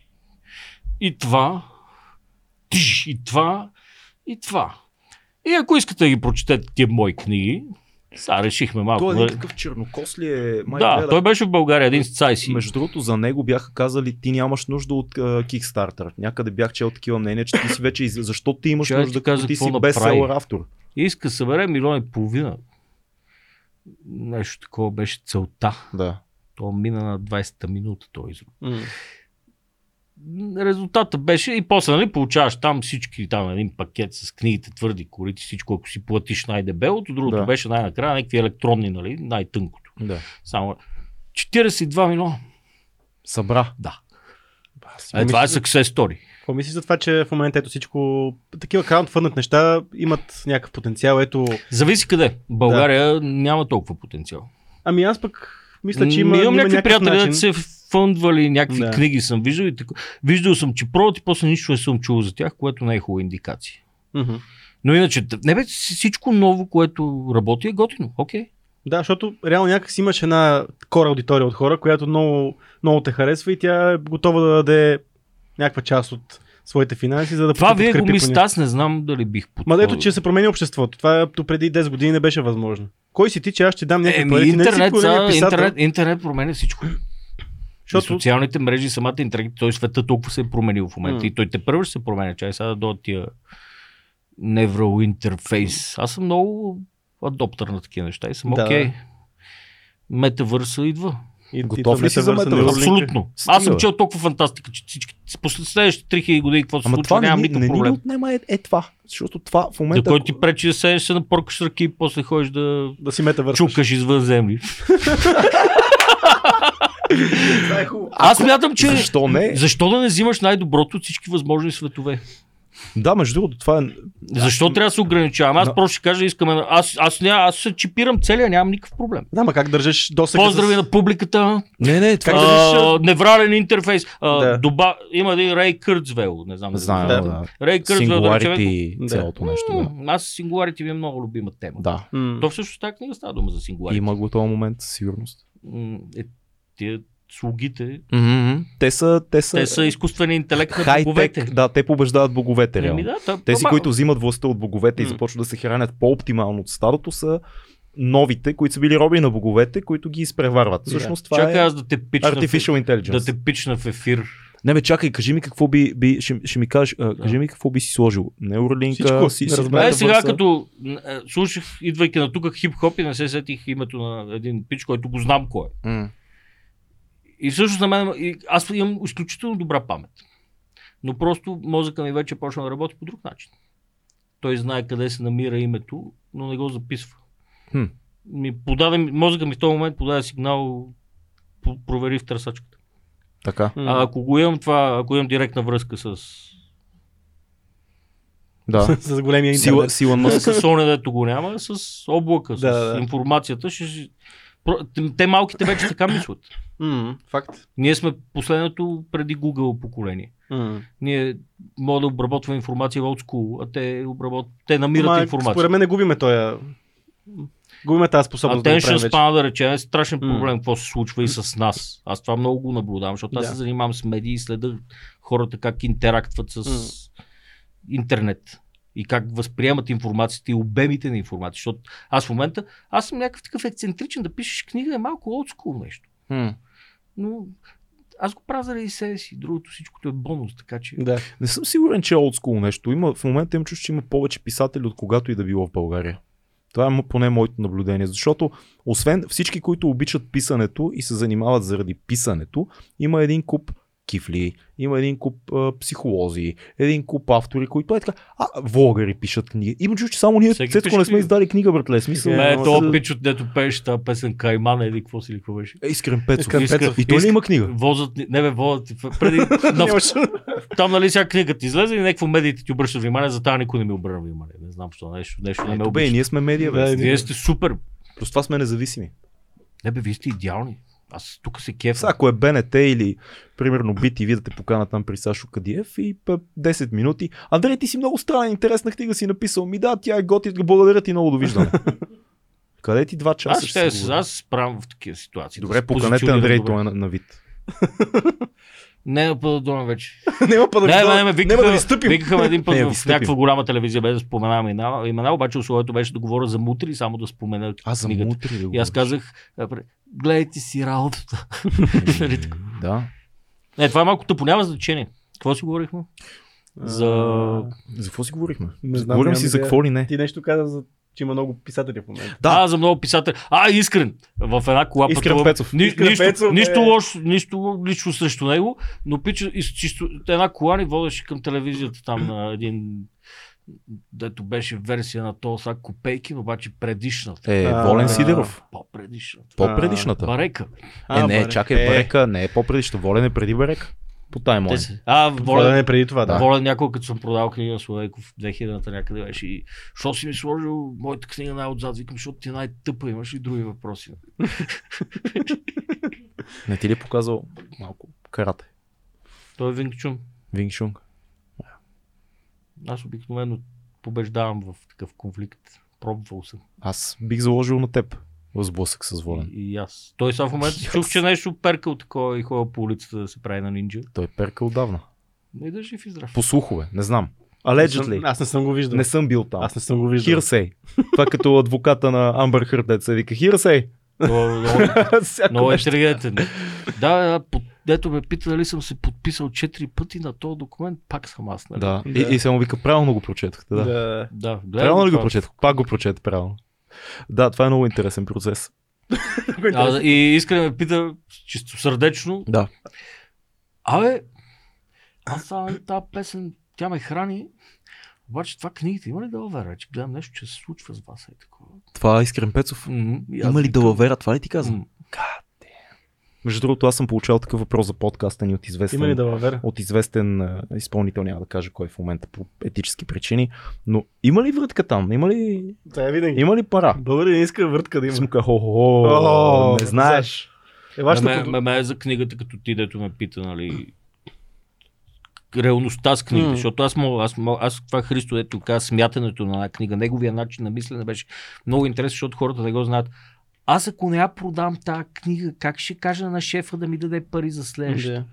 И това. Тиш, и това. И това. И ако искате да ги прочетете тия мои книги, сега решихме малко. Той е нали? един такъв чернокос ли е? Май да, гледа. той беше в България, един с цай си. Между другото, за него бяха казали, ти нямаш нужда от uh, Kickstarter. Някъде бях чел такива мнения, че ти си вече, из- защо ти имаш Чакай, нужда, ти каза като ти какво си направи. бестселър автор. И иска да събере милион и половина. Нещо такова беше целта. Да. То мина на 20-та минута, той изрод. резултата беше и после, нали, получаваш там всички, там един пакет с книгите, твърди корици, всичко, ако си платиш най-дебелото, другото Да. да. беше най-накрая някакви електронни, нали, най-тънкото. да. Само 42 милиона. Събра. Да. Си Е, помисли- това е success story. Какво мислиш за това, че в момента ето всичко, такива краундфъндът неща имат някакъв потенциал, ето. Зависи къде. България да. няма толкова потенциал. Ами аз пък мисля, че има, М, Имам има някакви някакъв приятели, начин. да се фъндвали някакви Да. да. книги, съм виждал и така. Виждал съм, че пробват и после нищо не съм чувал за тях, което не е хубава индикация. Мгм. Но иначе, не бе, всичко ново, което работи е готино. Окей. Да, защото реално някакси имаш една кора аудитория от хора, която много, много те харесва и тя е готова да даде някаква част от своите финанси, за да Това вие го подкрепи мислите, поне. аз не знам дали бих Ма подходил. ето, че се промени обществото. Това до преди 10 години не беше възможно. Кой си ти, че аз ще дам някакви Еми, пари? Ти не си интернет, големия са, писател, интернет, интернет променя всичко. Защото... И Защото социалните мрежи, самата интернет, той света толкова се е променил в момента. М. И той те първо ще се променя. Чай сега да дойдат тия неврал интерфейс. Аз съм много адоптер на такива неща и съм Да. окей. Метавърса идва. И- и Готов това ли си метавърса, за метавърс? неуролинка. Абсолютно. е Стига, Аз съм бе. чел толкова фантастика, че всички после следващите 3000 години какво се Ама това случва, не, нямам ни- не, никакъв ни проблем. отнема е, е това. Защото това в момента... За който ако- ти пречи да седеш се на поркаш ръки и после ходиш да Да си метавърс. чукаш извън земли. Това е хубаво. Аз мятам, че... Защо не? Защо да не взимаш най-доброто от всички възможни светове? Да, между другото, това е... Защо трябва да се ограничавам? Аз Но- просто ще кажа, искаме. Аз, аз, ня, аз се чипирам целия, нямам никакъв проблем. Да, ма как държиш досега Поздрави с... на публиката. Не, не, Как това да е... решиш, а, неврален интерфейс. А, Да. да. доба... Има един Рей Кърцвел. Не знам. дали Знаем, Да. да. да. Рей Кърцвел. Да Сингуларите речем, и Да. цялото нещо. Да. М, аз Сингуларите ми е много любима тема. да. М. То всъщност тази книга става дума за Сингуларите. Има го този момент, със сигурност. М, Е, тия слугите. Те са... Те са... Те са изкуствен интелект на боговете. Хай-тек, да, те побеждават боговете, реално. Еми да, та- Тези, ама- които взимат властта от боговете и М. започват да се хранят по-оптимално от стадото, са новите, които са били роби на боговете, които ги изпреварват. Всъщност това Чакай е аз да те пична. в- artificial intelligence. Да те пична в ефир. Не, бе, чакай, кажи ми какво би, би ще, ще ми кажеш, а, кажи ми какво би си сложил. Неуролинка, Всичко, си, не си разбрах. Е, върса. сега като е, слушах, идвайки на тук хип-хоп и не се сетих името на един пич, който го знам кой е. М. И всъщност на мен, и аз имам изключително добра памет. Но просто мозъка ми вече почна да работи по друг начин. Той знае къде се намира името, но не го записва. Хм. Ми подаде, мозъка ми в този момент подаде сигнал, по- провери в търсачката. Така, А ако го имам това, ако имам директна връзка с, да. С големия Сила, интернет. сила на... с оня, дето го няма, с облака, с Да, да. информацията, ще, ще- про- те- те малките вече така мислят. М, Факт. Ние сме последното преди Google поколение. М. Ние мога да обработваме информация от school, а те, обработ... те намират Ама, информация. Според мен не губиме тоя. Губиме тази способност да го Attention правим вече. span, да речем, е страшен М. проблем, какво се случва и с нас. Аз това много го наблюдавам, защото аз Да. се занимавам с медии и следа хората как интерактват с М. интернет и как възприемат информацията и обемите на информация. Защото аз в момента, аз съм някакъв такъв ексцентричен, да пишеш книга е малко отскул нещо. Но аз го правя заради себе си, другото всичкото е бонус, така че... Да. Не съм сигурен, че е олдскул нещо. Има, в момента им чуш, че има повече писатели, от когато и да било в България. Това е мо- поне моето наблюдение, защото освен всички, които обичат писането и се занимават заради писането, има един куп кифли, има един куп а, психолози, един куп автори, които е така, а, влогъри пишат книги. Има чуш, че само ние, Всеки Цецко, пише не сме книга. издали книга, братле. Смисъл, Не, Ме, Е, но- то пич, от дето пееше тази песен Кайман, или какво си ли какво беше? Е, Искрен Пецов. Искрен Пецов. И той ли има книга? Возът, ни- не бе, возът, ти- преди, на, там нали сега книга ти излезе и някакво медиите ти обръщат внимание, за тази никой не ми обърна внимание. Не знам, що нещо, нещо не ме Ето бе, и обича. Е, Е, ние сме медия, Да, бе. ние- Вие сте супер. Просто това сме независими. Не бе, вие сте идеални. Аз тук се Сега, кефа. ако е БНТ или примерно BTV да те поканат там при Сашо Кадиев и па, 10 минути. Андрей, ти си много странен, интересна книга си написал. Ми да, тя е готина, благодаря ти много, довиждане. Къде ти два часа? Аз ще си се говорим? аз се справям в такива ситуации. да Добре, се поканете позиционирам Андрей, добре. той е на, на вид. Не, да пъда дома вече. Няма па да ви не, дойда- не, ме няма викаха, да ви стъпим. викаха един път Не, ви в стъпим. някаква голяма телевизия, без да споменавам имена, имена, обаче условието беше да говоря за мутри, само да спомена Аз съм книгата. утре да И аз казах, а, пре- гледайте си работата. нали така. Да. Не, това е малко тъпо, няма значение. Какво си говорихме? За... За какво си говорихме? Не знам, Говорим нямам си за идея. какво ли не. Ти нещо каза, за, че има много писатели в момента. Да. Да. А, за много писатели. А, Искрен. В една кола Искрен пътувам. Пецов. Ни, Искрен нищо, Пецов е- нищо лошо, нищо лично срещу него, но пича, из- чисто, една кола ни водеше към телевизията там на един дето беше версия на този сега Копейкин, обаче предишната. Е, А, Волен а, Сидеров. По-предишната. По-предишната. Барека. бе. е, не, Барек. чакай, Е, Барека не е по-предишната. Волен е преди Барека. По тайм Те се- А, Воля да Волен, не е преди това, да. Волен някой, като съм продал книга на Славейков 2000-та някъде беше и що си ми сложил моята книга най-отзад? Викам, защото ти е най-тъпа, имаш и други въпроси. Не ти ли е показал малко карате? Той е Винг Чун. Винг Шунг. Аз обикновено побеждавам в такъв конфликт. Пробвал съм. Аз бих заложил на теб в сблъсък с Волен. И, и аз. Той сега в момента yes. чух, че нещо перкал такова и ходил по улицата да се прави на нинджа. Той перка отдавна. Не да жив и здрав. По слухове, не знам. Аз не съм- Allegedly. Аз не съм го виждал. Не съм бил там. Аз не съм го виждал. Хирсей. Това като адвоката на Амбър Хърд, дето се вика Хирсей. Много, много- Всяко много нещо. интелигентен. Да, да, под... дето ме пита дали съм се подписал четири пъти на този документ, пак съм аз. Нали? Да. И, и само вика, правилно го прочетахте. Да. Да. да гледам Правилно ли го това. прочетах? Пак го прочетах правилно. Да, това е много интересен процес. А, и искрено ме пита, чисто сърдечно, Да. Абе, аз само тази песен, тя ме храни. обаче това книгите има ли далавера? Че гледам нещо, че се случва с вас. Е такова. Това е Искрен Пецов. И аз Има ли викам, далавера? Това ли ти казвам? м, Между другото, аз съм получавал такъв въпрос за подкаста ни от известен Има ли да вера? от известен а, изпълнител, няма да кажа кой е в момента по етически причини, но има ли врътка там? Има ли, Тя е винаги. има ли пара? Българин не иска въртка да има. Смука, хо, хо, хо, О, не знаеш. Е, вашата ме, под- ме, ме, е за книгата, като ти, дето ме пита, нали, реалността с книгите, М. защото аз, мога, аз, мога, аз това Христо, дето каза, смятането на една книга, неговия начин на мислене беше много интересен, защото хората не го знаят. Аз ако не я продам тази книга, как ще кажа на шефа да ми даде пари за следващата? Е, Да.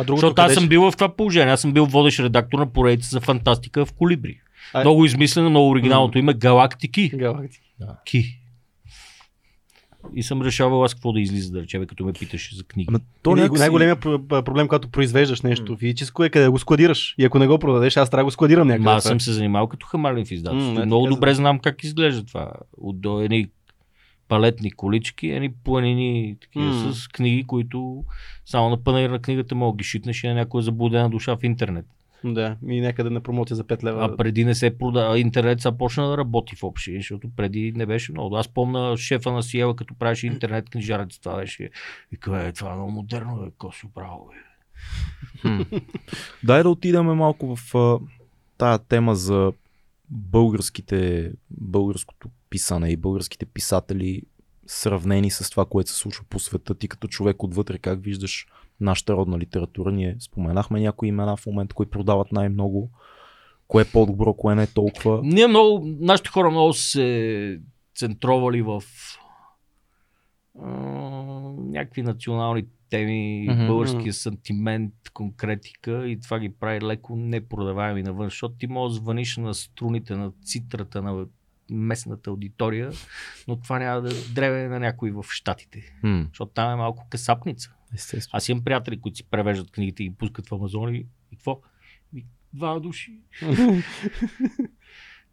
А другото Защото аз къде съм ще- бил в това положение. Аз съм бил водещ редактор на поредица за фантастика в Колибри. А- Много измислено, много оригиналното име Галактики. Галактики. Ки. И съм решавал аз какво да излиза, да речем, като ме питаше за книги. Ама То е то Или някакси... най-големия про- а, проблем, когато произвеждаш нещо физическо е къде да го складираш. И ако не го продадеш, аз трябва да го складирам някъде. Ма аз Това е. съм се занимавал като хамален в М, издателството. е, Много така добре знам как изглежда това. От до едни палетни колички, едни планини такива М. с книги, които само на панаир на книгата мога да ги шитнеш и на някоя заблудена душа в интернет. Е, Да, и някъде на промотия за 5 лева. А преди не се продава. Интернет сега почна да работи в общи, защото преди не беше много. Аз помна шефа на Сиела, като правеше интернет книжарец, това беше. И кое, това е много модерно, бе, Косо, браво, бе. Дай да отидем малко в а, тая тема за българските, българското писане и българските писатели, сравнени с това, което се случва по света. Ти като човек отвътре, как виждаш нашата родна литература? Ние споменахме някои имена в момента, кои продават най-много. Кое е по-добро, кое не е толкова. Ние много, нашите хора много са се центровали в а, някакви национални теми, Мгм. mm-hmm. българския сантимент, конкретика и това ги прави леко непродаваеми навън, защото ти може да звъниш на струните, на цитрата, на местната аудитория, но това няма да древе на някой в Штатите, М, защото там е малко касапница. естествено. Аз имам приятели, които си превеждат книгите и ги пускат в Амазон и, и какво? И два души.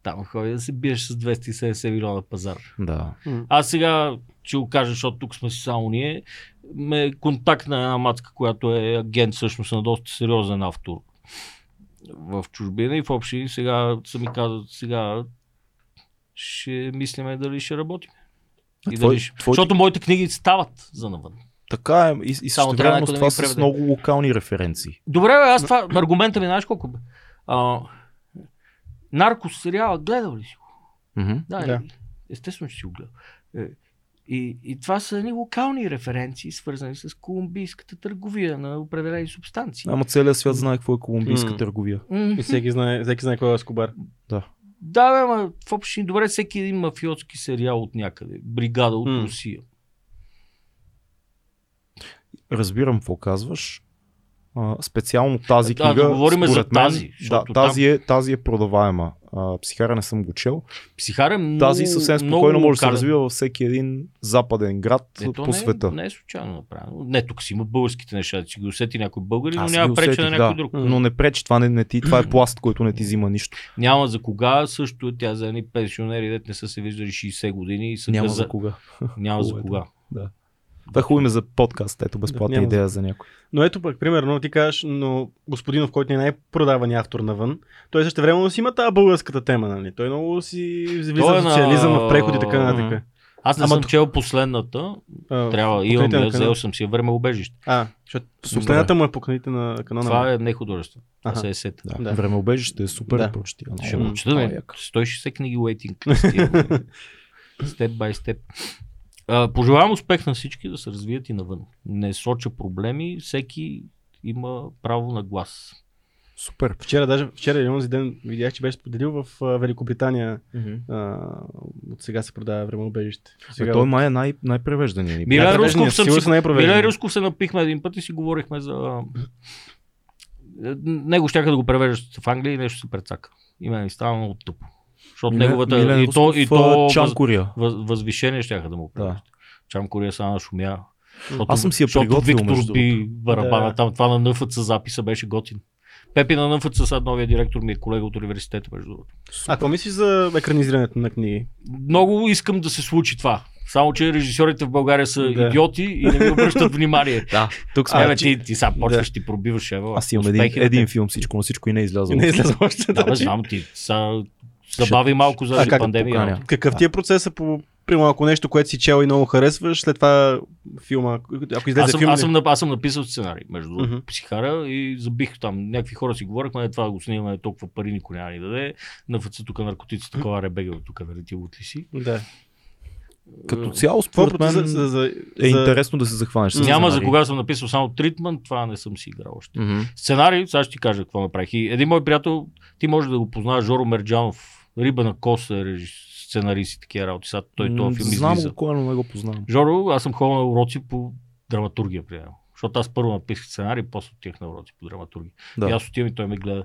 Там ходи да се биеш с 270 милиона пазар. Да. Аз сега ще го кажа, защото тук сме си само ние. Ме контактна една мацка, която е агент всъщност на доста сериозен автор в чужбина и в общи сега са ми казват, сега ще мислиме дали ще работим. И твой- дали ще... твоите- Защото моите книги стават за навън. Така е. И, и Само Само трябва някой да ми това с преведе. много локални референции. Добре, бе, аз това, аргумента ми, знаеш колко бе? А, наркосериала гледал ли си го? Мгм. Да, Да. да. естествено, че си го гледал. Е, И, и това са едни локални референции, свързани с колумбийската търговия на определени субстанции. Ама целият свят знае какво е колумбийска М. търговия. М, И всеки знае, всеки знае кой е Скобар. Да. Да, бе, ма, в общи добре, всеки един мафиотски сериал от някъде. Бригада от М. Русия. разбирам какво казваш. А, специално тази Е, Да, книга. да говорим според за тази, Мен, да, защото тази, е, тази е продаваема. А, психара не съм го чел. Психар е много Тази съвсем спокойно много може да се локален. развива във всеки един западен град Не, то по не, света. Е, не е случайно направено. Не, тук си има българските неща, да си ги усети някой българин, но Аз няма ги преча на усетих, някой да. друг. Но не пречи, това, не, не ти, това е пласт, който не ти взима нищо. Няма за кога, също е тя за едни пенсионери, дет не са се виждали 60 години и са Няма каза- за кога. Няма за Хубаво е кога. Това е хубаво име за подкаст, ето безплатна няма за идея за някой. Но ето пък, примерно, ти кажеш, но господинов, който не е най-продавания автор навън, той също време си има тази българската тема, нали? Той много си влиза Той е в на- социализъм, в преход и така нататък. Аз не Ама съм тук- чел последната. А, Трябва. поканите Имам, на канала. я, взел съм си я време убежище. А, защото последната му е поканите на канона. Това е не художество. Това Аха. са есета. Да. Да. Времеобежище е супер, Да. да. прочети. Ще М, му чета, много бе. яко. 160 книги waiting list. Степ бай степ. Пожелавам успех на всички да се развият и навън. Не соча проблеми, всеки има право на глас. Супер. Вчера, даже вчера или онзи ден видях, че беше споделил в а, Великобритания а, от сега се продава времеубежище. Сега... Сега... Той май е най- най-превеждания ни. Милен превеждания, Русков, съм сигурно си, са най-превеждания. Милен Русков се напихме един път и си говорихме за... Е, Него щяха да го превеждат в Англия и нещо се прецака. И мен ми става много тъпо. Защото Милен- неговата... Милен и то, и Русков, а, то Чан въз, Кория. въз, възвишение щяха да му превеждат. Чам Кория само шумя. Защото, Аз съм си я защото приготвил, между Виктор би барабана Да. там. Това на НФЦ записа беше готин. Пепи на НФЦ сега новия директор ми е колега от университета, между другото. А, какво мислиш за екранизирането на книги? Много искам да се случи това. Само, че режисьорите в България са Да. идиоти и не ми обръщат внимание. Да, тук сме. А, бе, ти, ти сега почваш, ти пробиваш. Ева, Аз имам един, успехи на един теб. филм, всичко на всичко и не е излязъл. Не изляза още. Да, бе, даже. знам ти. Са, забави малко Значи- А за как да пандемия. поканя? Какъв ти е процесът по Примерно, ако нещо, което си чел и много харесваш, след това филма, ако излезе Аз съм, филм... аз, съм, нап- аз съм написал сценарий между Мгм. mm-hmm. психара и забих там. Някакви хора си говорихме, е, това да го снимаме, толкова пари никой няма ни даде. На ФЦ тук наркотици, такова ребега тук, нали ти от ли си? Да. Като цяло, Какво според е процесът мен за, за, е интересно да се захванеш. с Няма за сценарий. кога съм написал само Тритман, това не съм си играл още. Мгм. Сценарий, сега ще ти кажа какво направих. И един мой приятел, ти може да го познаеш, Жоро Мерджанов, Риба на коса, реж- сценарист и такива работи. Сега той М, този филм Знам излиза. го кой, но не го познавам. Жоро, аз съм ходил на уроци по драматургия, примерно. Защото аз първо написах сценарий, после отих на уроци по драматургия. Да. И аз отивам и той ме гледа.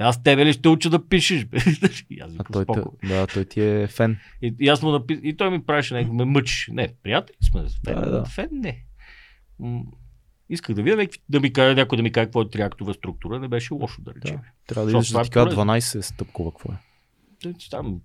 Аз тебе ли ще уча да пишеш? бе? И аз А викам, той, те, споко. да, той ти е фен. И, и, аз му напи... и той ми правеше някакво, ме мъчи. Не, приятели сме. Фен, Да, да, да. да. фен не. М- исках да видя някакви, да ми каже, някой да ми каже какво е триактова структура. Не беше лошо, да речем. Трябва да Защото идеш това да е ти кажа полезно. 12 стъпкова, какво е. Той че Там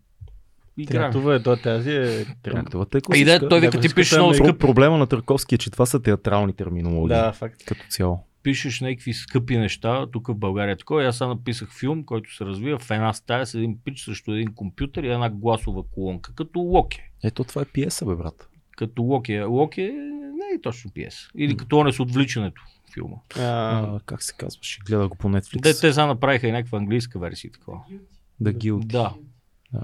игра. Трактова е, то тази е... Трактовата е И да, класическа. той вика, Ако ти искаш пишеш там много да Про- скъпи. Проблема на Търковски е, че това са театрални терминологии. Да, факт. Като цяло. пишеш някакви скъпи неща тук в България. Такова, и аз сега написах филм, който се развива в една стая с един пич срещу един компютър и една гласова колонка, като Локи. Ето това е пиеса, бе, брат. Като Локи. Локи е- не е точно пиеса. Или като он е с отвличането филма. А, А, как се казваше? Гледах го по Netflix. Те, те сега направиха и някаква английска версия и такова. Да ги от... Да. Да.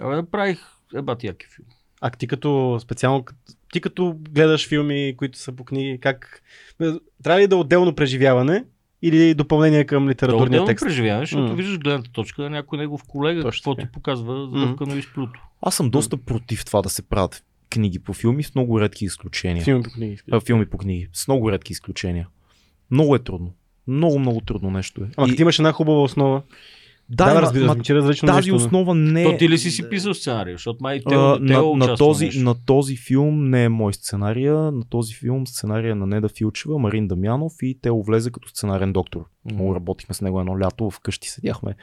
Абе, направих е, еба ти яки филм. а ти като специално, ти като гледаш филми, които са по книги, как... Трябва ли да е отделно преживяване или допълнение към литературния Трудно текст? преживяване, защото М. виждаш гледната точка на някой негов колега, Точно какво така. ти показва М. задъвкано mm. изплюто. Аз съм доста против това да се правят книги по филми с много редки изключения. Филми по книги. А, филми по книги. С много редки изключения. Много е трудно. Много, много трудно нещо е. Ама И- като имаш една хубава основа. да, Да, ма- да разбира ма- се, че е различно тази нещо. но- основа не е... То ти ли си си писал сценарий, защото май и те, А, те е на, на, участвал този, нещо. на този филм не е мой сценария, на този филм сценария на Неда Филчева, Марин Дамянов и те влезе като сценарен доктор. Мгм. Много работихме с него едно лято, вкъщи седяхме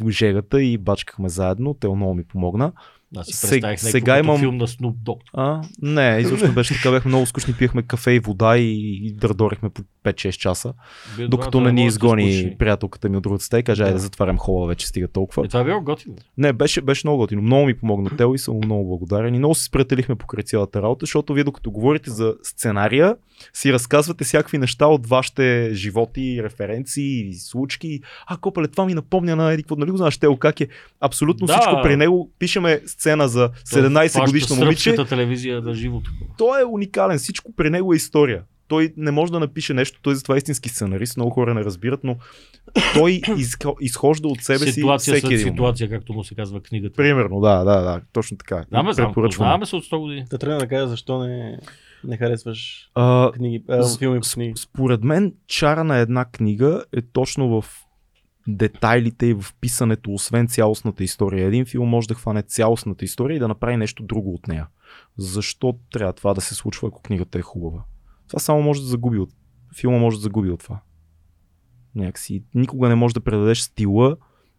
в жегата и бачкахме заедно, те много ми помогна. Аз си Сег- представих някакъв сега сега имам- имам... филм на Snoop Dogg. А, не, изобщо беше така, бяхме много скучни, пиехме кафе и вода и, и дърдорихме по 5-6 часа, Бе, докато това не е ни моята изгони скучни. приятелката ми от другата стая и каже, айде Да. затварям хола, вече стига толкова. Е, това е било готино. Не, беше, беше много готино. Много ми помогна Тео и съм му много благодарен. И много се спретелихме покрай цялата работа, защото вие докато говорите за сценария, си разказвате всякакви неща от вашите животи, референции и случки. А, копале, това ми напомня на Еди, какво нали го знаеш, Тео, как е абсолютно Да. е всичко при него. Пишеме сцена за 17 годишно Хваща момиче. Сръбската телевизия да живо такова. Той е уникален, всичко при него е история. Той не може да напише нещо, той затова е истински сценарист, много хора не разбират, но той изко- изхожда от себе си Ситуация всеки след един. момент. ситуация, както му се казва книгата. Примерно, да, да, да, точно така. Да, ме знам, Препоръчвам. познаваме се от 100 години. Да трябва да кажа защо не, не харесваш А, книги, а, С- филми по с- книги. според мен, чара на една книга е точно в детайлите и в писането, освен цялостната история. Един филм може да хване цялостната история и да направи нещо друго от нея. Защо трябва това да се случва, ако книгата е хубава? Това само може да загуби от... Филма може да загуби от това. Някакси. Никога не можеш да предадеш стила,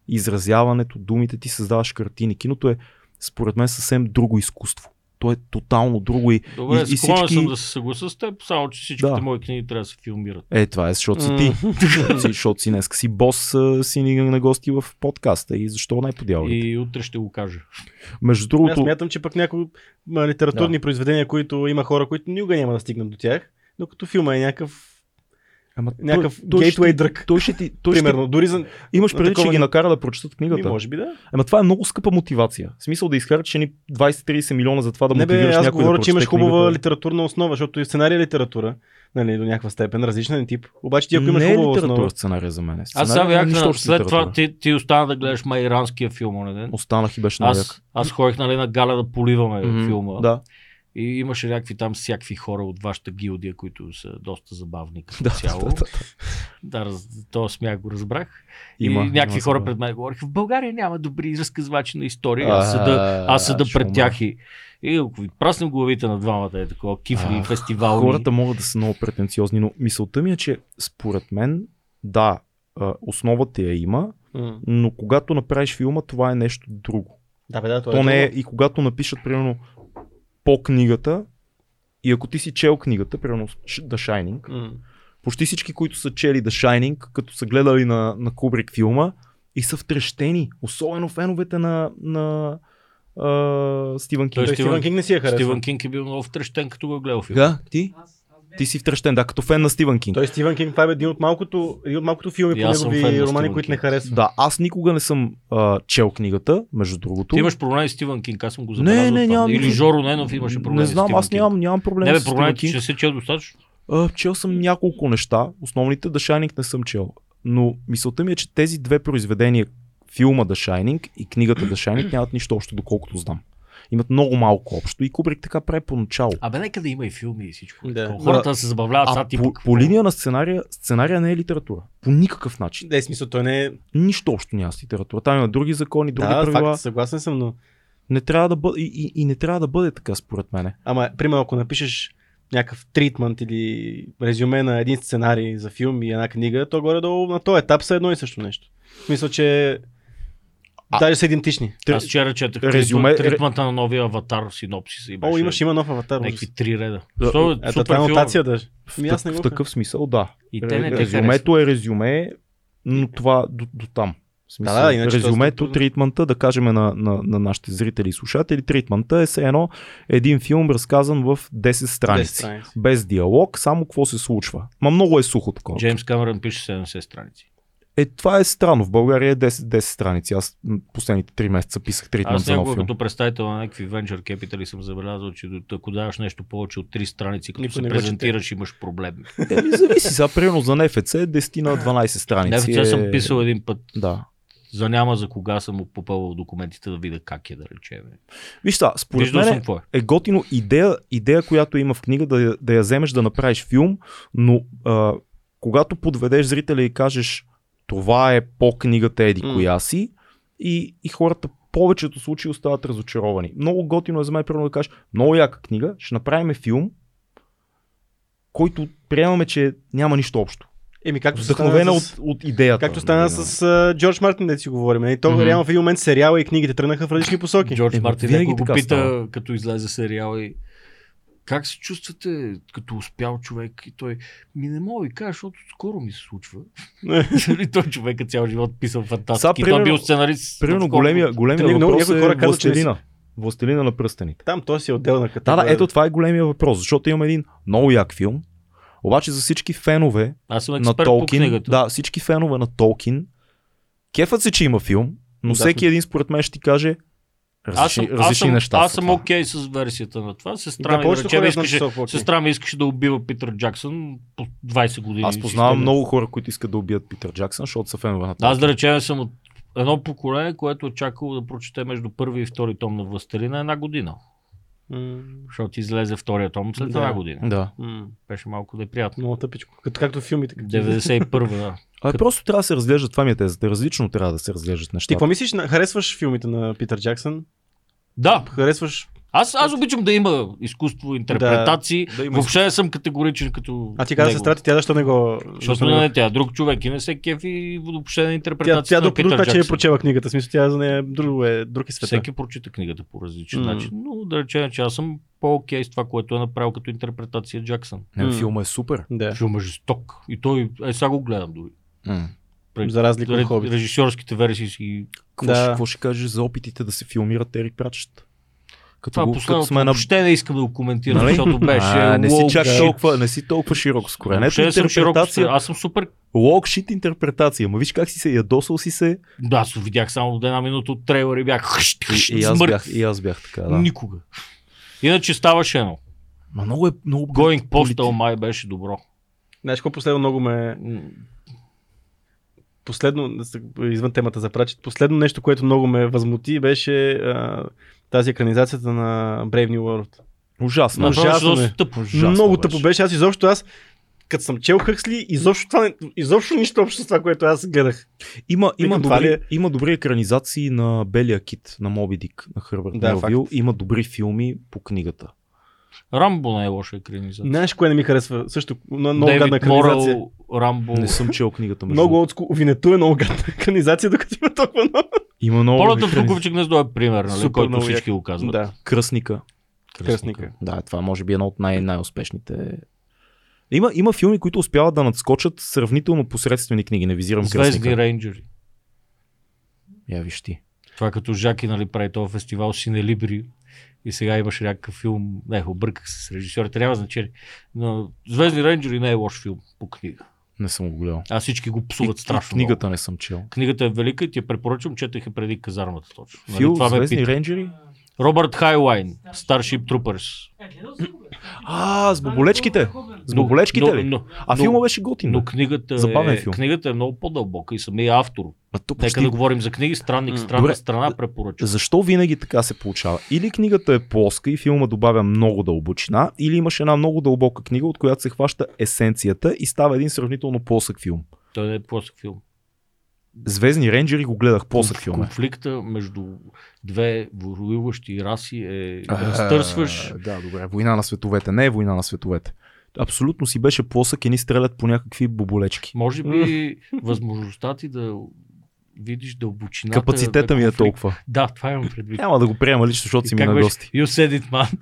изразяването, думите ти, създаваш картини. Киното е, според мен, съвсем друго изкуство. То е тотално друго и Добре, и и, склонен всички- съм да се съглася с теб, само че всичките Да. мои книги трябва да се филмират. Е, това е, защото си ти. Защото си- защото си днес си бос, а, си ни на гости в подкаста и защо най-подявали. И... И утре ще го кажа. Между Аз другото, смятам, че пък някои ма, литературни произведения, които има хора, които никога няма да стигнат до тях, докато филма е някакъв, ама някакъв той, той, гейтвей ще ти- дръг. той ще ти, той ще ти, Примерно, дори за... имаш на преди, че такова ги ни- накара да прочетат Ми, книгата. може би да. Ама това е много скъпа мотивация. В смисъл да изкарат, че ни 20-30 милиона за това да не бе, мотивираш аз някой говоря, да че имаш прочете хубава книгата. литературна основа, защото и сценария е литература, нали, до някаква степен, различен е тип. Обаче ти ако имаш не е хубава литература основа, сценария за мен. Сценария Аз сега няма бях нищо на... общо с След това литература. ти, ти остана да гледаш май иранския филм на ден. Останах и беше на Аз, аз ходих нали, на Галя да поливаме Мгм, филма. Да. И имаше някакви там всякакви хора от вашата гилдия, които са доста забавни като Да, цяло. да, да, Да, раз, то смях го разбрах. Има- и някакви има хора забава. пред мен говориха, в България няма добри разказвачи на история. Аз седа, А, аз седа шума. пред тях и, и ако ви праснем главите на двамата, е такова, кифли А, и фестивални. Хората могат да са много претенциозни, но мисълта ми е, че според мен, да, а, основата я има, М. но когато направиш филма, това е нещо друго. Да, бе, да, то, То не е, е... и когато напишат, примерно, по книгата, и ако ти си чел книгата, примерно Sh- The Shining, М. почти всички, които са чели The Shining, като са гледали на, на Кубрик филма, и са втрещени, особено феновете на, на а, Стивън Кинг. Той Той Стивън- Стивън Кинг не си я харесва. Стивън Кинг е бил много втрещен, като го е гледал филма. Да, ти? Аз, аз бях... Ти си втрещен, да, като фен на Стивън Кинг. Той Стивън Кинг, това е един от малкото, един от малкото филми И по аз съм фен негови на романи, Стивън които не Кинг. харесвам. Да, аз никога не съм а, чел книгата, между другото. Ти имаш проблем с Стивън Кинг, аз съм го Не, забелязал. не, това. нямам Или никакви- Жоро Ненов имаше проблем Не с знам, Стивън аз Кинг. нямам, нямам проблем Не бе, с Стивън проблемът е, че Кинг. не се чел достатъчно. А, чел съм няколко неща, основните The Shining не съм чел. Но мисълта ми е, че тези две произведения, филма The Shining и книгата The Shining нямат нищо общо, доколкото знам. имат много малко общо и Кубрик така прави поначало. Абе, нека да има и филми и всичко. Да. Да. Хората да се забавляват, Е, А сега ти по, пък- по линия на сценария, сценария не е литература. По никакъв начин. Да, е смисъл, той не е... Нищо общо няма с литература. Там има други закони, други Да, правила. факт, съгласен съм, но... Не трябва да бъде, и, и, и не трябва да бъде така, според мене. Ама, примерно, ако напишеш някакъв тритмент или резюме на един сценарий за филм и една книга, то горе-долу на този етап са едно и също нещо. Мисля, че А- даже са идентични. Аз вчера четах резюме- резюме... тритмата на новия аватар синопсис и беше О, имаш, има нов аватар. някакви три реда. Да, Що е Ето, супер това е филм. нотация даже. В, Ми, Ами аз не такъв, го в такъв смисъл, да. И те не те харесват. резюмето е резюме, но това до, до там. В Смисъл, Да, да, иначе резюмето, този- тритмента, да кажем на, на, на нашите зрители и слушатели, тритмента е все едно един филм разказан в 10 страници. 10 страници. страници. Без диалог, само какво се случва. Ма много е сухо такова. Джеймс Камерън пише 70 страници. Е, това е странно. В България е 10, 10 страници. Аз м, последните 3 месеца писах тритмент Аз за нов някога филм. като представител на някакви venture capital съм забелязал, че до- ако даваш нещо повече от 3 страници, като Никой се не го чете. презентираш, имаш проблем. Еми, зависи. Сега, примерно за НФЦ е 10 на 12 Ами Не, страници. сега съм е- писал един път Да. за няма за кога съм му попълвал документите да видя как е да речем. Виж сега, според Виждал мен съм е, какво е. е готино идея, идея, която има в книга, да, я- да я вземеш да направиш филм, но а, когато подведеш зрителя и кажеш това е по книгата Еди М. коя си и, и хората в повечето случаи остават разочаровани. Много готино е за мен примерно да кажеш много яка книга, ще направим филм, който приемаме, че няма нищо общо. Еми, както Вдъхновена стана от, нали, с- от идеята. Както стана с а, Джордж Мартин, да си говорим. И то Мгм. реално в един момент сериала и книгите тръгнаха в различни посоки. Джордж Е, Мартин винаги някой го така пита, става. като излезе сериал и как се чувствате като успял човек? И той, ми не мога да ви кажа, защото скоро ми се случва. Нали, той човека цял живот писал Сега, фантастики. Той примерно- бил сценарист. Примерно наскоро. големия, големия Те, много- въпрос някои е хора казват, че не си- властелина. Властелина на пръстените. Там то си е отделна Да, категория. да, ето това е големия въпрос, защото имам един много як филм. Обаче за всички фенове Аз съм на експерт по Толкин, книгата. да, всички фенове на Толкин, кефът се, че има филм, но Да, всеки един според мен ще ти каже Аз съм, различни, аз различни съм, неща. аз са съм това. окей с версията на това. Сестра Да, ми, да, повечето хора знаят, е искаше, че са окей. сестра ми искаше да убива Питър Джаксън по 20 години. Аз си познавам спомням. много хора, които искат да убият Питър Джаксън, защото са фенове на Толкин. Аз да речем съм от едно поколение, което е чакало да прочете между първи и втори том на Властелина една година. М, Защото излезе втория том след Да. една година. Да. м, Беше малко неприятно. Много тъпичко. Като, както филмите. Като... 91-а. А Кът- просто трябва да се разглеждат, това ми е тезата, различно трябва да се разглеждат Ти нещата. какво мислиш? на- Харесваш филмите на Питър Джексън? Да, Харесваш. аз, аз обичам да има изкуство, интерпретации. Да, да има Въобще не съм категоричен като. А ти каза него. сестра ти, тя защо не го... Защото не не го... е тя, друг човек и не се кефи и въобще на Тя, интерпретацията тя на друг, друг Питър начин е Джаксън. прочела книгата. В смисъл, тя за нея друго е, друг е света. Всеки прочита книгата по различен М. начин, но да речем, че аз съм по-окей с това, което е направил като интерпретация Джаксън. Не, М. филма е супер. Да. Филма е жесток. И той, е, сега го гледам дори. М. Пре- За разлика от Ре- Хоббит. Режисьорските версии си. Какво, Да. ще, какво ще кажеш за опитите да се филмират Ери Пратчет? Като, Това е го, като последното сме на въобще не искам да го коментирам, Нали? защото беше. А, не си woke чак shit. толкова, не си толкова широко скорен. Ето Въобще не съм широко. интерпретация. Аз съм супер. Лог шит интерпретация. Ма виж как си се ядосал си се. Да, аз видях само от една минута от трейлера и бях. хъщ, хъщ, И, и, аз, смърт. бях, и аз бях така. Да. Никога. Иначе ставаше едно. Ма много е много. Going полит- Postal май беше добро. Знаеш, какво последно много ме... Последно, извън темата за прачет, последно нещо, което много ме възмути, беше а, тази екранизацията на Brave New World. Ужасно. Ма, Направо ужасно доста е. тъпо. Ужасно много беше. тъпо беше. Аз изобщо аз, като съм чел Хъксли, изобщо, това, не- изобщо нищо общо с това, което аз гледах. Има, има, Викам, това ли добри, е? има добри екранизации на Белия кит, на Моби Дик, на Хърбърт Да, Мелвил. Има добри филми по книгата. Рамбо не е лоша екранизация. Знаеш, кое не ми харесва? Също н- много Дейвид гадна екранизация. Морал, Рамбо. Не съм чел книгата. Между... Много отско. Винето е много гадна екранизация, докато има толкова много. Има много. Полета в екрани- Луковиче гнездо е пример, нали, Супер който много всички го казват. Да. Кръсника. Кръсника. Да, това може би е едно от най- най-успешните. Има, има филми, които успяват да надскочат сравнително посредствени книги. Не визирам Звездни Кръсника. рейнджери. Я виж ти. Това като Жаки нали, прави този фестивал Синелибри и сега имаш някакъв филм, не, обърках се с режисьорите, няма значение. значи. Но Звездни рейнджери не е лош филм по книга. Не съм го гледал. А всички го И- псуват и страшно. много. Книгата не съм чел. Книгата е велика и ти я препоръчвам, четех я преди казармата точно. Нали, Фил, това ме Звездни пита. рейнджери? Робърт Хайлайн, Starship Troopers. Е, гледал си го, бе. А, с боболечките. Ходен. С боболечките ли? но, А но- филма беше готин. но бе. книгата, Забавен е, филм. книгата е много по-дълбока и самия автор. Ма то Нека почти- да говорим за книги, странник, М. странна Добре. страна, препоръча. Защо винаги така се получава? Или книгата е плоска и филма добавя много дълбочина, или имаш една много дълбока книга, от която се хваща есенцията и става един сравнително плосък филм. Той не е плосък филм. Звездни ренджери го гледах, плосък филм е. Конфликта между две воюващи раси е да разтърсваш. А, Да, добре. Война на световете. Не е война на световете. Абсолютно си беше плосък и ни стрелят по някакви боболечки. Може би възможността ти да видиш дълбочината. Капацитета на ми е конфликт. толкова. Да, това имам предвид. Няма да го приема лично, защото си И ми как на беше? гости. You said it, man.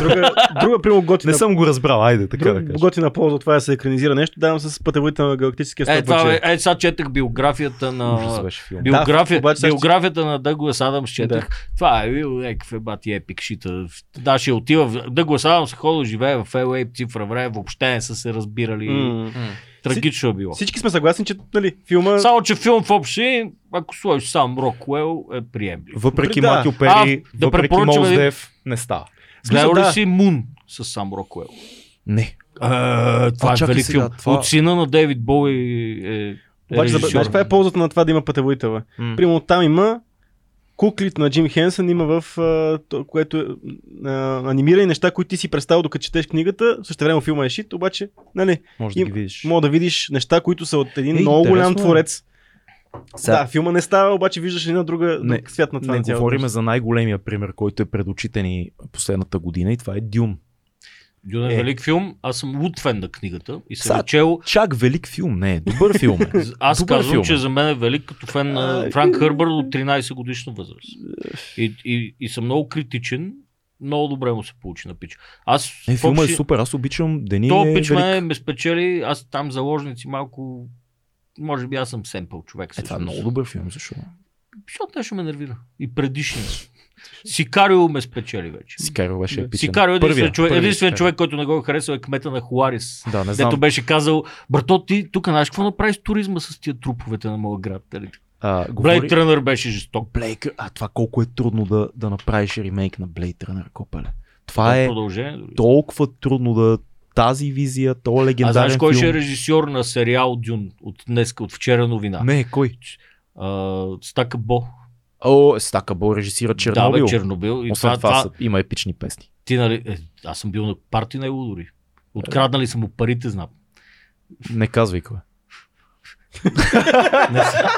Друга, друга примерно готина, Не съм го разбрал, айде, така да друга, кажа. готина полза от това е да се екранизира нещо. Давам с пътеводите на галактическия Е, стълб. това, че- е, е, сега четах биографията Ужас на... беше филм. Биография, обаче сега ще- биографията на Дъглас Адамс четах. Това е бил някакъв ебати епик шита. Да, ще отива. в- Дъглас Адамс е ходил, живее в LA, цифра време, въобще не са се разбирали. М. Трагично е било. Всички сме съгласни, че нали, филма... Само, че филм в общи, ако сложиш сам Рокуел, е приемлив. Въпреки Да. Матио Пери, А, да въпреки препоръчаме Моус един- Дев, не става. Гледал да. ли си Мун с сам Рокуел? Не. Е, това А, е чакай велик сега, филм. това- От сина на Дейвид Боуи е, е Обаче, заб- режисьор. знаеш, каква е ползата на това да има пътеводител? бе? Примерно там има куклите на Джим Хенсън има в а, то, което е, а, анимирани неща, които ти си представил докато четеш книгата, също време филма е шит, обаче, нали, Може И- да ги видиш. мога да видиш неща, които са от един Е, е, много голям интересно е. творец. Сега- Да, филма не става, обаче виждаш една друга Не, не, друг свят на това. Не на цялото говорим нещо. за най-големия пример, който е пред очите ни последната година и това е Дюн. Дюн е, Е. велик филм. Аз съм луд фен на книгата и съм Са- я чел. Чак велик филм, не е. Добър филм е. Аз Добър казвам, филм. че за мен е велик като фен на А, Франк е. Хърбър от 13 годишна възраст. И, и, и съм много критичен. Много добре му се получи на пич. Аз Е, в филма е общи- супер, аз обичам Дени То е пич велик. ме, ме спечели, аз там заложници малко... Може би аз съм семпъл човек. Е, това е всъщност. много добър филм, защо? Защото нещо ме нервира. И предишния. Сикарио ме спечели вече. Сикарио беше епичен. Сикарио е единствен, Първия, човек, първия единствен Сикарио. човек, който не го е харесал е кмета на Хуарис. Да, не Дето знам. беше казал, брато ти тук знаеш какво направи с туризма с тия труповете на моя град? А, Блейд говори... Трънър беше жесток. Blade Runner- А това колко е трудно да, да направиш ремейк на Blade Runner, копале. Това е Продължение. дори. толкова трудно да тази визия, то А легендарен знаеш кой филм. ще е режисьор на сериал Дюн от днеска, от вчера новина? Не, кой? А, Стака Бо. О, Стака Бо режисира Чернобил. Да, бе, Чернобил. И Освен това, това, това, са- има епични песни. ти, нали, е, аз съм бил на парти на него дори. Откраднали са му парите, знам. Не казвай кой. Не са-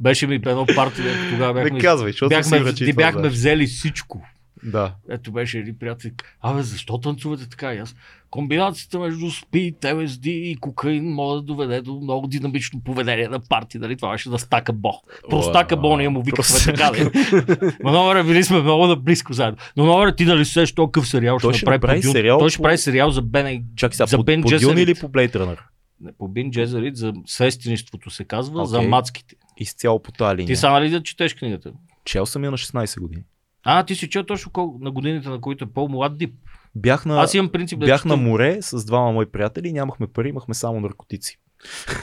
Беше ми едно парти, дето тогава бяхме, казвай, защото бяхме, не бяхме взели всичко. Да. Ето беше един приятел. Абе, защо танцувате така? И аз. Комбинацията между спид, ЛСД и кокаин може да доведе до много динамично поведение на парти. Нали? Това беше да стака бо. Просто стака бо, ние му викахме Просто. така. Нали? Ма номера били сме много наблизко заедно. Но номера ти нали сеш толкова сериал ще Той ще направи направи по Дюн. сериал Той ще по- прави сериал за Бен Чакай сега, За за по, Бен по Дюн Джесерит. или по Blade Runner? не, по Бин Джезерит, за свестинството се казва, за Окей. мацките. Изцяло по тази линия. Ти сам нали да четеш книгата? Чел съм я на 16 години. А, ти си чел точно кол... на годините, на които е по-млад дип. Бях на, Аз имам принцип да бях на четам. море с двама мои приятели, нямахме пари, имахме само наркотици.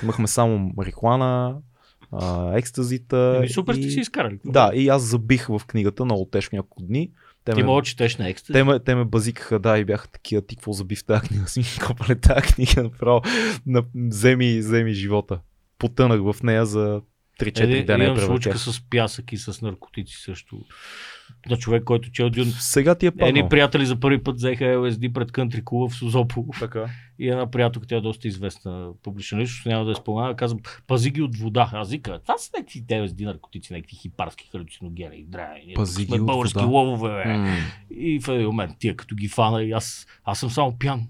имахме само марихуана, а, екстазита. Еми, супер сте си изкарали. Да, и аз забих в книгата много тежко няколко дни. Те Ти ме- мога да четеш на екстази. Те ме, те ме базикаха, да, и бяха такива, ти какво заби в тази книга? Аз Ми копале тази книга, направо, на, вземи, вземи живота. Потънах в нея за 3-4 Еди, дена. я имам случка превъртях. с пясък и с наркотици също. На човек, който чел Дюн. Сега ти е паднал. Едни приятели за първи път взеха LSD пред кънтри клуба в Созопол. Така. И една приятелка, тя е доста известна публична личност, няма да я спомена, казвам, пази ги от вода. Аз вика, това са някакви LSD наркотици, някакви хипарски халюциногени. Драй, ние Пази тук сме ги от български вода. лъвове. Бе. И в един момент тия като ги фана и аз, аз съм само пиян.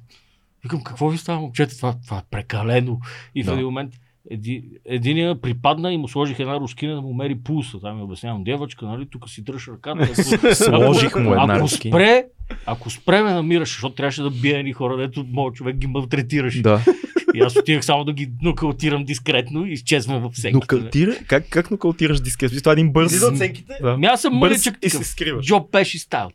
Викам, какво ви става, момчета, това, това е прекалено. И в Да. един момент еди, единия припадна и му сложих една рускина да му мери пулса. Там ми обяснявам, девачка, нали, тук си дръж ръката. Ако, Сложих му е. една ако рускина. спре, ако спре ме намираш, защото трябваше да бия едни хора, дето моят човек ги малтретираше. Да. Да. И аз отивах само да ги нокаутирам дискретно и изчезвам във всеки. Нокалтира? Как, как нокалтираш диска? Това е един бърз. Излиза оценките. Да. Ами аз съм Бърз мъничък и се такъв. скриваш. Джо Пеши стайл.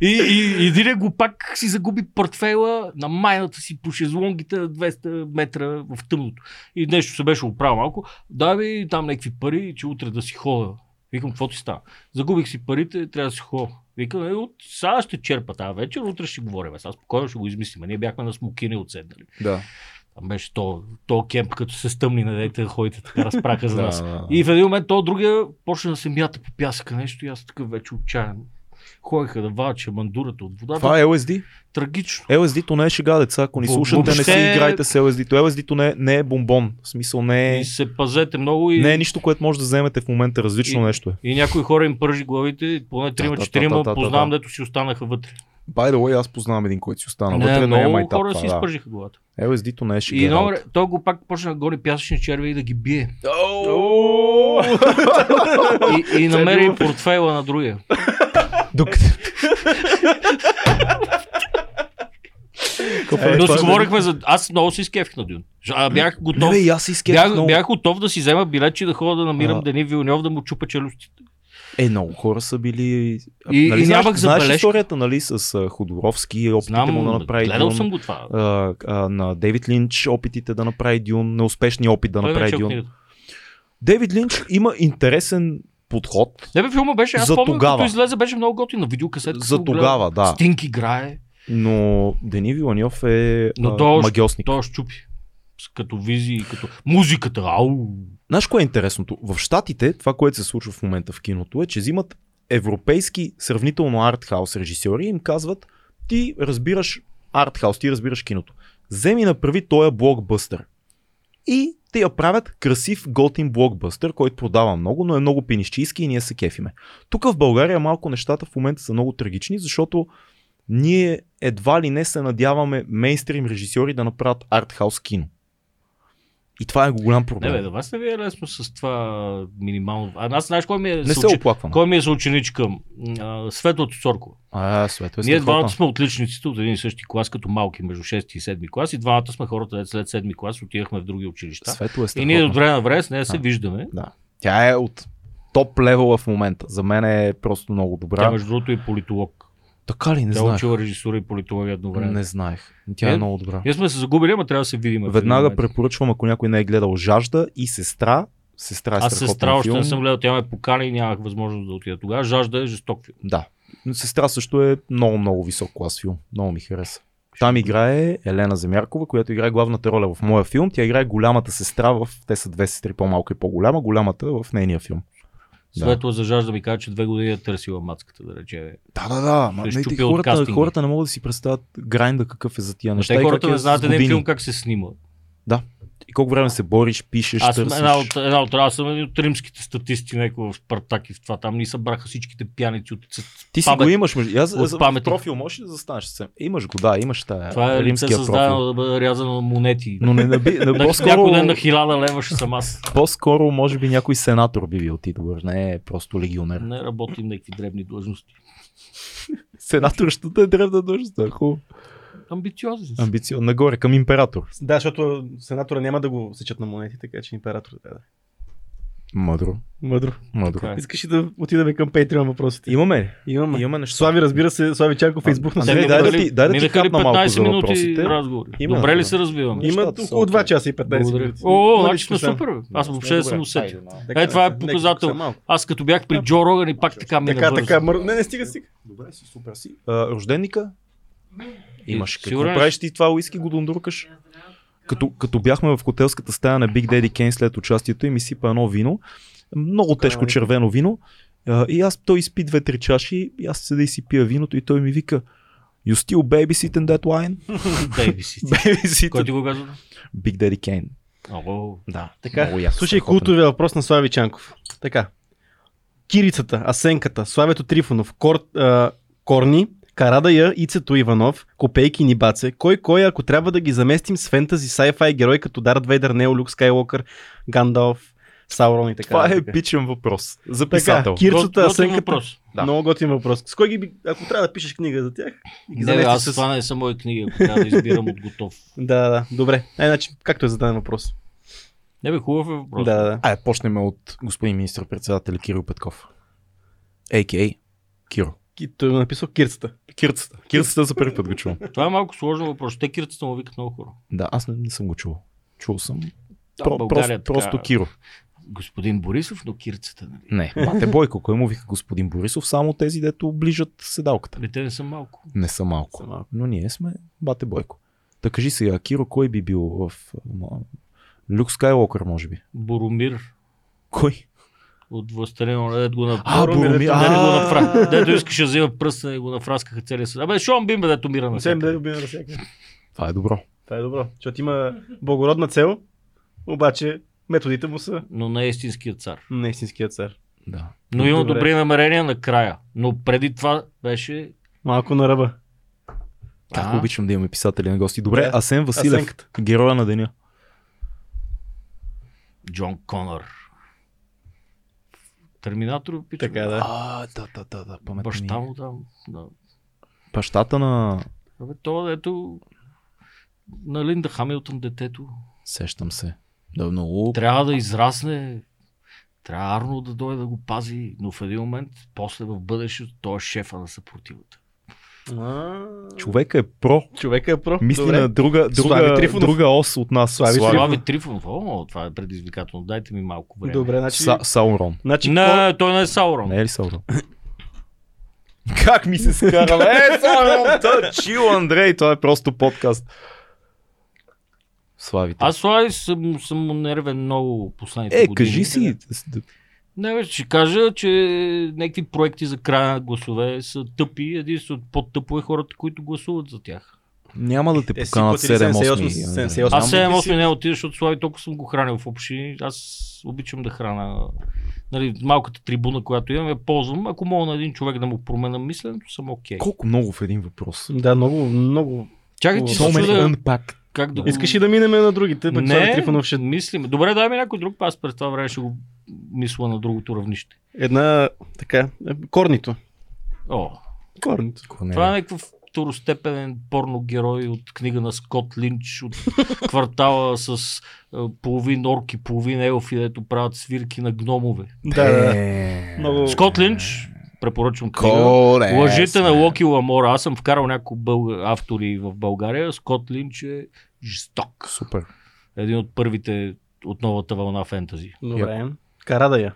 и, и, и един глупак си загуби портфейла на майната си по шезлонгите на 200 метра в тъмното. И нещо се беше оправил малко. Дай ми там някакви пари, че утре да си хода. Викам, какво ти става? Загубих си парите, трябва да си хо. Викам, е, от сега ще черпа тази вечер, утре ще говорим. Сега спокойно ще го измислим. Ние бяхме на смокине отседнали. Да. Там беше то, то кемп, като се стъмни, не дайте да ходите така разпраха за нас. да. И в един момент то другия почна да се мята по пясъка нещо и аз такъв вече отчаян. Ходиха да валча мандурата от водата. Това е LSD. Трагично. LSD-то не е шега, деца. Ако ни Бу- слушате, не си въобще- играйте с LSD-то. LSD-то не, не е бомбон. В смисъл не е... И се пазете много и... Не е нищо, което може да вземете в момента. Различно И- нещо е. И някои хора им пържи главите, и поне да, да, 3-4 да, да, познавам, да. дето си останаха вътре. By the way, аз познавам един, който си остана. Не, Вътре не е много майтап. хора си това, да. изпържиха главата. LSD-то не е шега. И едно време той го пак почна да гони пясъчни черви и да ги бие. И, е и намери портфейла на другия. Докато... Кафе, Но това си е- говорихме за... Аз много си скефих на Дюн. Ж- А, бях Не, готов. бе, и аз се изкефих Бях, много. бях готов да си взема билет, че да ходя да намирам А. Дени Вилньов да му чупа челюстите. Е, много хора са били... Нали, И- и знаеш, нямах знаеш забележка. историята, нали, с а, Ходоровски, опитите Знам, му да направи гледал Дюн, съм го това. а, а, на Дейвид Линч, опитите да направи Дюн, неуспешния опит да Той не направи чел Дюн. книгата. Дейвид Линч има интересен подход Не бе, филма беше, аз За помня, тогава. като излезе, беше много готин на видеокасетка. за съм го гледал. тогава, да. Стинг играе, Но Дени Виланьов е Но а, той- магиосник. той е щупи. С- Като визии, като музиката, ау. Знаеш кое е интересното? В Штатите това, което се случва в момента в киното е, че взимат европейски сравнително артхаус режисьори и им казват ти разбираш артхаус, ти разбираш киното. Вземи направи този блокбъстър. И те я правят красив, готин блокбъстър, който продава много, но е много пенищийски и ние се кефиме. Тук в България малко нещата в момента са много трагични, защото ние едва ли не се надяваме мейнстрим режисьори да направят артхаус кино. И това е голям проблем. Не бе, да вас не ви е лесно с това минимално. А аз знаеш кой ми е, Не се съучи- оплаквам. кой ми е съученичка? А, Светлото Цоркова. А, Свето е Ние двамата страхотна. сме отличниците от един и същи клас, като малки, между 6 и 7 клас. И двамата сме хората, дето след 7 клас отивахме в други училища. Свето е И ние от страхотна. време на време с нея се Да. виждаме. Тя е от топ левела в момента. За мен е просто много добра. Тя, между другото, е политолог. Така ли? Не Тя е знаех. учила режисура и политология едновременно. Не знаех. Тя е, Е, много добра. Ние сме се загубили, ама трябва да се видим. в един Веднага момент. препоръчвам, ако някой не е гледал Жажда и Сестра. Сестра е Аз страхотен сестра още филм. не съм гледал, тя ме покани и нямах възможност да отида тогава. Жажда е жесток филм. Да. Но Сестра също е много, много висок клас филм. Много ми хареса. Там играе Елена Земяркова, която играе главната роля в моя филм. Тя играе голямата сестра в... Те са две сестри, по-малка и по-голяма. Голямата в нейния филм. Да. Светла за жажда ми каза, че две години е търсила мацката, да рече. Да, да, да. Ма, Той не, те, щупи от хората, кастинга. хората не могат да си представят грайнда какъв е за тия Но неща. те и хората как е не знаят с един години. филм как се снима. И колко време се бориш, пишеш, Аз съм търсиш. една от, една от, аз съм един от римските статисти, някой в Спартак и в това. Там ни събраха всичките пяници от цет- Ти си памет. го имаш. между- Аз, От аз, в памет. профил можеш ли да застанеш съвсем? Имаш го, да, имаш тая. Това е лице римския създадено профил. да бъде рязано на монети. Но не, наби, не На- по-скоро, Някой ден на хиляда лева ще съм аз. по-скоро, може би някой сенатор би бил ти добър, не е просто легионер. Не работим някакви дребни длъжности. Сенатор ще да е древна длъжност, да, хубаво. Амбициозен си. Амбицион, нагоре, към император. Да, защото сенатора няма да го сечат на монети, така че император трябва да. Мъдро, Мъдро. мъдро. Така е. Искаш ли да отидем към Patreon въпросите? Имаме ли? Имаме. Имаме неща. Слави, разбира се, Слави Чаков А, е избухна. с- Андрей, Ами, дай да минаха ли- ти- дай да ти минаха ли хапна малко 15 за минути въпросите? разговори. Има, Добре да. ли се развиваме? Има Има нещата са около 2 окей. часа и 15 Благодаря. минути. О, Ходиш значи сме косам. супер. бе. Аз въобще не съм усетил. Така, Е, това е нека показател. са малко. Аз като бях при Джо Роган и пак така ми Така, така. мър- Не, не, стига, стига. Добре си, супер си. А, рожденника? Имаш. Какво сигурен ли си? правиш ти това уиски го дундуркаш? Като, като бяхме в хотелската стая на Big Daddy Kane след участието и ми сипа едно вино, много тежко червено вино, а, и аз той изпи две-три чаши, и аз седа и си пия виното и той ми вика You still babysitting that wine? Бейбисите. Кой ти babysitting го казва? Big Daddy Kane. Да, О, много е Така, ясно. слушай страхотен. култовия въпрос на Слави Чанков. Така. Кирицата, Асенката, Славето Трифонов, Кор, а, Корни, Карадая, Ицето Иванов, Копейки Нибаце. Кой кой, е, ако трябва да ги заместим с фентази, sci-fi герой като Дарт Вейдър, Нео, Люк Скайлокър, Гандалф, Саурон и така. Това е нататък. епичен въпрос. За така, писател. Кирицата, готин Асенката. въпрос. Да. Много готин въпрос. С кой ги, би- ако трябва да пишеш книга за тях? ги Не, бе, замести аз с- това не е са мои книги, ако трябва да избирам от готов. Да, да, добре. Е, значи, както е зададен въпрос. Не бе, хубав е въпрос. Да, да, да. Айде, почнем от господин министр-председател Кирил Петков. А.К.А. Киро. Ки- Той го е написал Кирцата. Кирцата. Кирцата за първи път го чувам. Това е малко сложен въпрос. Те кирцата му викат много хора. Да, аз не, не съм го чувал. Чувал съм. Да, Про, България просто, така- просто Киро. господин Борисов, но кирцата, нали? Не, бате Бойко, кой му вика господин Борисов, само тези, дето оближат седалката. Ами те не са малко. Не са малко. Са малко. Но ние сме бате Бойко. Та кажи сега, Киро, кой би бил в... м, Люк Скайлокър, може би. Боромир Кой? от Властелина, нали, дед го на... А, Боромир, Боромир. ето, Дето го А, нафра... Дето искаше да взима пръста и го нафраскаха целия съд. Абе, Шон Бимбе, дето мира на Не се им даде обидно на всяка. Това е добро. Това е добро, защото има благородна цел, обаче методите му са Но не е истинския цар. не истинския цар. Да. Но има Добре. добри намерения накрая. Но преди това беше... Малко на ръба. Как А? обичам да имаме писатели на гости. Добре, Да. Асен Василев, Асенката. героя на деня. Джон Конър. Терминатор, пичо. Така е, да. А, да, да, да, да. памет ми. Баща му там. Да. Бащата на... Абе, то ето на Линда Хамилтън детето. Сещам се. Да, много... Трябва да израсне. Трябва Арно да дойде да го пази, но в един момент, после в бъдещето, той е шефа на съпротивата. Човека е про. Човека е про. Мисли Добре. на друга, друга, Слави Трифонов. друга ос от нас. Слави Слави Трифонов, о, това е предизвикателно, дайте ми малко време. Добре, значи... Са, Саурон. Значи, Не, какво- не, той не е Саурон. Не е ли Саурон? как ми се скарал? Е, Саурон, та, чил, Андрей, това е просто подкаст. Славите. Аз Слави съм, съм му нервен много последните Е, години. кажи си. Не, бе, ще кажа, че някакви проекти за края на гласове са тъпи. Единственото по-тъпо е хората, които гласуват за тях. Няма да те Е, си поканат платили 78, 7-8. 78. Аз е Знам, 7-8 ти си- не отида, защото Слави толкова съм го хранил в общи. Аз обичам да храна. Нали, малката трибуна, която имам, я ползвам. Ако мога на един човек да му променя мисленето, съм окей. Колко много в един въпрос. е Да, много, много. Чакай, ти So се Солмен many чудя unpack. как да го... Искаш и да минем на другите, пък не. Трифонов ще... мислим. Добре, дай ми някой друг, па аз през това време ще го мисля на другото равнище. Една, така, е, корнито. О, Корнито. това е някакъв второстепенен порно герой от книга на Скот Линч от квартала с е, половин орки, половин елфи, дето правят свирки на гномове. Е, Да, да, да. Е, Много... Скот Линч, препоръчвам книга. Коле, Лъжите Е, сме. на Локи Ламора. Аз съм вкарал няколко бълг... автори в България. Скот Линч е жесток. Супер. Един от първите от новата вълна фентази. Добре. Карадая.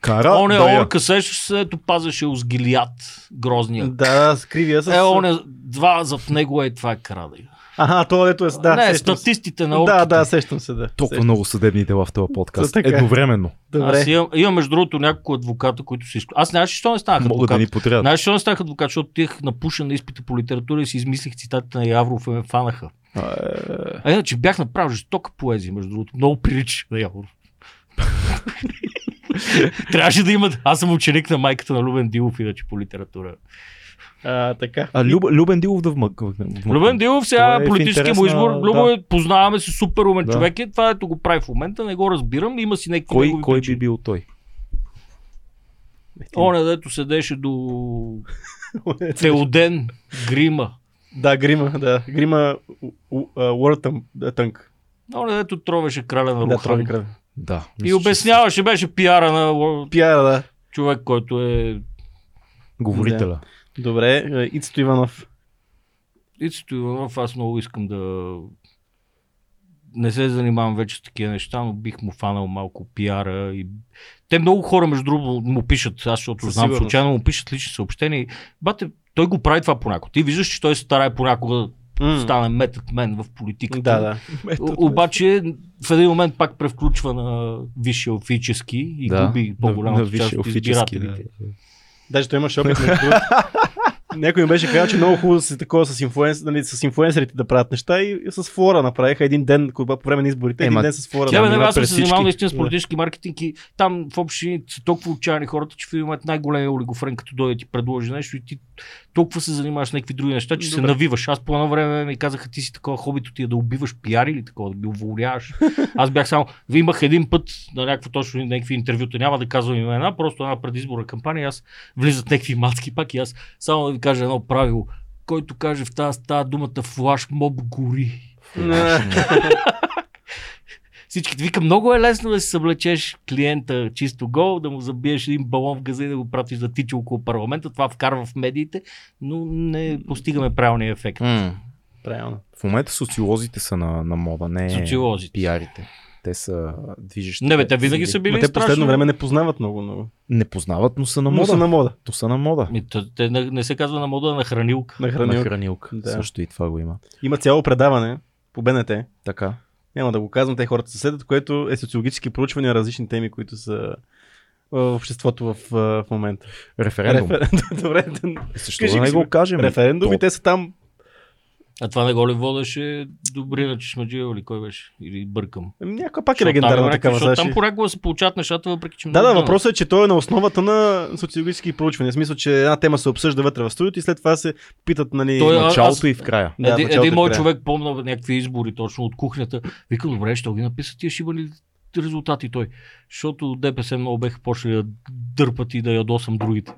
Кара. Да, он е да я. орка, сещаш се, ето пазеше Узгилият, грозния. Да, с кривия с... Е, он е, два зад него е, това е крадай. Аха, това дето е... с- Да, не, сещам се. статистите на орките. Да, да, сещам се, да. Толкова Сещам. много съдебни дела в този подкаст. Та така. Едновременно. Добре. Аз имам, имам, между другото, няколко адвоката, които се изключват. Аз знаеш, защо не станах Могат адвокат. да ни потрябват. Знаеш, защо не станах адвокат, защото отих напушен на изпита по литература и си измислих цитатите на Явров и ме фанаха. Е. А иначе бях направил жестока поезия, между другото. Много прилича на Явор. Трябваше да имат. Аз съм ученик на майката на Любен Дилов, иначе по литература. А, така. А Люб, Любен Дилов да вмък. вмък- Любен Дилов сега Това е е в политически интерес му на- избор. да. Любо е, познаваме се, супер умен Да. човек е. Това, ето го прави в момента, не го разбирам. Има си някакви Кой, негови кой би причини. бил той? Оня, дето седеше до Теоден Грима. да, грима, да. Грима у- у- а, Уортъм е тънк. Оня, дето тровеше краля на Да, трови Рухан. кръв. Да. и мисля, че обясняваше, беше пиара на Ло- Пиара, да. човек, който е Говорителя. Добре, е, Ицто Иванов. Ицето Иванов, аз много искам да не се занимавам вече с такива неща, но бих му фанал малко пиара. И... Те много хора, между другото, му пишат, аз защото Със знам, сигурност. случайно му пишат лични съобщения. и, Бате, той го прави това понякога. Ти виждаш, че той се старае понякога да М. стане метът мен в политиката. Да, да. О- Обаче в един момент пак превключва на висше офически и Да, губи на- на по-голямата висше част от офически, избирателите. Даже той имаше опит. между другото. Някой ми беше казал, че е много хубаво да се такова с, инфлуенс, нали, с инфлуенсърите да правят неща и и с флора направиха един ден, кога по време на изборите, един Ема, ден с флора. тя Да, бе, мина не, бе, аз съм през се всички. занимавал наистина с Да. политически маркетинг и там в общи са толкова отчаяни хората, че в един момент най-големия олигофрен, като дойде ти предложи нещо и ти толкова се занимаваш с някакви други неща, че се Добре. навиваш. Аз по едно време ми казаха, ти си такова хобито ти е да убиваш пиари или такова, да ги уволяваш. Аз бях само, имах един път на някакво точно някакви интервюта, няма да казвам имена, просто една предизборна кампания, и аз влизат някакви мацки пак и аз само да ви кажа едно правило. Който каже в тази, тази думата флаш моб гори. Всички вика, много е лесно да си съблечеш клиента чисто гол, да му забиеш един балон в газа и да го пратиш да тича около парламента. Това вкарва в медиите, но не постигаме правилния ефект. М. Правилно. В момента социолозите са на, на мода, не Социолозите. пиарите. Те са движещи. Не, бе, те винаги са били Ма те страшно. последно време не познават много, много. Не познават, но са на Но мода. са на мода. То са на мода. Ми, те- Те не, не се казва на мода на хранилка. На На хранилка. хранилка. Да. Също и това го има. Има цяло предаване по БНТ. Така. Няма да го казвам, те хората се седят, което е социологически проучвания на различни теми, които са в обществото в, в момента. Референдум. Рефер- Добре, Защо кажи да не ги го сега. кажем? референдуми, То- те са там. А това не го ли водеше Добрина Чешмаджиева или кой беше? Или бъркам? Ами, Някаква пак е Защото там легендарна някакви- такава. Защото Саши. там порякога се получават нещата, въпреки Да, че много да, дълно. въпросът е, че той е на основата на социологически проучвания. В смисъл, че една тема се обсъжда вътре в студиото и след това се питат, нали... Той е- В а- началото аз- и в края. Да, един, началото един и мой края. човек помна някакви избори точно от кухнята. Вика, добре, ще ги написа тия ще има ли резултати той. Защото от ДПС много беха почнали да дърпат и да ядосам другите.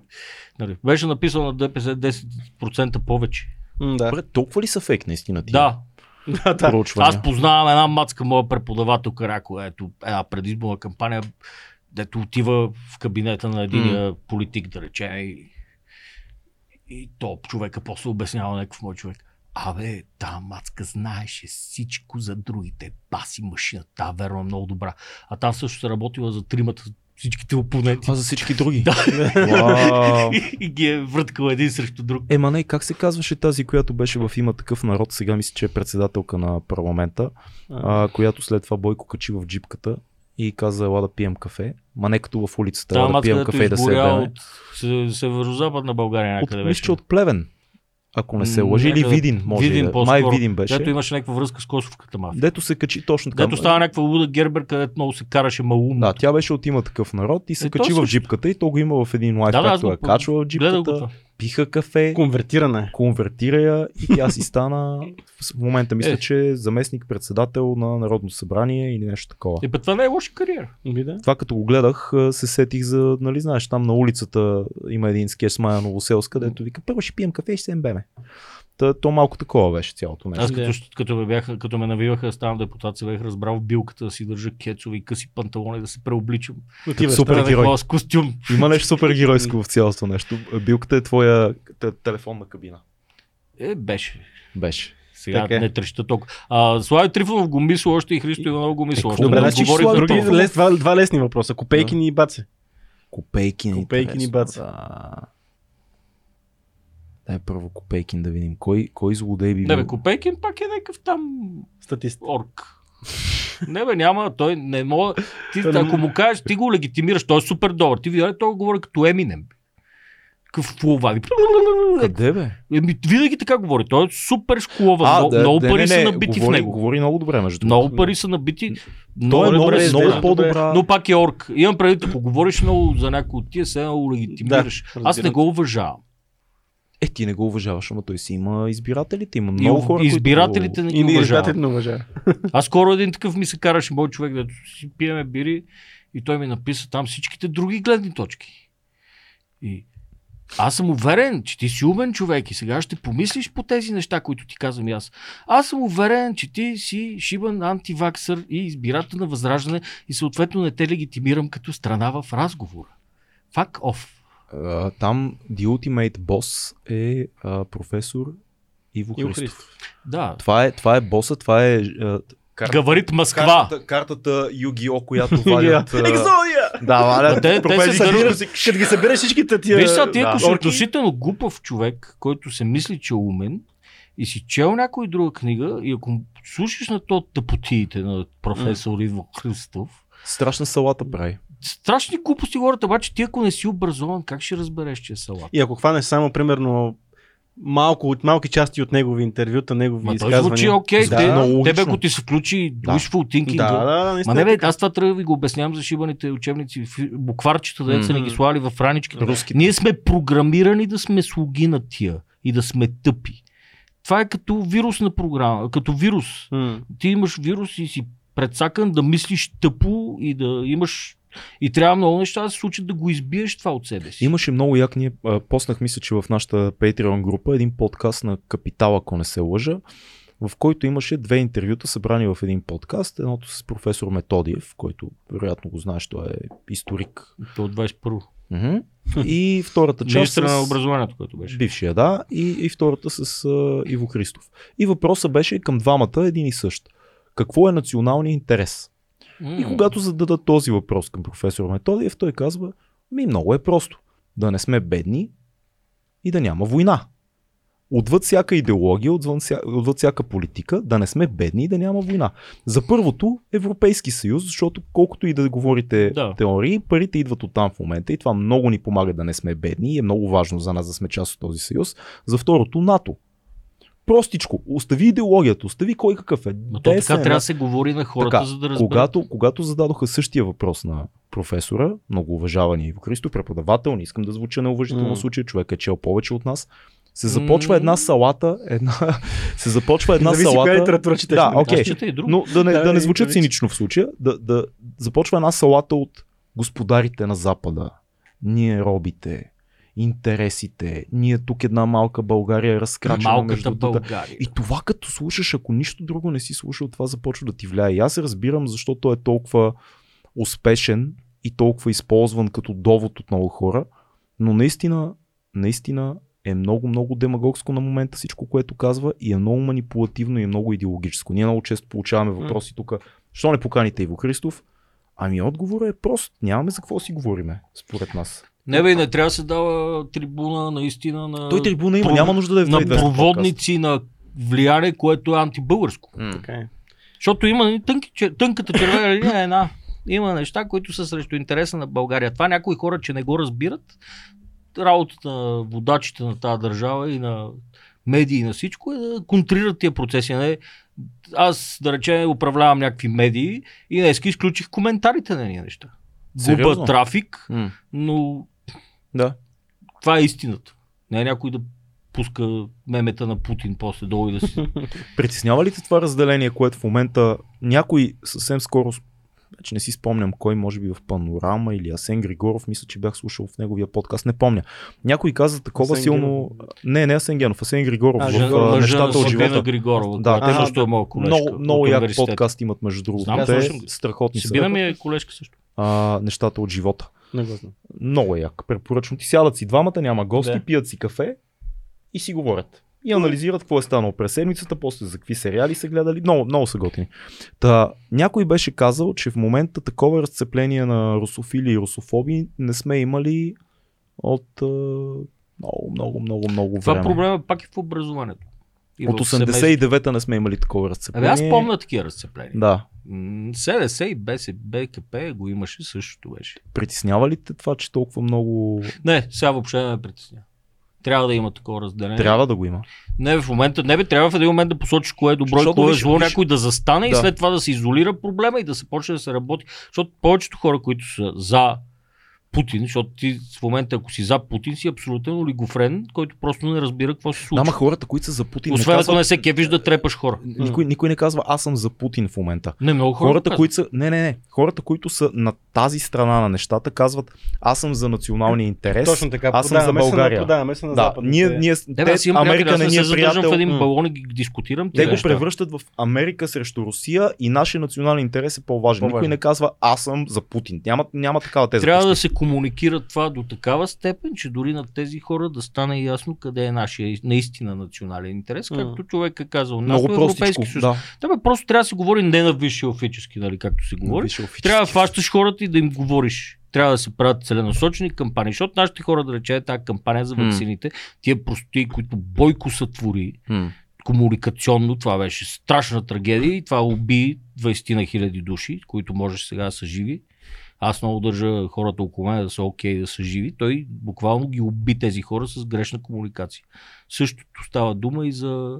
Нали, беше написано на ДПС 10% повече. М, Да, Добре, толкова ли са фейк наистина ти? Да, да, да. Проучвания. Аз познавам една мацка, моя преподавател Карако, ето, една предизборна кампания, дето отива в кабинета на един политик, да речем, и, и то човека после обяснява някакъв мой човек. Абе, та мацка знаеше всичко за другите. Баси машина, та верно е много добра. А там също се работила за тримата всичките опоненти. Това за всички други. Да. Вау. И, и ги е връткал един срещу друг. Ема не, как се казваше тази, която беше в има такъв народ, сега мисля, че е председателка на парламента, а, която след това Бойко качи в джипката и каза, ела да пием кафе. Ма не като в улицата, Та ела да мацка, пием дето кафе и да се изгоря ядеме. от се- северо-западна България От, някъде мисля, че от Плевен. Ако не се М, лъжи, или някъде- Видин, може Видин и да. е. по-скоро. Май Видин беше. Дето имаше някаква връзка с косовката мафия. Дето се качи точно така. Дето става някаква луда Гербер, където много се караше малумно. Да, тя беше от има такъв народ и се Е, то качи в също. джипката и то го има в един лайф, Да, да, аз както го я по- качва в Гледал го джипката, това. пиха кафе, Конвертирана е. конвертира я и тя си стана в момента мисля, Е. че е заместник-председател на Народно събрание или нещо такова. И пък това не е лоша кариера. Ми да. Това като го гледах, а, се сетих за, нали знаеш, там на улицата има един скеш с Майя Новоселска, където вика, първо ще пием кафе и ще се беме. Та, то малко такова беше цялото Аз нещо. като, като, ме, бяха, като ме навиваха да ставам депутат, се бях разбрал в билката да си държа кецове и къси панталони, да се преобличам. Отиваш. Супер. да. Да, Герой. такова с костюм. Има нещо супергеройско в цялото нещо. Билката е твоя те- телефонна кабина. Е, беше. Беше. Сега Така е. не треща толкова. А, Слави Трифонов го мисля още и Христо Иванов го Е, мисля още. какво Добре, Но значи говорих Слави за други, това. Трифонов. лес, два, два лесни въпроса. Копейкини и баци. Копейкин. е Копейкин и интересно, Бац. Да. Дай първо Копейкин да видим. Кой, кой злодей би Не бе, бил? Копейкин пак е някакъв там Статист. орк. Не бе, няма, той не може. Ти, Той не ако му кажеш, ти го легитимираш, той е супер добър. Ти видя, ли, той говори като Еминем. Какъв плува. Къде бе? Еми, винаги така говори. Той е супер школова. много, много пари са набити говори, в него. Говори много добре, между Много пари са набити. Той е много, добре, много изглежда по-добра. но пак е орк. Имам преди, ако говориш много за някой от тия, сега го легитимираш. Да, Аз разбирам не те. го уважавам. Е, ти не го уважаваш, ама той си има избирателите. Има И много хора, които избирателите го- не И ги ние уважават. избирателите не уважава. Аз скоро един такъв ми се караше мой човек, да си пиеме бири и той ми написа там всичките други гледни точки. И аз съм уверен, че ти си умен човек и сега ще помислиш по тези неща, които ти казвам и аз. Аз съм уверен, че ти си шибан антиваксър и избирател на възраждане и съответно не те легитимирам като страна в разговора. Fuck off. А, там The Ultimate Boss е а, професор Иво, Иво Христов. Да. Това е, това е боса, това е... А, кар... Гаварит Москва. Картата, картата Югио, която вадят... а, Екзодия! Да, Ма те- те валя, се пропели събират- си. Като ги събереш всичките тия... Виж сега, ти ако да. си орки, относително глупав човек, който се мисли, че е умен, и си чел някоя друга книга, и ако слушаш на то тъпотиите на професор Иво Христов, Страшна салата прави. страшни глупости говорят, обаче ти ако не си образован, как ще разбереш, че е салат? И ако хванеш само, примерно, малко от малки части от негови интервюта, негови Ма той изказвания. звучи окей, Да, те, много тебе логично. ако ти се включи Да. wishful thinking, Да, да, да, Ма наистина. не бе, аз това трябва да ви го обяснявам за шибаните учебници, фи- букварчета, да са ни ги Мгм. слали в раничките. Руските. Ние сме програмирани да сме слуги на тия и да сме тъпи. Това е като вирусна програма, като вирус. М. Ти имаш вирус и си предсакан да мислиш тъпо и да имаш и трябва много неща да се случат да го избиеш това от себе си. Имаше много як, ние а, поснах, мисля, че в нашата Patreon група, е един подкаст на Капитал, ако не се лъжа, в който имаше две интервюта събрани в един подкаст. Едното с професор Методиев, който вероятно го знаеш, той е историк. То от 21-во. Мгм. И втората част... Министра на с- образованието, което беше. Бившия, да. И, и втората с а, Иво Христов. И въпросът беше към двамата един и същ. Какво е националният интерес? И когато зададат този въпрос към професор Методиев, той казва, ми много е просто. Да не сме бедни и да няма война. Отвъд всяка идеология, отвън вся- отвъд всяка политика, да не сме бедни и да няма война. За първото, Европейски съюз, защото колкото и да говорите Да. теории, парите идват от там в момента и това много ни помага да не сме бедни и е много важно за нас да сме част от този съюз. За второто, НАТО. Простичко, остави идеологията, остави кой какъв е. Ма то десен така е, трябва да се говори на хората, Така, за да разберат. когато, когато зададоха същия въпрос на професора, много уважавания Иво Христо, преподавател, не искам да звуча неуважително М. в случая, човек е чел повече от нас, се започва една салата, една, се започва една Зависи коя е салата, литература четеш. Да, нали? окей. Аз чета и друго. но да не, Да, да не и звучи повече. цинично в случая, да, да започва една салата от господарите на Запада, ние робите, интересите, ние тук една малка България е разкрачена Малката между двете. България. И това като слушаш, ако нищо друго не си слушал, това започва да ти влияе. И аз разбирам защо той е толкова успешен и толкова използван като довод от много хора, но наистина, наистина е много, много демагогско на момента всичко, което казва и е много манипулативно и е много идеологическо. Ние много често получаваме въпроси тук, що не поканите Иво Христов? Ами отговорът е прост, нямаме за какво си говориме, според нас. Не бе, не трябва да се дава трибуна наистина на, Той трибуна има, пров- няма нужда да е в на 2200 проводници, на влияние, което е антибългарско. подкаст. М. Така е. Защото има и тънки, че- тънката червена линия е една. Има неща, които са срещу интереса на България. Това някои хора, че не го разбират, работата на водачите на тази държава и на медии и на всичко е да контрират тия процеси. а Не, аз, да речем, управлявам някакви медии и днес изключих коментарите на ние неща. Губа Сериозно? трафик, М. но Да. това е истината. Не е някой да пуска мемета на Путин после долу и да си... Притеснява ли те това разделение, което в момента някой съвсем скоро, вече не си спомням кой, може би в Панорама или Асен Григоров, мисля, че бях слушал в неговия подкаст, не помня. Някой каза такова Асен силно... Не, не Асен Генов, Асен Григоров А, в жена- а, мъжа на нещата от Сабина живота. Григорова, Да, да, те- тя също е моя колежка. Много, много от як университета. подкаст имат, между другото. Знам, Те слушам го. страхотни са. Сабина ми е колежка също. А, нещата от живота. Не го знам. Много е як. Препоръчвам ти. Сядат си двамата, няма гости, Да. пият си кафе и си говорят. И анализират какво е станало през седмицата, после за какви сериали са гледали. Много, много са готини. Та, някой беше казал, че в момента такова разцепление на русофили и русофоби не сме имали от а, много, много, много, много Това време. проблема пак е в образованието. И От Ами- в семейството. 89-та не сме имали такова Абе, разцепление. аз помня такива разцепления. Да. М, СДС и БС, БКП го имаше същото беше. Притеснява ли те това, че толкова много... Не, сега въобще не ме притесня. Трябва да има такова разделение. Трябва да го има. Не, в момента, не бе, трябва в един момент да посочиш кое е добро Защото и кое е виж- зло, виж- някой да застане и Да. след това да се изолира проблема и да се почне да се работи. Защото повечето хора, които са за Путин, защото ти в момента, ако си за Путин, си абсолютен олигофрен, който просто не разбира какво се Да, случва. ма хората, които са за Путин, не Освен ако казват... не се кефиш да трепаш хора. Никой, никой не казва, аз съм за Путин в момента. Не, много хора. Хората, го които са, не, не, не, хората, които са на тази страна на нещата, казват, аз съм за националния интерес, Е, Точно така. аз съм за продаваме се на- България. Продаваме се на да, западните. Е, ние, ние, казват. Не, те, Е, бе, аз имам Америка не ни се е задържам приятел. в един Е, М. балон и ги дискутирам. Те тия го неща. превръщат в Америка срещу Русия и нашия национален интерес е по-важен. По-важен. Никой не казва, аз съм за Путин. Няма, няма такава теза. Трябва да се комуникира това до такава степен, че дори на тези хора да стане ясно къде е нашия наистина национален интерес, М. както човек е казал. Много НАТО, Европейски простичко. съюз. Да, Да, бе, просто трябва да се говори не на висше офически, нали, както се говори. Виж, офически. Трябва да фащаш хората и да им говориш. Трябва да се правят целенасочени кампании, защото нашите хора, да рече, тази кампания за М. вакцините, тия прости, които Бойко сътвори, М. комуникационно това беше страшна трагедия и това уби 20 на хиляди души, които може сега да са живи. Аз много държа хората около мен да са окей, да са живи. Той буквално ги уби тези хора с грешна комуникация. Същото става дума и за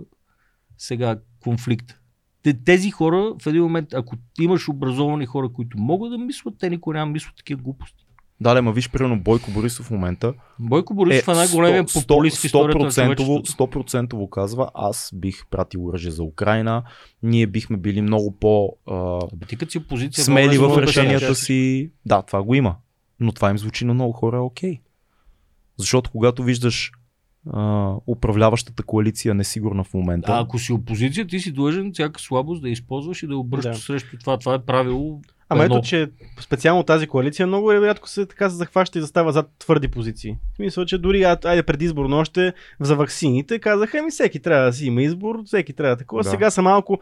сега конфликт. Те- Тези хора в един момент, ако имаш образовани хора, които могат да мислят, те никога няма да мислят такива глупости. Да, да, ма виж, примерно Бойко Борисов в момента Бойко Борисов е, най-големия популист в историята на 100%, човечеството. 100% казва, аз бих пратил оръжие за Украина, ние бихме били много по а, Бе, Ти като си опозиция, смели много в лесно да обясняваш. решенията си. Да, това го има. Но това им звучи на много хора окей. Защото когато виждаш а, управляващата коалиция несигурна в момента, А ако си опозиция, ти си длъжен всяка слабост да я използваш и да я обръщаш Да. да. срещу това. Това е правило. Ама едно. ето, че специално тази коалиция много е рядко се така се захваща и застава зад твърди позиции. В смисъл, че дори а, айде предизборно ами още за ваксините казаха, ми всеки трябва да си има избор, всеки трябва да такова. Да. Сега са малко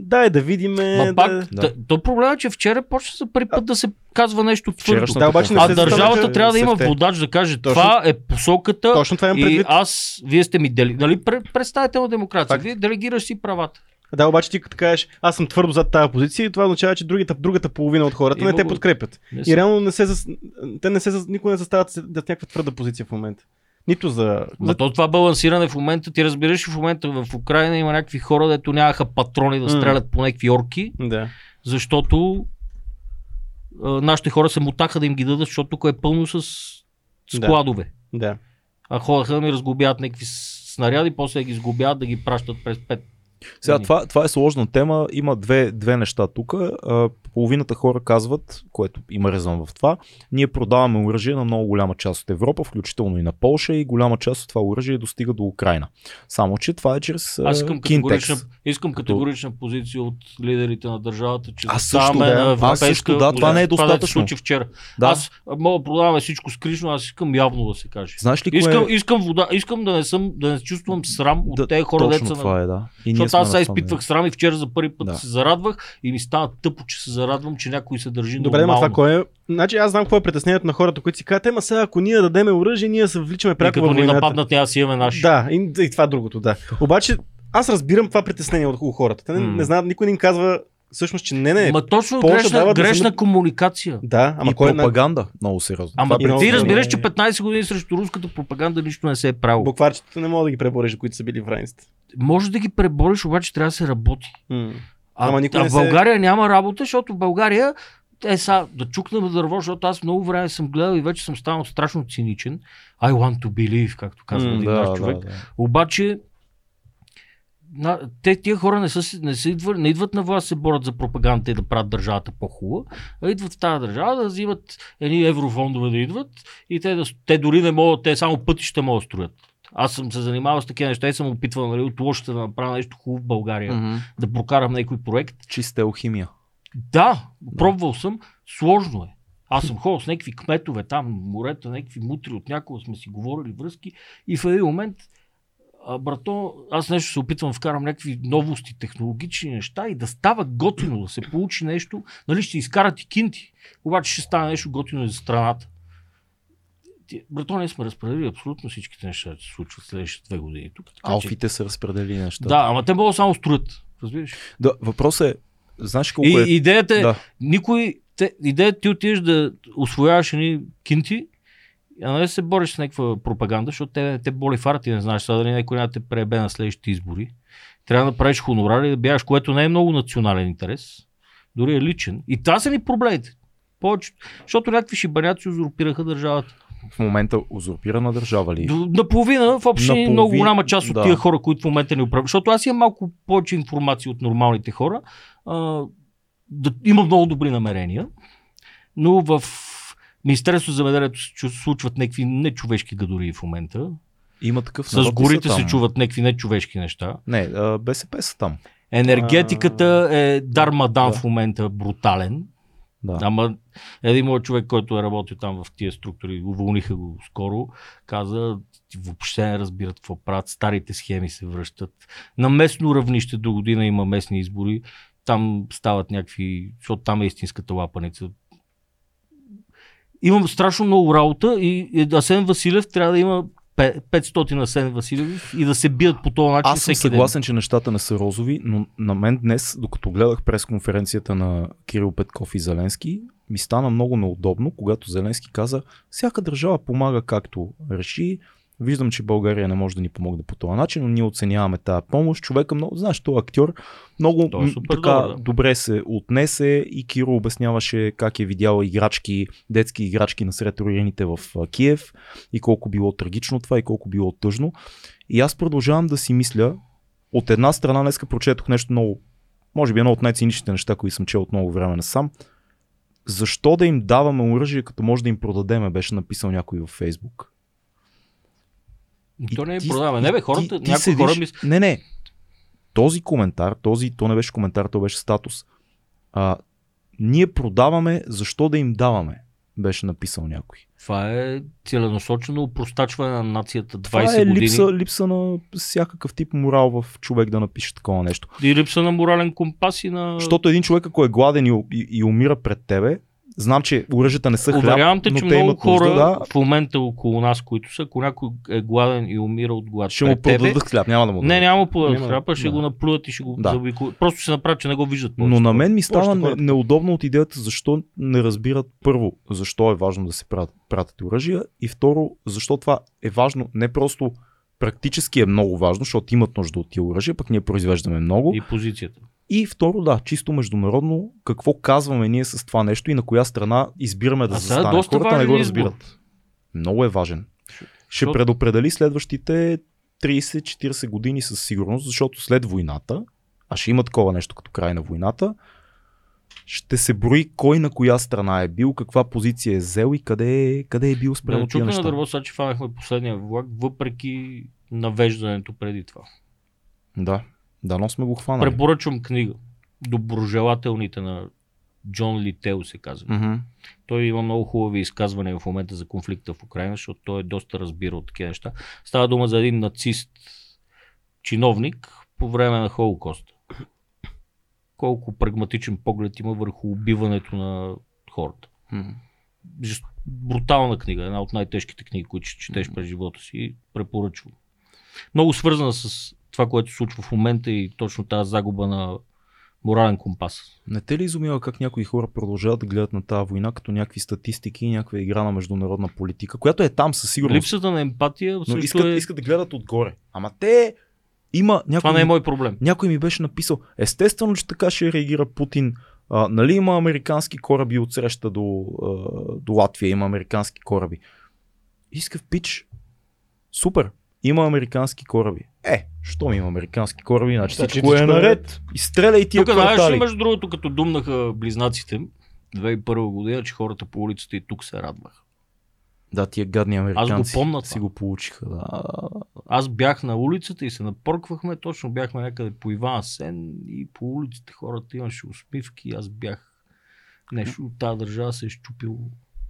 Дай да видим. Ма Е, Да... пак, да. да. то проблема е, че вчера почна за първи път да се казва нещо твърдо. Вчерашната Да, обаче не А се държавата заставяше трябва да има сефте. водач да каже Точно- това е посоката Точно това имам и предвид. аз, вие сте ми дели. Нали, пре- представителна демокрация, Факт. вие делегираш си правата. Да, обаче ти като кажеш, аз съм твърдо зад тази позиция и това означава, че другата, другата половина от хората Има не те го- подкрепят. Не И си- реално не се, зас... те не се, зас- никога не застават за някаква твърда позиция в момента. Нито за... Ма за... то това балансиране в момента, ти разбираш, в момента в Украина има някакви хора, дето нямаха патрони да М. стрелят по някакви орки, Да. защото а, нашите хора се мутаха да им ги дадат, защото тук е пълно с складове. Да. А ходеха да ми разглобяват някакви с- снаряди, после да ги изглобяват, да ги пращат през пет. Сега Дни. това, това е сложна тема. Има две, две неща тук. А, Половината хора казват, което има резон в това, ние продаваме оръжие на много голяма част от Европа, включително и на Полша и голяма част от това оръжие достига до Украина. Само, че това е чрез Аз искам Кинтекс. категорична, искам категорична позиция от лидерите на държавата, че Аз заставаме също, да. на Аз европейска също, да, това позиция. не е Това да се достатъчно. случи вчера. Да. Аз а, мога да продаваме всичко скришно, аз искам явно да се каже. Знаеш ли Искам, кое... искам вода, искам да не съм, да не чувствам срам от е- Да, тези хора, точно деца на... това е, да. И ние Защото сме аз сега на това мнение. изпитвах срам и вчера за първи път Да. се зарадвах и ми стана тъпо, че се зарадвам, че някой се държи Добре, ама нормално. това кое е? Значи аз знам какво е притеснението на хората, които си казват, ема сега ако ние дадеме оръжие, ние се вличаме И пряко като във ни войната. нападнат, няма да си имаме наши. Да, и, и това другото, да. Обаче аз разбирам това притеснение от у хората. Те не, М. не знаят, никой не им казва всъщност, че не, не. Ма точно Полша грешна, дава да грешна заме- комуникация. Да, ама и кой е най- пропаганда, много сериозно. Ама Това е много ти добре. разбираш, че 15 години срещу руската пропаганда нищо не се е правило. Букварчетата не мога да ги пребориш, които са били в раницата. Може да ги пребориш, обаче трябва да се работи. М. А, Ама никой а не в се- България няма работа, защото в България е са, да чукна на дърво, защото аз много време съм гледал и вече съм станал страшно циничен. I want to believe, както казва М, един Да, наш да, нали, човек. да. Обаче, на, те, тия хора не, са, си- не, са идва, не идват на власт, се борят за пропаганда и да правят държавата по-хубава, а идват в тази държава да взимат едни еврофондове да идват и те, да, с- те дори не могат, те само пътища могат да строят. Аз съм се занимавал с такива неща и съм опитвал нали, от лошите да направя нещо хубаво в България, Мгм. Значи да прокарам някой проект. Чиста алхимия. Да, пробвал съм, сложно е. Аз съм ходил с някакви кметове там, морета, някакви мутри, от някого сме си говорили връзки и в един момент, а, брато, аз нещо се опитвам да вкарам някакви новости, технологични неща и да става готино, да се получи нещо, нали ще изкарат и кинти, обаче ще стане нещо готино и за страната. Ти- Брато, ние сме разпределили абсолютно всичките неща, които се случват следващите две години тук. така че- Алфите са разпределили нещата. Да, ама те могат само строят, разбираш? да въпросът е, знаеш колко И, е... идеята е, Да. никой... Те, идеята ти отидеш да освояваш едни кинти, а не да се бориш с някаква пропаганда, защото те, те боли фарат и не знаеш сега дали някой няма да те преебе на следващите избори. Трябва да правиш хонорар и да бягаш, което не е много национален интерес, дори е личен. И това са ни проблемите. Повече, защото някакви шибаняци узурпираха държавата. в момента узурпирана държава ли? е? До- Наполовина, в общи Наполовина, много голяма част от да. тия хора, които в момента ни управляват. Защото аз имам малко повече информация от нормалните хора. А, да, има много добри намерения, но в Министерството за земеделието се чу- случват някакви нечовешки гадори в момента. Има такъв С народ ли горите са се там? е. чуват някакви нечовешки неща. Не, а, БСП са там. Енергетиката е дармадан Да. в момента брутален. Да. Ама един мой човек, който е работил там в тия структури, уволниха го скоро, каза, «Ти въобще не разбират какво правят, старите схеми се връщат. На местно равнище до година има местни избори, там стават някакви, защото там е истинската лапаница. Имам страшно много работа и и Асен Василев трябва да има пе- 500 Асен Василев и да се бият по този начин Аз съм всеки ден. съгласен, че нещата не са розови, но на мен днес, докато гледах пресконференцията на Кирил Петков и Зеленски, ми стана много неудобно, когато Зеленски каза, всяка държава помага както реши, виждам, че България не може да ни помогне по този начин, но ние оценяваме тази помощ. Човека много, знаеш, той е актьор, много Той е м, супер така добър, да. добре се отнесе и Киро обясняваше как е видял играчки, детски играчки насред руините в а, Киев и колко било трагично това и колко било тъжно. И аз продължавам да си мисля, от една страна днеска прочетох нещо много, може би едно от най-циничните неща, които съм чел от много време насам. Защо да им даваме оръжие, като може да им продадеме, беше написал някой във Фейсбук. И То не е ти- продаване. Не бе, хората, някои хора мислят, Не, не. Този коментар, този, то не беше коментар, то беше статус. А, ние продаваме, защо да им даваме? беше написал някой. Това е целенасочено опростачване на нацията 20 Това е години. липса, липса на всякакъв тип морал в човек да напише такова нещо. И липса на морален компас и на... Защото един човек, ако е гладен и, и, и умира пред тебе, знам, че оръжията не са хляб, Уверявам те, но че те много имат хора нужда, да, в момента около нас, които са, ако някой е гладен и умира от глад ще пред му тебе, продадат хляб, няма да му Не, дадат. няма по Няма. храпа, ще Да. го наплюят и ще го Да. да. Просто се направят, че не го виждат. Но на мен ми стана Повечето не, хора така. неудобно от идеята защо не разбират първо защо е важно да се пратят, пратят оръжия и второ защо това е важно не просто практически е много важно, защото имат нужда от тия оръжия, пък ние произвеждаме много. И позицията. И второ, да, чисто международно, какво казваме ние с това нещо и на коя страна избираме да А сега е застане. доста Хората не важен го избор. разбират. Много е важен. Ще Защото- предопредели следващите 30-40 години със сигурност, защото след войната, а ще има такова нещо като край на войната, ще се брои кой на коя страна е бил, каква позиция е взел и къде е, къде е бил Да, спрямо чука тия на неща. дърво, сега че фанахме последния влак, въпреки навеждането преди това. Да, дано сме го хванали. Препоръчвам книга. Доброжелателните на Джон Лител се казва. Мгм. Той има много хубави изказвания в момента за конфликта в Украина, защото той е доста разбира от такива неща. Става дума за един нацист чиновник по време на Холокоста. Колко прагматичен поглед има върху убиването на хората. Мгм. Жест- брутална книга, една от най-тежките книги, които ще четеш през живота си и препоръчвам. Много свързана с това, което се случва в момента и точно тази загуба на морален компас. Не те ли изумява как някои хора продължават да гледат на тази война като някакви статистики и някаква игра на международна политика, която е там със сигурност. Липсата на емпатия но също искат, е... искат да гледат отгоре. Ама те има някой, Това не е ми- мой проблем. някой ми беше написал, естествено, че така ще реагира Путин. А, нали има американски кораби от среща до, а, до Латвия, има американски кораби. Иска в пич. Супер. Има американски кораби. Е, щом има американски кораби, значи Значи всичко е всичко е наред. И стреляй тия Тук, знаеш ли, квартали. между другото, като думнаха близнаците 2001 година, че хората по улицата и тук се радваха. Да, тия гадни американци помня си това. го получиха. Да. Аз бях на улицата и се напорквахме, точно бяхме някъде по Иван Сен и по улиците хората имаше усмивки, аз бях нещо от тази държава се е щупило.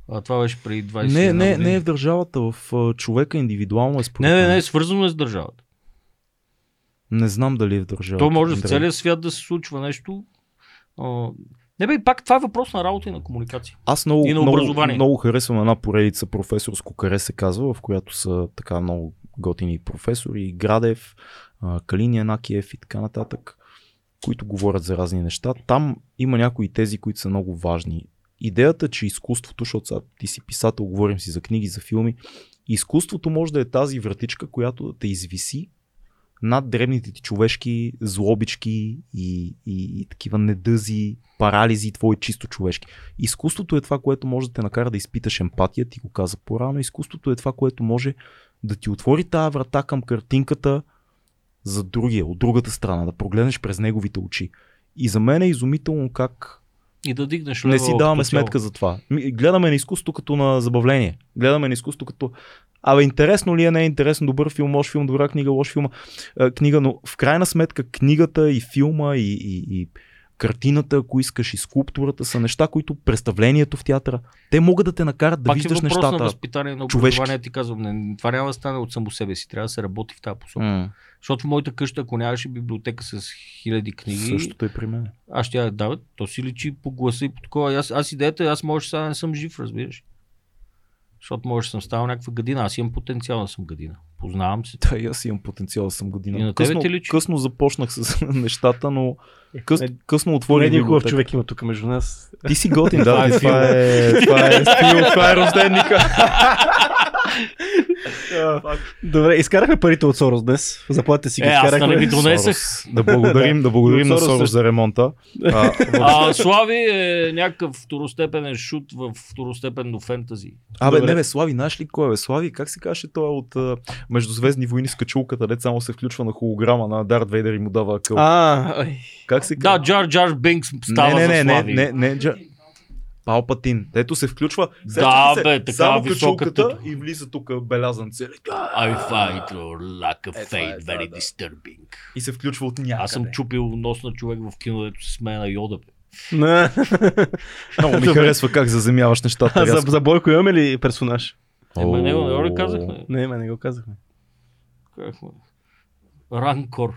А това беше преди 20 Не, не, не е в държавата, в а, човека индивидуално е според не, не, мен. не, свързано е с държавата. не знам дали е в държавата. То може в Андрей. целия свят да се случва нещо. А, не бе, и пак това е въпрос на работа и на комуникация. Аз много, и на много, образование. много харесвам една поредица професорско каре се казва, в която са така много готини професори, Градев, а, Калин Янакиев и така нататък, които говорят за разни неща. Там има някои тези, които са много важни. Идеята, че изкуството, защото сега ти си писател, говорим си за книги, за филми, изкуството може да е тази вратичка, която да те извиси над древните ти човешки злобички и, и, и такива недъзи, парализи, твои чисто човешки. Изкуството е това, което може да те накара да изпиташ емпатия, ти го каза по-рано. Изкуството е това, което може да ти отвори тази врата към картинката за другия, от другата страна, да прогледнеш през неговите очи. И за мен е изумително как И да дигнеш не левела си като даваме цяло. сметка за това. Ми, Гледаме на изкуството като на забавление. Гледаме на изкуството като Абе, интересно ли е, не е интересно, добър филм, лош филм, добра книга, лош филма, а, книга, но в крайна сметка книгата и филма и, и, и картината, ако искаш, и скулптурата са неща, които представлението в театъра, те могат да те накарат да Пак е виждаш въпрос на нещата. възпитание на човешки. образование, ти казвам, не, това няма да стане от само себе си, трябва да се работи в тази посока. М, Защото в моята къща, ако нямаше библиотека с хиляди книги, Същото е при мен. аз ще я да, бе, то си личи по гласа и по такова. Аз, аз идеята, е, аз може сега да не съм жив, разбираш. Защото може да съм станал някаква гадина. Аз имам потенциал да съм гадина. Познавам се. Да, и аз имам потенциал, да съм година. И на тебе късно, ти личи. късно започнах с нещата, но къс, Е, късно Поне отворих един хубав библиотеката. човек има тук между нас. Ти си готин, да, Това е ти- това филм. е, това е, стил, това е рожденника. Добре, изкарахме парите от Сорос днес. Заплатите си ги Е, аз изкарахме. нали ви донесех. Да благодарим, да благодарим на Сорос Сорос също. за ремонта. А, А, Слави е някакъв второстепенен шут в второстепенно фентази. Абе, Добре. не бе, Слави, знаеш ли кой е бе? Слави? Как се каже той е от а, Междузвездни войни с качулката, дет само се включва на холограма на Дарт Вейдер и му дава акъл. А, ай. как се Да, Джар Джар Бинкс става не, за не, не, Слави. Е, не, не, не, Джа- Палпатин. Дето се включва. сещаш Да, ли се, бе, такава само високата. качулката И влиза тук белязан цели. I find your lack of Е, това е, faith да, е? very да. disturbing. И се включва от някъде. Аз съм чупил нос на човек в кино, дето се смее на Йода. Бе. На... Много ми Добре. харесва как заземяваш нещата. А за, рязко. за Бойко имаме ли персонаж? Ема него Е, не го ли О. казахме. Не, ме не го казахме. Казахме. Ранкор.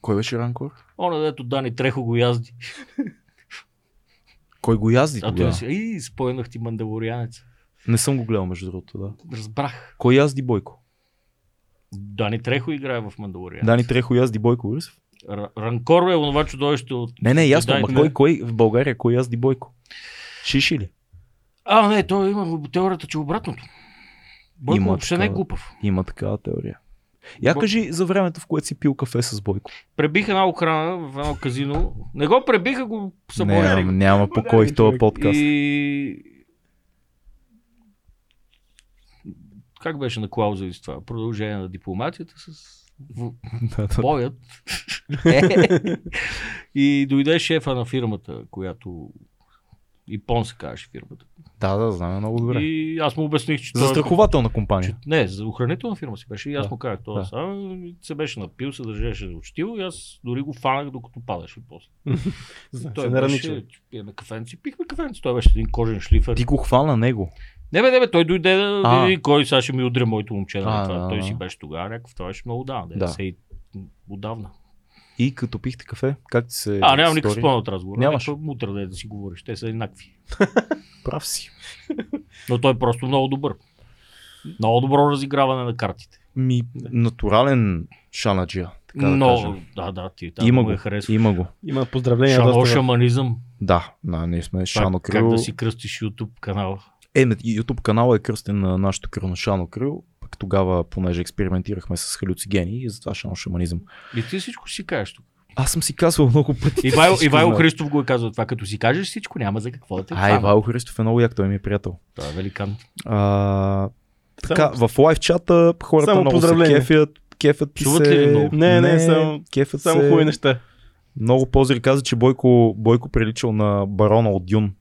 Кой беше Ранкор? Оно дето Дани Трехо го язди. Кой го язди А той тогава? си, и спойнах ти мандалорианец. Не съм го гледал, между другото, да. Разбрах. Кой язди Бойко? Дани Трехо играе в мандалорианец. Дани Трехо язди Бойко Борисов? Р- Ранкор е онова чудовище от... Не, не, ясно, Е, Дай, ма не. кой, кой в България, кой язди Бойко? Шиши ли? А, не, той има теорията, че е обратното. Бойко Има въобще не е такава. глупав. Има такава теория. Я Бо- кажи за времето, в което си пил кафе с Бойко. Пребих една охрана в едно казино. Не го пребиха, го събори. няма, няма покой в този подкаст. И... Как беше на Клауза и с това? Продължение на дипломатията с в- Да, да. боят. Е. и дойде шефа на фирмата, която Ипон се казваше фирмата. Да, да, знам много добре. И аз му обясних, че За той е страхователна Че, компания. не, за охранителна фирма си беше. И аз Да. му казах, това Да. сам се беше напил, се държеше неучтиво и аз дори го фанах, докато падаше после. Знаеш, Той се наранича. беше, пиеме кафенци, пихме кафенци. Той беше един кожен шлифер. Ти го хвана него. Не, бе, не, бе, той дойде да А. види кой сега ще ми удря моето момче. А, на това. да, той да. си беше тогава някакъв, това беше много давно. Да. Да. и отдавна. И като пихте кафе, как ти се... А, нямам никакъв Е, стори? спомен от разговора. Нямаш. Някаква Мутра да е да си говориш. Те са еднакви. Прав си. Но той е просто много добър. Много добро разиграване на картите. Ми, натурален шанаджия. Така да Но, кажем. да, да, ти там Има Има го, е харесва. има го. Има поздравления. Шано доста. шаманизъм. Да, на, ние сме Това е Шано Как Крил. да си кръстиш YouTube канала. Е, на YouTube канала е кръстен на нашото крил на Шано Крил. Пък тогава, понеже експериментирахме с халюцигени и затова Шано Шаманизъм. И ти всичко си кажеш тук. Аз съм си казвал много пъти. Ивайло, всичко Ивайло знам. Христов го е казал това. Като си кажеш всичко, няма за какво да те. А, хвана. Ивайло Христов е много як, той ми е приятел. Той е великан. А, така, Само- в лайв чата хората Само много се поздравления. кефят. Кефят ти Чуват се... ли ви много? Не, не, само- Кефят Само се... хубави неща. Много позри каза, че Бойко, Бойко приличал на барона от Дюн.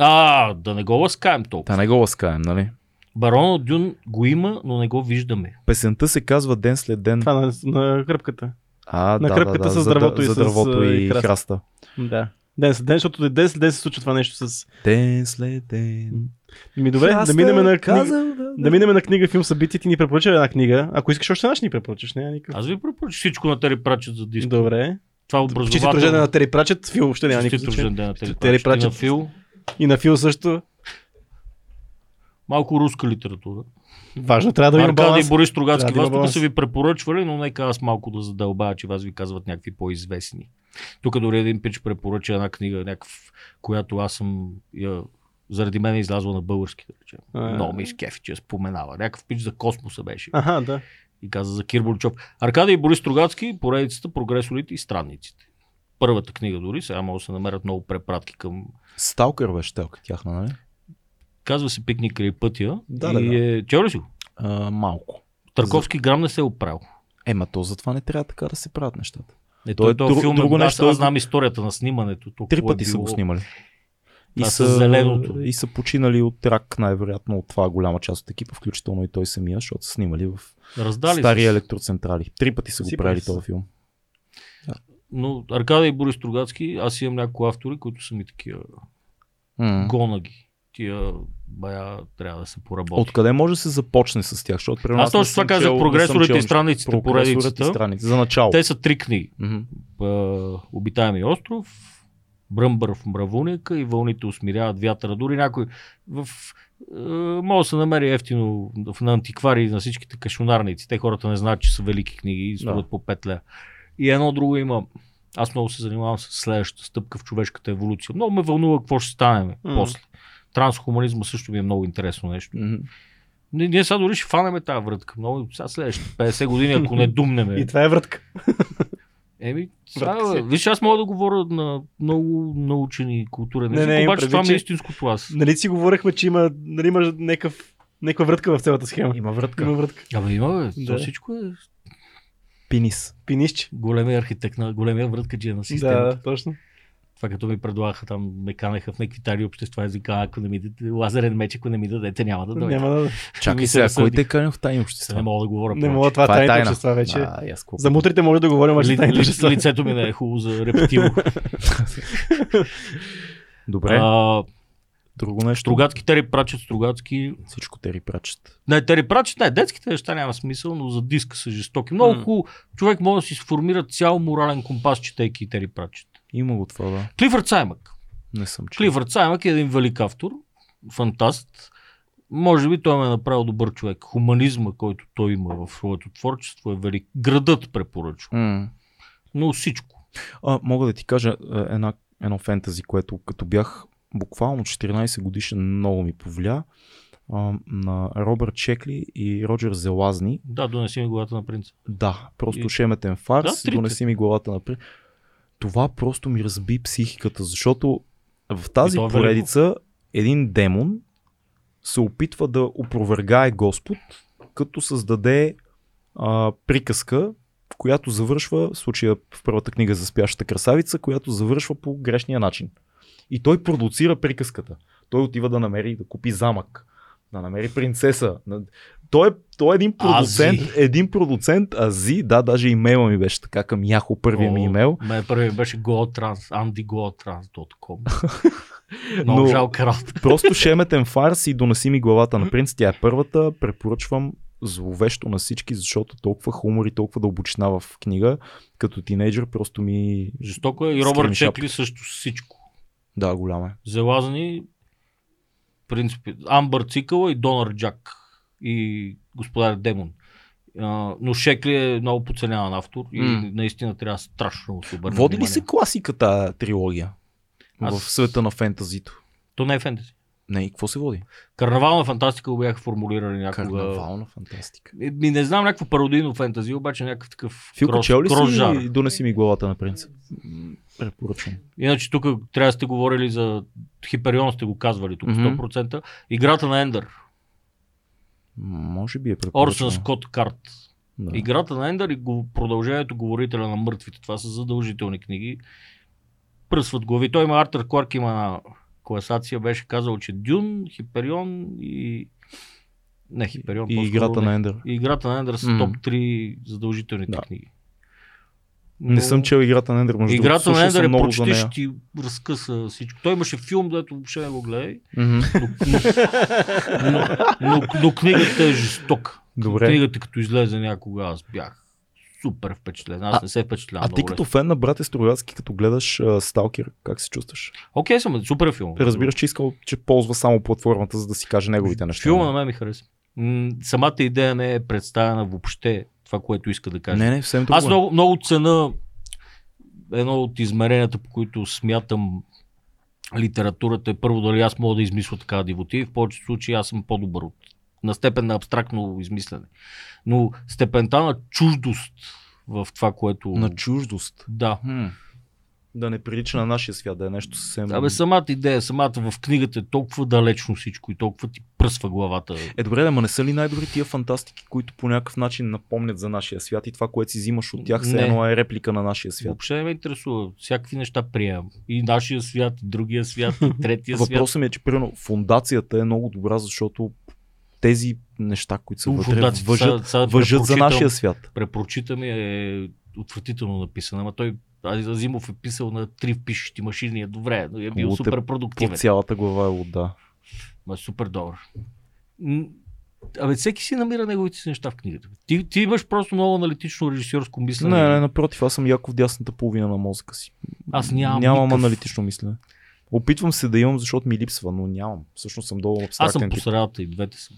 А, да не го ласкаем толкова. Та не го ласкаем, нали? Барон от Дюн го има, но не го виждаме. Песента се казва Ден след ден. Това на, на кръпката. А, на да, кръпката да, да, с за- дървото и за с, дървото а, и, и храста. храста. Да. Ден след ден, защото ден след ден се случва това нещо с... Ден след ден. Ми добре, да минем на книга. Да минем на книга, филм, събитие, ти ни препоръча една книга. Ако искаш още една, ще ни препоръчаш. Не, никакъв. Аз ви препоръчам всичко на Тери Прачет за диск. Добре. Това е Чисто рожден образователно. на Тери Прачет, Фил въобще няма никакъв Честит случай. рожден ден на Тери Тери Прачет. И на Пратчет. Фил. И на Фил също. Малко руска литература. Важно, трябва да има Аркадий баланс. Борис Трогацки. Трябва да има Вас тук баланс. са ви препоръчвали, но нека аз малко да задълбая, че вас ви казват някакви по-известни. Тук е дори един пич препоръча една книга, някакъв, която аз съм я, заради мен е излязла на български, да речем. А. е. Много ми изкефи, че я споменава. Някакъв пич за космоса беше Аха, да. и каза за Кир Боричов. Аркадий Борис Трогацки, поредицата, прогресорите и странниците. Първата книга дори, сега могат да се намерят много препратки към Сталкър беше телка тяхна, нали? Казва се пикник край пътя. Да, и да, да. Е... Чел ли си го? А, малко. Търковски грам не се е оправил. Ема то затова не трябва така да се правят нещата. Не, Той е той, той, друго- филм, друго друго нещо нещо. е- Аз знам историята на снимането. толкова Три е пъти са било- го снимали. Това с зеленото. И са починали от рак, най-вероятно от това голяма част от екипа, включително и той самия, защото са снимали в Раздали стари са. електроцентрали. Три пъти са го Сипали правили са. този филм. Но Аркадий Борис Трогацки, аз имам някои автори, които са ми такива М. гонаги. Тия бая трябва да се поработи. Откъде може да се започне с тях? Защото при Аз не точно това съм казах, чел- не съм прогресорите чел и нищо. страниците, Прогресорът и поредицата. страници. За начало. Те са три книги. Мгм. а, обитаеми остров, Бръмбър в мравуника и вълните усмиряват вятъра. Дори някой в... е, Може да се намери ефтино в- на антиквари на всичките кашунарници. Те хората не знаят, че са велики книги и струват Да. по 5 лева. И едно друго има. Аз много се занимавам с следващата стъпка в човешката еволюция. Много ме вълнува какво ще станем М. после. Трансхуманизма също ми е много интересно нещо. Мгм. Ние, ние сега дори ще фанеме тази врътка. Много сега следващите 50 години, ако не думнеме. И това е вратка. Еми, Вратка сега, си. бе, виж, аз мога да говоря на много научен и културен Не, език, не, имам обаче предвид, това ми е че- истинското аз. Нали си говорихме, че има, нали, има някакъв, някаква вратка в цялата схема. Има врътка. Има вратка. Абе, има, бе, то Да. всичко е Пинис. Пинищ. големия архитект на големия вратка джия на системата. Да, точно. Това като ми предлагаха там, ме канеха в някакви тари общества и казаха, ако не ми дадете лазерен меч, ако не ми дадете, няма да дойда. Няма да. Чакай ми се сега, кой разсърдих. те канил в тайни Не общества? мога да говоря. Не повече. мога, това, Това е това е тайна. тайна. Това вече. А, и аз колко- За мутрите може да говорим, Ли, че тайна. ли, лицето ми не е хубаво за рептил. Добре, а, друго нещо. Стругацки, те репрачат Стругацки. Всичко те репрачат. Не, те репрачат, не, детските неща няма смисъл, но за диска са жестоки. Много М. хубаво. Човек може да си сформира цял морален компас, четейки те репрачат. Има го това, да. Клифърд Саймък. Не съм чел. Клифърд Саймък е един велик автор, фантаст. Може би той ме е направил добър човек. Хуманизма, който той има в своето творчество е велик. Градът препоръчва. М. Но всичко. А, мога да ти кажа е, една, едно фентази, което като бях буквално 14 годишен много ми повлия. А, на Робърт Чекли и Роджер Зелазни. Да, донеси ми главата на принца. Да, просто И- шеметен фарс, трите. да, донеси ми главата напред. Това просто ми разби психиката, защото в тази И то е велико. поредица един демон се опитва да опровергае Господ, като създаде а, приказка, която завършва, в случая в първата книга за спящата красавица, която завършва по грешния начин. И той продуцира приказката. Той отива да намери, да купи замък, да намери принцеса. на- Той е, той е един продуцент, Ази. един продуцент Ази, да, даже имейла ми беше така към Яхо, първия ми О, имейл. Ме първият беше GoTrans, andygotrans.com. Много Но- жалка работа. Просто шеметен фарс и донеси ми главата на принц. Тя е първата. Препоръчвам зловещо на всички, защото толкова хумор и толкова дълбочина в книга. Като тинейджър просто ми... Жестоко е. И Скри Робърт ми шапка. Чекли също всичко. Да, голяма е. Залазни, принципи, Амбър Цикъла и Донър Джак и господар Демон. А, но Шекли е много подценяван автор и М. наистина трябва страшно да се обърне Води ли внимание. се класика тая трилогия? Аз- В света на фентазито. То не е фентези. Не, и какво се води? Карнавална фантастика го бяха формулирали някога. Карнавална фантастика. Е, Ми не знам, някакво пародийно фентази, обаче някакъв такъв Филка, крос, чел ли крос си жанр. и донеси ми главата на принца? Е, Препоръчвам. Иначе тук трябва да сте говорили за Хиперион, сте го казвали тук Мгм. 100%. Играта на Ендър, Може би е препоръчвам. Орсън Скот Карт. Да. Играта на Ендър и го- продължението Говорителя на мъртвите. Това са задължителни книги. Пръсват глави. Той има Артър Кларк, има една класация. Беше казал, че Дюн, Хиперион и... Не, Хиперион. И по-скоро играта не. на Ендър. И играта на Ендър са Мгм. топ 3 задължителните Да. книги. Не съм чел играта на Ендър. Между Играта другото, на слушал Ендър съм е много за почти нея. ще ти разкъса всичко. Той имаше филм, дето въобще не го гледай. Мгм. Но, но, но, но, но книгата е жестока. Добре. Книгата като излезе някога, аз бях супер впечатлен. Аз А- не се впечатлявам. А много е. ти като лесно. фен на брате Стругацки, като гледаш а, Сталкер, как се чувстваш? Окей съм, супер филм. Разбираш, че искал, че ползва само платформата, за да си каже неговите неща. Филма на мен ми хареса. М, самата идея не е представена въобще това, което иска да каже. Не, не, съвсем Аз друго е. много, много цена едно от измеренията, по които смятам литературата е първо дали аз мога да измисля така дивоти. В повечето случаи аз съм по-добър от на степен на абстрактно измислене. Но степента на чуждост в това, което... На чуждост. Да. Хм. Да не прилича на нашия свят, да е нещо съвсем... Абе, самата идея, самата в книгата е толкова далечно всичко и толкова ти пръсва главата. Е, добре, да, ма не са ли най-добри тия фантастики, които по някакъв начин напомнят за нашия свят и това, което си взимаш от тях, все Не. едно е реплика на нашия свят. Въобще не ме интересува. Всякакви неща приемам. И нашия свят, и другия свят, и третия свят. Въпросът ми е, че примерно фундацията е много добра, защото тези неща, които са Ту, вътре, фундацията, въжат, сега- сега въжат за препрочитам- нашия свят. препрочитаме е отвратително написана, ама той Азимов е писал на три впишещи машини едновременно и е бил Лут е супер По продуктивен. цялата глава е от да. Ма е супер добър. М, Абе, всеки си намира неговите си неща в книгата. Ти, ти имаш просто много аналитично режисьорско мислене. Не, не, напротив, аз съм яко в дясната половина на мозъка си. Аз нямам Нямам никакъв- аналитично мислене. Опитвам се да имам, защото ми липсва, но нямам. Всъщност съм долу Аз абстрактен. съм по тип. средата и двете съм.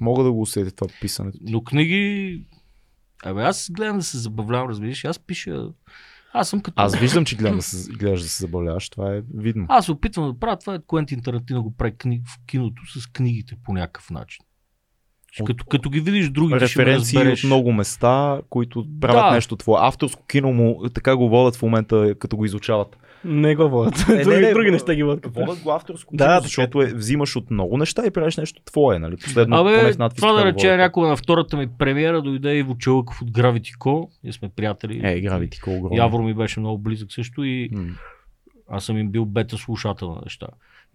Мога да го усетя това писането. Но книги... Абе, аз гледам да се забавлявам, разбираш. Аз пиша... Аз съм като... Аз виждам, че гледам да се, гледаш да се забавляваш. Това е видно. Аз се опитвам да правя това, е Куентин Тарантино го прави кни... в киното с книгите по някакъв начин. Ще От- Като, като ги видиш другите, ще ме Референции от разбереш. много места, които правят Да. нещо твое. Авторско кино му така го водят в момента, като го изучават. Не го водят. Е, Не, не, други, не, други б- неща ги водят. като Водят го авторско. Да, кино, така защото е, взимаш от много неща и правиш нещо твое, нали? Последно, поне Абе, с надпис това да така го рече водят. някога на втората ми премиера дойде Иво Чълъков от Gravity Call. Ние сме приятели. Е, играви ти огромно. Явор ми беше много близък също и аз съм им бил бета слушател на неща.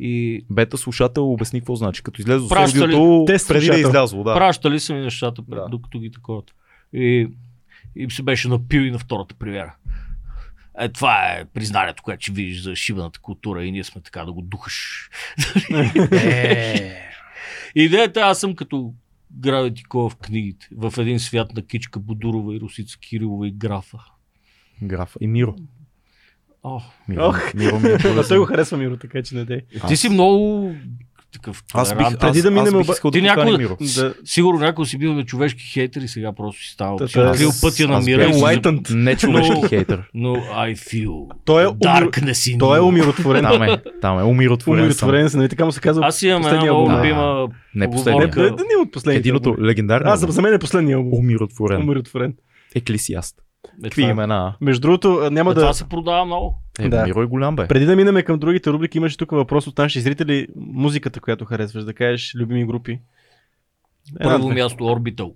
И Бета слушател обясни какво значи. Като излезе от Праща ли- студиото, Тест преди да е слушател. излязло. Да. да. пращали са ми нещата, пред, Да. да. докато ги такова. И, и се беше напил и на втората премиера. Е, това е признанието, което ще видиш за шибаната култура и ние сме така да го духаш. Идеята е, аз съм като Гравити Кол в книгите, в един свят на Кичка Будурова и Русица Кирилова и Графа. Графа. И Миро. О, Миро, Ох. Миро ми е Да, полезен. той го харесва Миро, така че не дей. ти си много такъв Аз бих, толерант. аз, Преди да минем аз бих оба- искал Ти да поканя Миро. някой, Да. да... сигурно някой си бил на човешки хейтер и сега просто си става. Та, Си открил аз- пътя на аз мира. бях и си зап- Enlightened. Не човешки Но- хейтер. Но I feel Той е умир- darkness in Той е you. умиротворен. Там е, там е. Умиротворен, съм. Умиротворен се, нали така му се казва. Аз имам една Последния много албум. любима Не Не, последния. Поговорка. да, да не е от последния. Един от легендарния. Аз за, за мен е последния албум. Умиротворен. Умиротворен. Еклесиаст. Е, Какви това- имена? Между другото, а, няма Е, Това да. се продава много. а? Е, Да. Миро е голям, бе. Преди да минем към другите рубрики, имаше тук въпрос от наши зрители. Музиката, която харесваш, да кажеш любими групи. Една, Първо две. място Orbital.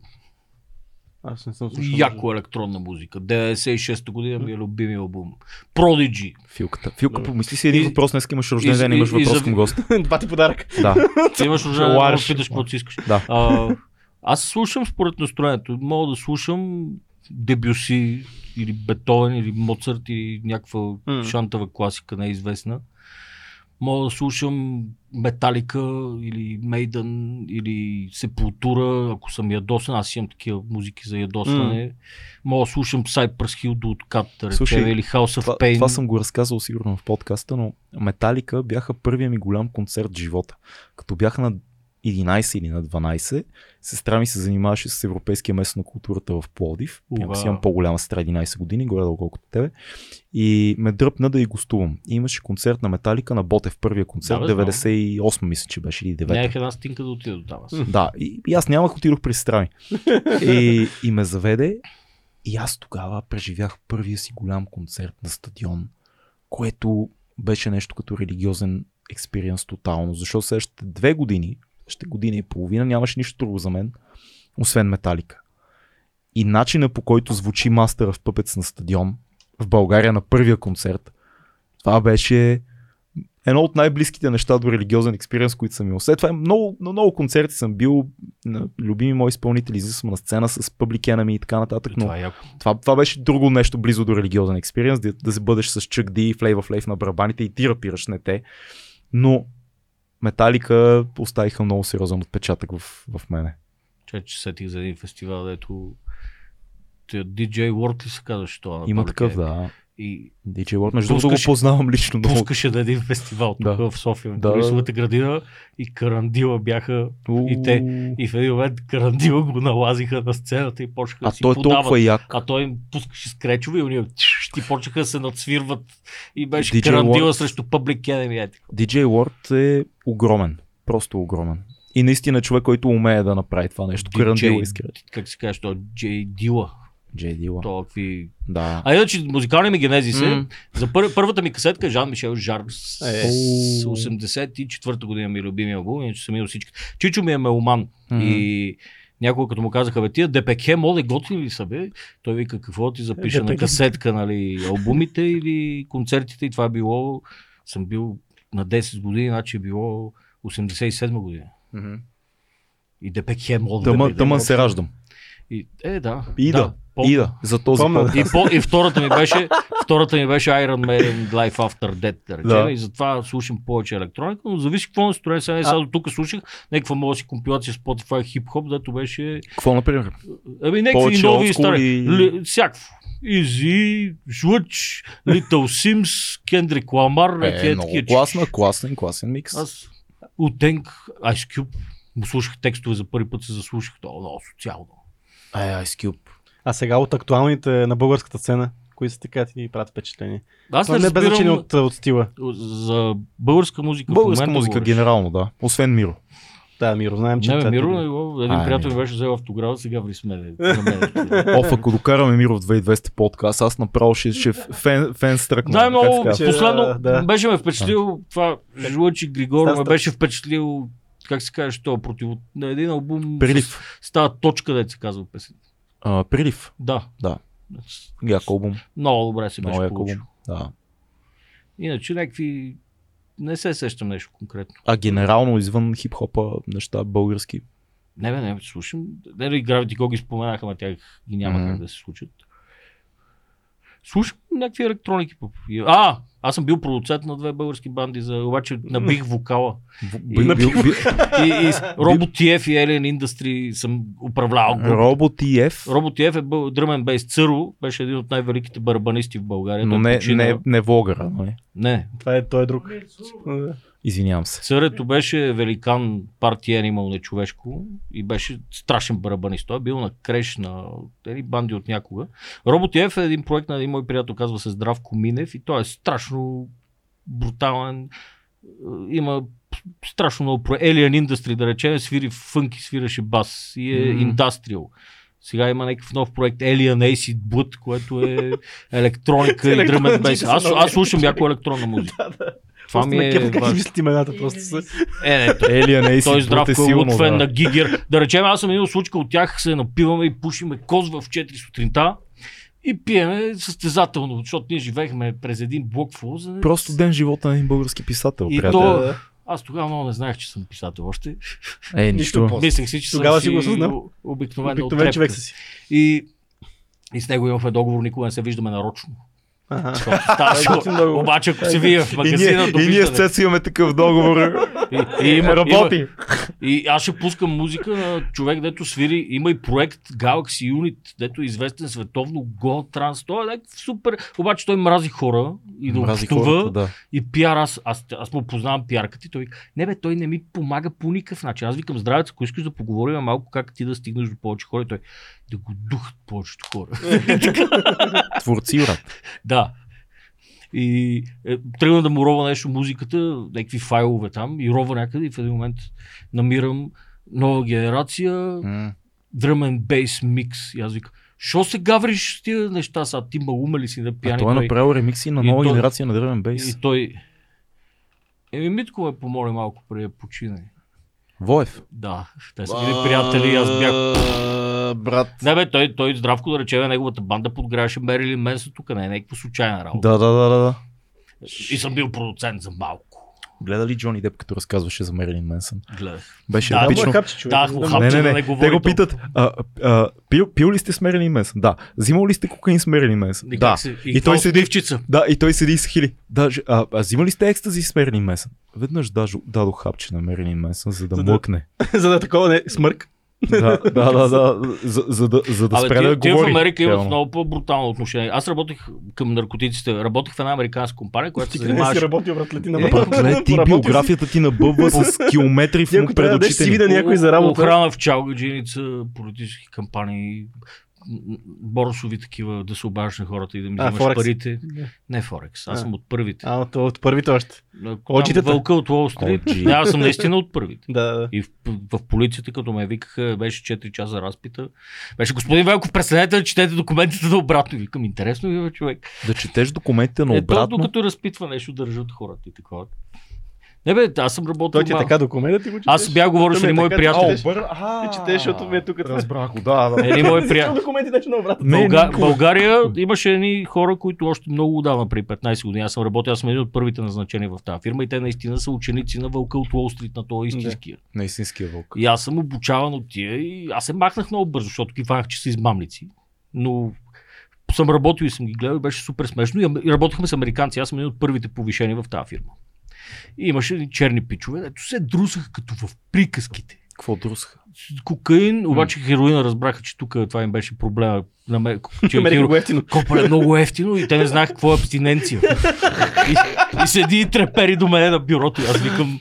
Аз не съм слушал. Яко електронна музика. 96-та година ми е любими албум. Prodigy. Филката. Филка, Да. помисли си един И- въпрос, днес имаш рожден и- ден, имаш и- и въпрос за- към госта. Два ти подарък. Да, Ти имаш уже да Желаеш. можеш да питаш каквото си искаш. да. А, аз слушам според настроението. Мога да слушам Дебюси или Бетовен или Моцарт или някаква М. шантава класика, неизвестна. Мога да слушам Металика или Мейдън или Сепултура, ако съм ядосан. Аз имам такива музики за ядосване. Мога да слушам Cypress Hill до откат, да Слушай, речем, или House of Това, Pain. това съм го разказал сигурно в подкаста, но Металика бяха първия ми голям концерт в живота. Като бях на 11 или на 12, сестра ми се занимаваше с Европейския месец на културата в Пловдив. Уау. Някак си имам по-голяма сестра, 11 години, горе-долу колкото тебе. И ме дръпна да и гостувам. И имаше концерт на Металика на Ботев, първия концерт, Да, бе, знам. 98 мисля, че беше или 9. Нямах една стинка да отида до там. аз. Да, и, и аз нямах, отидох при сестра ми. И, и ме заведе. И аз тогава преживях първия си голям концерт на стадион, което беше нещо като религиозен експириенс тотално, защото следващите две години, ще година и половина, нямаше нищо друго за мен, освен Металика. И начина по който звучи мастера в пъпец на стадион в България на първия концерт, това беше едно от най-близките неща до религиозен експириенс, които съм имал. След това е много, на много концерти съм бил, на любими мои изпълнители, излизал съм на сцена с Public Enemy и така нататък, но Това е яко. това, това беше друго нещо близо до религиозен експириенс, да, да се бъдеш с Чък Ди и Flavor Flav на барабаните и ти рапираш, не те. Но Металика оставиха много сериозен отпечатък в, в мене. Че, че сетих за един фестивал, дето тя DJ World ли се казваше това? на Има Public такъв, Enemy? да. И DJ Ward, между другото го Пускаше- познавам лично. Много. пускаше на един фестивал тук Да. в София, Да, да, да. Борисовата градина и Карандила бяха и те. И в един момент Карандила го налазиха на сцената и почнаха А да си той е подават. толкова як. А той им пускаше скречове и уния ти почнаха да се надсвирват и беше DJ Карандила Ward. срещу Public Enemy. Е, така. DJ Ward е огромен. Просто огромен. И наистина човек, който умее да направи това нещо. DJ. Карандила иска. Как се казваш, той Джей Дила. Джей Дила. Това какви... Да. А иначе музикални ми генези се. М. За пър, първата ми касетка е Жан Мишел Жар с Е. с 84-та година ми е любимия албум, иначе съм имал всички. Чичо ми е меломан Мгм. и някога като му казаха, бе, тия ДПК, моля, готини ли са, бе? Той вика, какво да ти запиша на DPK? касетка, нали, албумите или концертите и това е било, съм бил на 10 години, значи е било 87 година. Мгм. И ДПК, моля, Тъмън, тъмън се раждам. И, е, да. Ида. пом- Ида. За този Помня, път. и, по, и втората ми беше, втората ми беше Iron Maiden Life After Death, да речем, Да. да. и затова слушам повече електроника, но зависи какво настроение сега, е. сега до тук слушах някаква мога си компилация Spotify хип-хоп, дето беше, Какво, например? ами някакви Повече нови old и school стари, и- Ли, всякакво. Изи, Жлъч, Little Sims, Kendrick Lamar, е, Е, е, много такива, че- класна, класен, класен микс. Аз от Тенк, Ice Cube, му слушах текстове за първи път, се заслушах, то е много социално. Ай, Е, Ice Cube. А сега от актуалните на българската сцена, кои са така ти ни правят впечатление? Аз Това не, не е без разбирам значение от, от стила. за българска музика. в Българска момента музика, говориш. генерално, да. Освен Миро. тази Миро? Знаем, че е- Не, бе, тя- Миро, е- его- един А, приятел ми Миро. беше взел автограф, сега ври с мене. на мене. Оф, ако докараме Миро в 2200 подкаст, аз направо ще, ще фен, фен стръкна. Да, е много. казва? Последно Да. беше ме впечатлил това. Жлъчи Григор ме Стас- беше впечатлил, как се каже, то против на един албум. Прилив. с- Става точка, да се казва песен. А, прилив. Да. Да. Як албум. Много добре се Много беше як получил. албум. Да. Иначе някакви... Не се сещам нещо конкретно. А генерално извън хип-хопа неща български. Не, бе, не, бе, слушам. Не, не, Gravity Go ги споменаха, ма тях ги няма Мгм. как да се случат. Слушам някакви електроники. пъп. И- А, аз съм бил продуцент на две български банди, за, обаче набих вокала. Бил, бил, И, и с Robot TF и Alien Industry съм управлявал. група. Робот и F, Robot TF е бъл дръмен бейс. Църо беше един от най-великите барабанисти в България. но Той не, е- почина- не, не Вогъра. нали? не, Това е той е друг. Не, сурово. Да. Извинявам се. Царето беше великан партия Animal нечовешко и беше страшен барабанист. Той е бил на креш на едни банди от някога. Робот F е един проект на един мой приятел, казва се Здравко Минев и той е страшно брутален. Има страшно много про... Alien Industry, да речем, свири фънки, свираше бас и е Мгм. Industrial. Сега има някакъв нов проект Alien Acid Blood, което е електроника и drum and bass. Аз, аз слушам яко електронна музика. Това Просто ми ме е кефа как важно. измислят имената просто са. Е, не, Елиан Ейси, той Здравко е луд фен на Гигер. Да речем, аз съм един от случка от тях, се напиваме и пушиме коз в 4 сутринта и пиеме състезателно, защото ние живеехме през един блок в Лозенец. Просто ден живота на един български писател, И приятел. то- Аз тогава много не знаех, че съм писател още. Е, Нищо нищо. по- После. Мислех си, че Тогава съм си го осъзнал. о- обикновена Обикновен човек отрепка. са си. И, и с него имахме договор, никога не се виждаме нарочно. Аха. Ставаше, Готин договор. обаче ако Е, се вие в И ние, магазина, и ние с довиждане. Цецо имаме такъв договор. И, и има, има, Работи. И аз ще пускам музика на човек, дето свири. Има и проект Galaxy Unit, дето е известен световно Go Trans. Той е някакъв супер. Обаче той мрази хора и да Мрази общува. хората, да. И пиар, аз, аз, аз му познавам пиарката и той вика, не бе, той не ми помага по никакъв начин. Аз викам, здравец, ако искаш да поговорим малко как ти да стигнеш до повече хора, и той да го духат повечето хора. Творци, брат. Да. И е, тръгна да му рова нещо музиката, някакви файлове там и рова някъде и в един момент намирам нова генерация, drum and bass микс. И аз викам, що се гавриш с тия неща са? Ти малума ли си на А пияни? той е направил ремикси на и нова той- генерация на Древен Бейс. и той... Еми, Митко ме помоли малко преди да почине. Воев. Да, те са били приятели, аз бях... Брат. Не бе, той, той здравко да рече, неговата банда подгряваше Мерили Менса тук, не е някаква случайна работа. Да, да, да, да, да. И съм бил продуцент за малко. Гледа ли Джони Деп, като разказваше за Мерилин Менсън? Гледах. Беше Да, А, епично. му е хапче, човек. Да, Не му знам. хапче. не, не, да не, не говори те го толкова. питат, а, а, пил, пил ли сте с Мерилин Менсън? Да. Взимал ли сте кокаин с Мерилин Менсън? И Да. как се- И той какво с седи- пивчица. Да, и той седи и се хили. Да, ж- а, а взимали сте екстази с Мерилин Менсън? Веднъж даже дадох хапче на Мерилин Менсън, за да За да- млъкне. За да е такова не смърк. да, да, да, да, за, за да, за да спре ти, да ти в говори. Америка имат реално. много по-брутално отношение. Аз работех към наркотиците. Работех в една американска компания, която се Ти къде не си занимаваше работил, брат, лети на Е, Марокко. Брат, гледай, ти Работил си. биографията ти набъбва с километри в Ти ако му трябва да пред дадеш очите си ни. вида някой за работа. Охрана в чалгаджиница, политически кампании, м- м- борсови такива, да се обаждаш на хората и да ми А, вземаш Форекс. парите. Не Форекс, аз А. съм от първите. А, от, от първите още. Там Оджитата. Вълка от Уолл Стрит. Оджи. Не, аз съм наистина от първите. Да, да. И в, в полицията, като ме викаха, беше 4 часа разпита. Беше господин Велков, преследете, да четете документите на обратно. И Викам, интересно ви, бе, човек. Да четеш документите на е, то, обратно. докато разпитва нещо, държат хората и такова. Не бе, аз съм работил. Той ти е малко. така документа ти го четеш. Аз бях говорил с Той ми един е мой така, приятел. четеш. Ти четеш, защото ме е тук. Разбрах го, да, да. Един Приятел. мой приятел. Искам документи значи вече на обратно. Не, Бълга... никога. България имаше едни хора, които още много отдавна, при 15 години, аз съм работил, аз съм един от първите назначени в тази фирма и те наистина са ученици на Вълка от Уолл Стрит, на този истинския. На истинския вълк. И аз съм обучаван от тия и аз се махнах много бързо, защото ги фанах, че са измамници. Но съм работил и съм ги гледал и беше супер смешно. И ам- И работихме с американци. Аз съм един от първите повишени в тази фирма. И имаше едни черни пичове, дето се друсаха като в приказките Какво друсха? кокаин, обаче хероина разбраха, че тук това им беше проблема. На ме, че Намерих херо... го е ефтино. Копале много ефтино и те не знаеха какво е абстиненция. И, и седи и трепери до мене на бюрото. и Аз викам,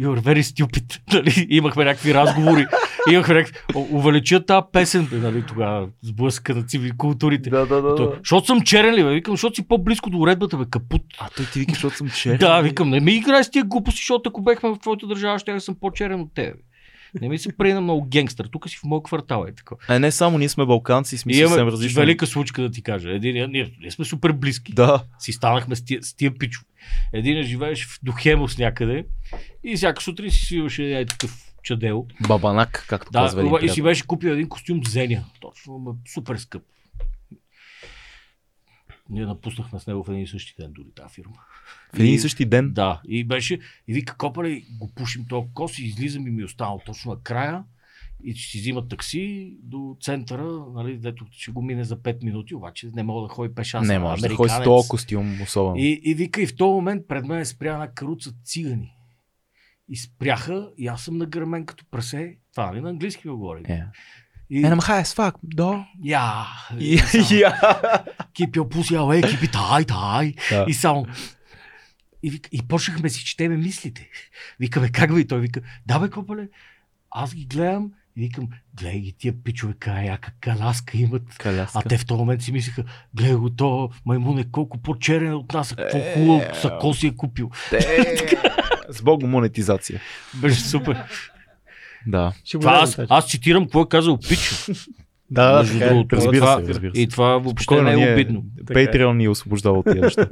You're very stupid. Нали? Имахме някакви разговори. Имахме някакви... О, Увелича тази песен. бе, Нали, тогава сблъска на цивили културите. Да, да, да. Той, Защото съм черен ли? Бе? Викам, защото си по-близко до уредбата, бе, капут. А той ти вика, защото съм черен. Да, викам, не ми играй с тия глупости, защото ако бехме в твоята държава, ще да съм по-черен от тебе. Не ми се прей на много генгстър. Тук си в моят квартал е така. А не само ние сме балканци, И смисъл съвсем имаме различно. велика случка да ти кажа. Един, ние, ние сме супер близки. Да. Си станахме с тия, с тия пичове. Един е живееш в Дохемос някъде и всяка сутрин си свиваше е такъв чадел. Бабанак, както Да, казва един и си приятел. беше купил един костюм Зеня. Точно, ама супер скъп. Ние напуснахме с него в един и същи ден дори тази фирма. В един и същи ден. Да, и беше, и вика, копале, го пушим този кос и излизам и ми е останал точно на края. И ще си взима такси до центъра, нали, дето ще го мине за 5 минути, обаче не мога да ходи пеша. аз не съм може да ходи с американец. този костюм, особено. И, и вика, и в този момент пред мен спря една каруца цигани. И спряха, и аз съм нагърмен като прасе. Това нали на английски го говори. Е. И, And I'm high as fuck, dog. я, И- и, Я. keep your pussy away, keep it high, high. Да. И само... И, вик... и почнахме да си четеме мислите. Викаме, как ви? Той вика, да бе, копале, аз ги гледам и викам, гледай ги тия пичове, каяка, каласка имат. А те в този момент си мислеха, гледай го то, маймун е колко по-черен от нас, а какво Е, хубаво сако си е купил. С бог монетизация. Беше супер. Да. Ще го Това гледам, значи. аз, значи. така че. аз цитирам какво е казал Пичо. Да, да, между така е. другото. Разбира това- се, разбира се. И това въобще Спокойно, не е ние- обидно. Така е. Patreon ни е освобождава от тия неща.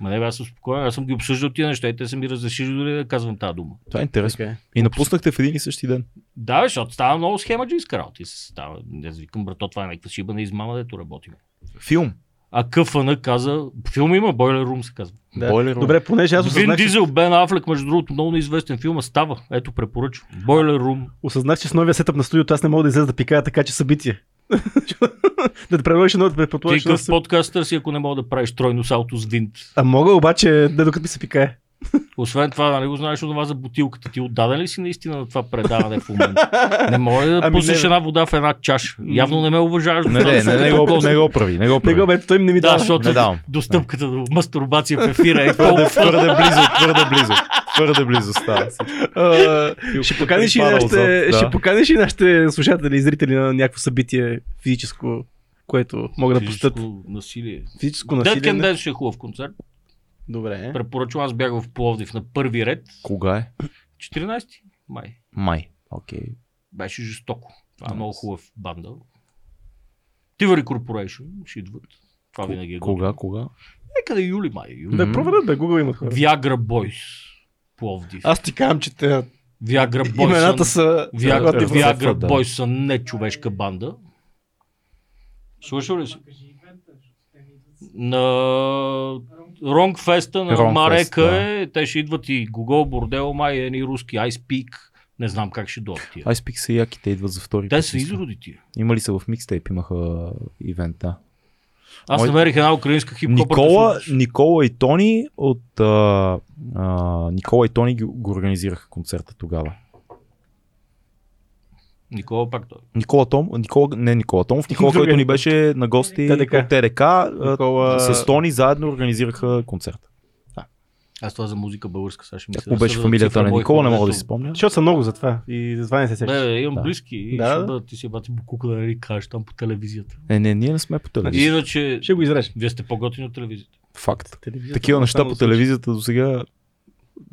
Ма не, бе, аз съм спокоен, аз съм ги обсъждал тия неща и те са ми разрешили дори да казвам тази дума. Това е интересно. Така е. И напуснахте в един и същи ден. Да, бе, защото става много схемаджийска работа. И се става. Не аз викам, брато, това е някаква шиба на измама, дето работим. Филм. А КФН каза, филм има, Boiler Room се казва. Да. Бойлер. Добре, понеже аз Вин осъзнах, че, Дизел, Бен Афлек, между другото, много неизвестен филм, а става. Ето, препоръчвам. Boiler Room. осъзнах, че с новия сетъп на студиото аз не мога да изляза да пикая така, че събитие. да те превърнеш едно, да те Ти предполагаш. едно какъв събитие. подкастър си, ако не мога да правиш тройно салто с винт. А мога обаче, да докато ми се пикае. Освен това, нали го знаеш от това за бутилката? Ти отдаден ли си наистина на това предаване в момента? Не мога ли да Ами, пуснеш не, бе. една вода в една чаша? Явно не ме уважаваш. Не, не, не, не, го, не го прави. Не го Не прави. го бе, той ми не ми Да, дава. защото не давам. достъпката до мастурбация в ефира е Твърде, толкова твърде близо, твърде близо. Твърде близо става. А, Ще Е, поканиш и Припада нашите, отзад, да. ще поканиш и нашите слушатели и зрители на някакво събитие физическо, което могат да посетят. физическо насилие. Физическо Dead насилие. Can не? Dance ще е хубав концерт. Добре. Препоръчвам, аз бях в Пловдив на първи ред. Кога е? 14 май. Май. Окей. Беше жестоко. Това е Nice. много хубав банда. Тивари Corporation ще идват. Това винаги е готино. Кога, кога? Нека да е юли, май. Юли. Бе, Мгм. проверят, бе, Google имат хора. Viagra Boys. Пловдив. Аз ти казвам, че те Viagra Boys. имената са... Viagra, Готино. Виагра. Viagra Е, да. Boys са не човешка банда. Слушал ли си? Кажи ивента, защото те не идват. с- На Ронг Феста на Wrong Марека Fest, да. е. Те ще идват и Гогол, Бордел, май, едни руски, Ice Peak. Не знам как ще дойдат тия. Ice Peak са яките, идват за втори Те път, са мисля. изроди тия. Имали са в микстейп, имаха ивент, да. Аз Мой- намерих една украинска хип Никола, Никола и Тони от... А, а, Никола и Тони ги, го организираха концерта тогава. Никола пак той. Никола Том, Никола, не Никола Томов, Никола, който ни беше на гости ТДК. от ТДК, Никола- Никола... с Тони заедно организираха концерт. Аз това за музика българска, сега ще мисля. Какво беше фамилията на Никола, не мога да си спомня. Защото са много за това и за това не се сещаш. Не, имам Да. близки. И Да, ще да. бъдат, ти си бати букука да не ни кажеш там по телевизията. Не, Е, не, ние не сме по И телевизия. иначе, Ще го изрежем. вие сте по-готини от телевизията. Факт. Такива неща по телевизията до сега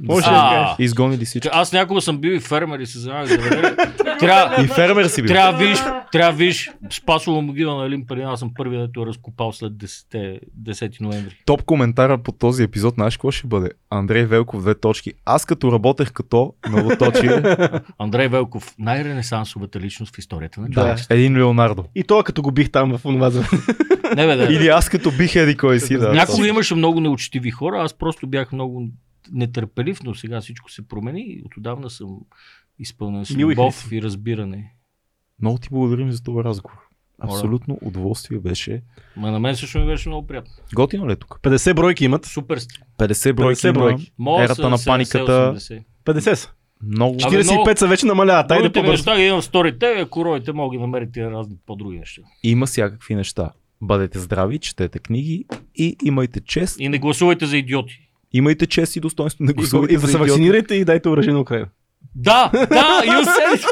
Може да са кажеш. изгонили всичко. Аз някога съм бил и фермер и се занимавах с земеделие. Трябва, И фермер си бил. трябва, виж, трябва, виж, спасово могила на Елин Пелин, аз съм първият, дето е разкопал след 10, 10 ноември. Топ коментара по този епизод, знаеш какво ще бъде? Андрей Велков, две точки. Аз като работех като многоточие, Андрей Велков, най-ренесансовата личност в историята на Да. човечеството. един Леонардо. И то като го бих там в онова за... Не, бе, да. Или аз като бих еди кой си. Да, Някога имаше много неучтиви хора, аз просто бях много нетърпелив, но сега всичко се промени и отдавна съм изпълнен с Мил и любов и разбиране. Много ти благодарим за този разговор. Моля. Абсолютно удоволствие беше. Ма на мен също ми беше много приятно. Готино ли е тук? 50 бройки имат. Супер сте. 50 бройки. 50 50 бройки. Моя Ерата са на 70, паниката. 80. 50 са. Много. Абе, 45 са вече намаляват. Айде Другите ми по-бързо. неща ги имам в сторите, ако роите, мога да намерите на разни по-други неща. Има всякакви неща. Бъдете здрави, четете книги и имайте чест. И не гласувайте за идиоти. Имайте чест и достоинство, не гласувайте И да за се идиот. вакцинирайте и дайте оръжие на Украина. Да, да, you said it.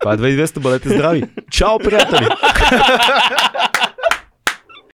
Това е 2200, бъдете здрави. Чао, приятели!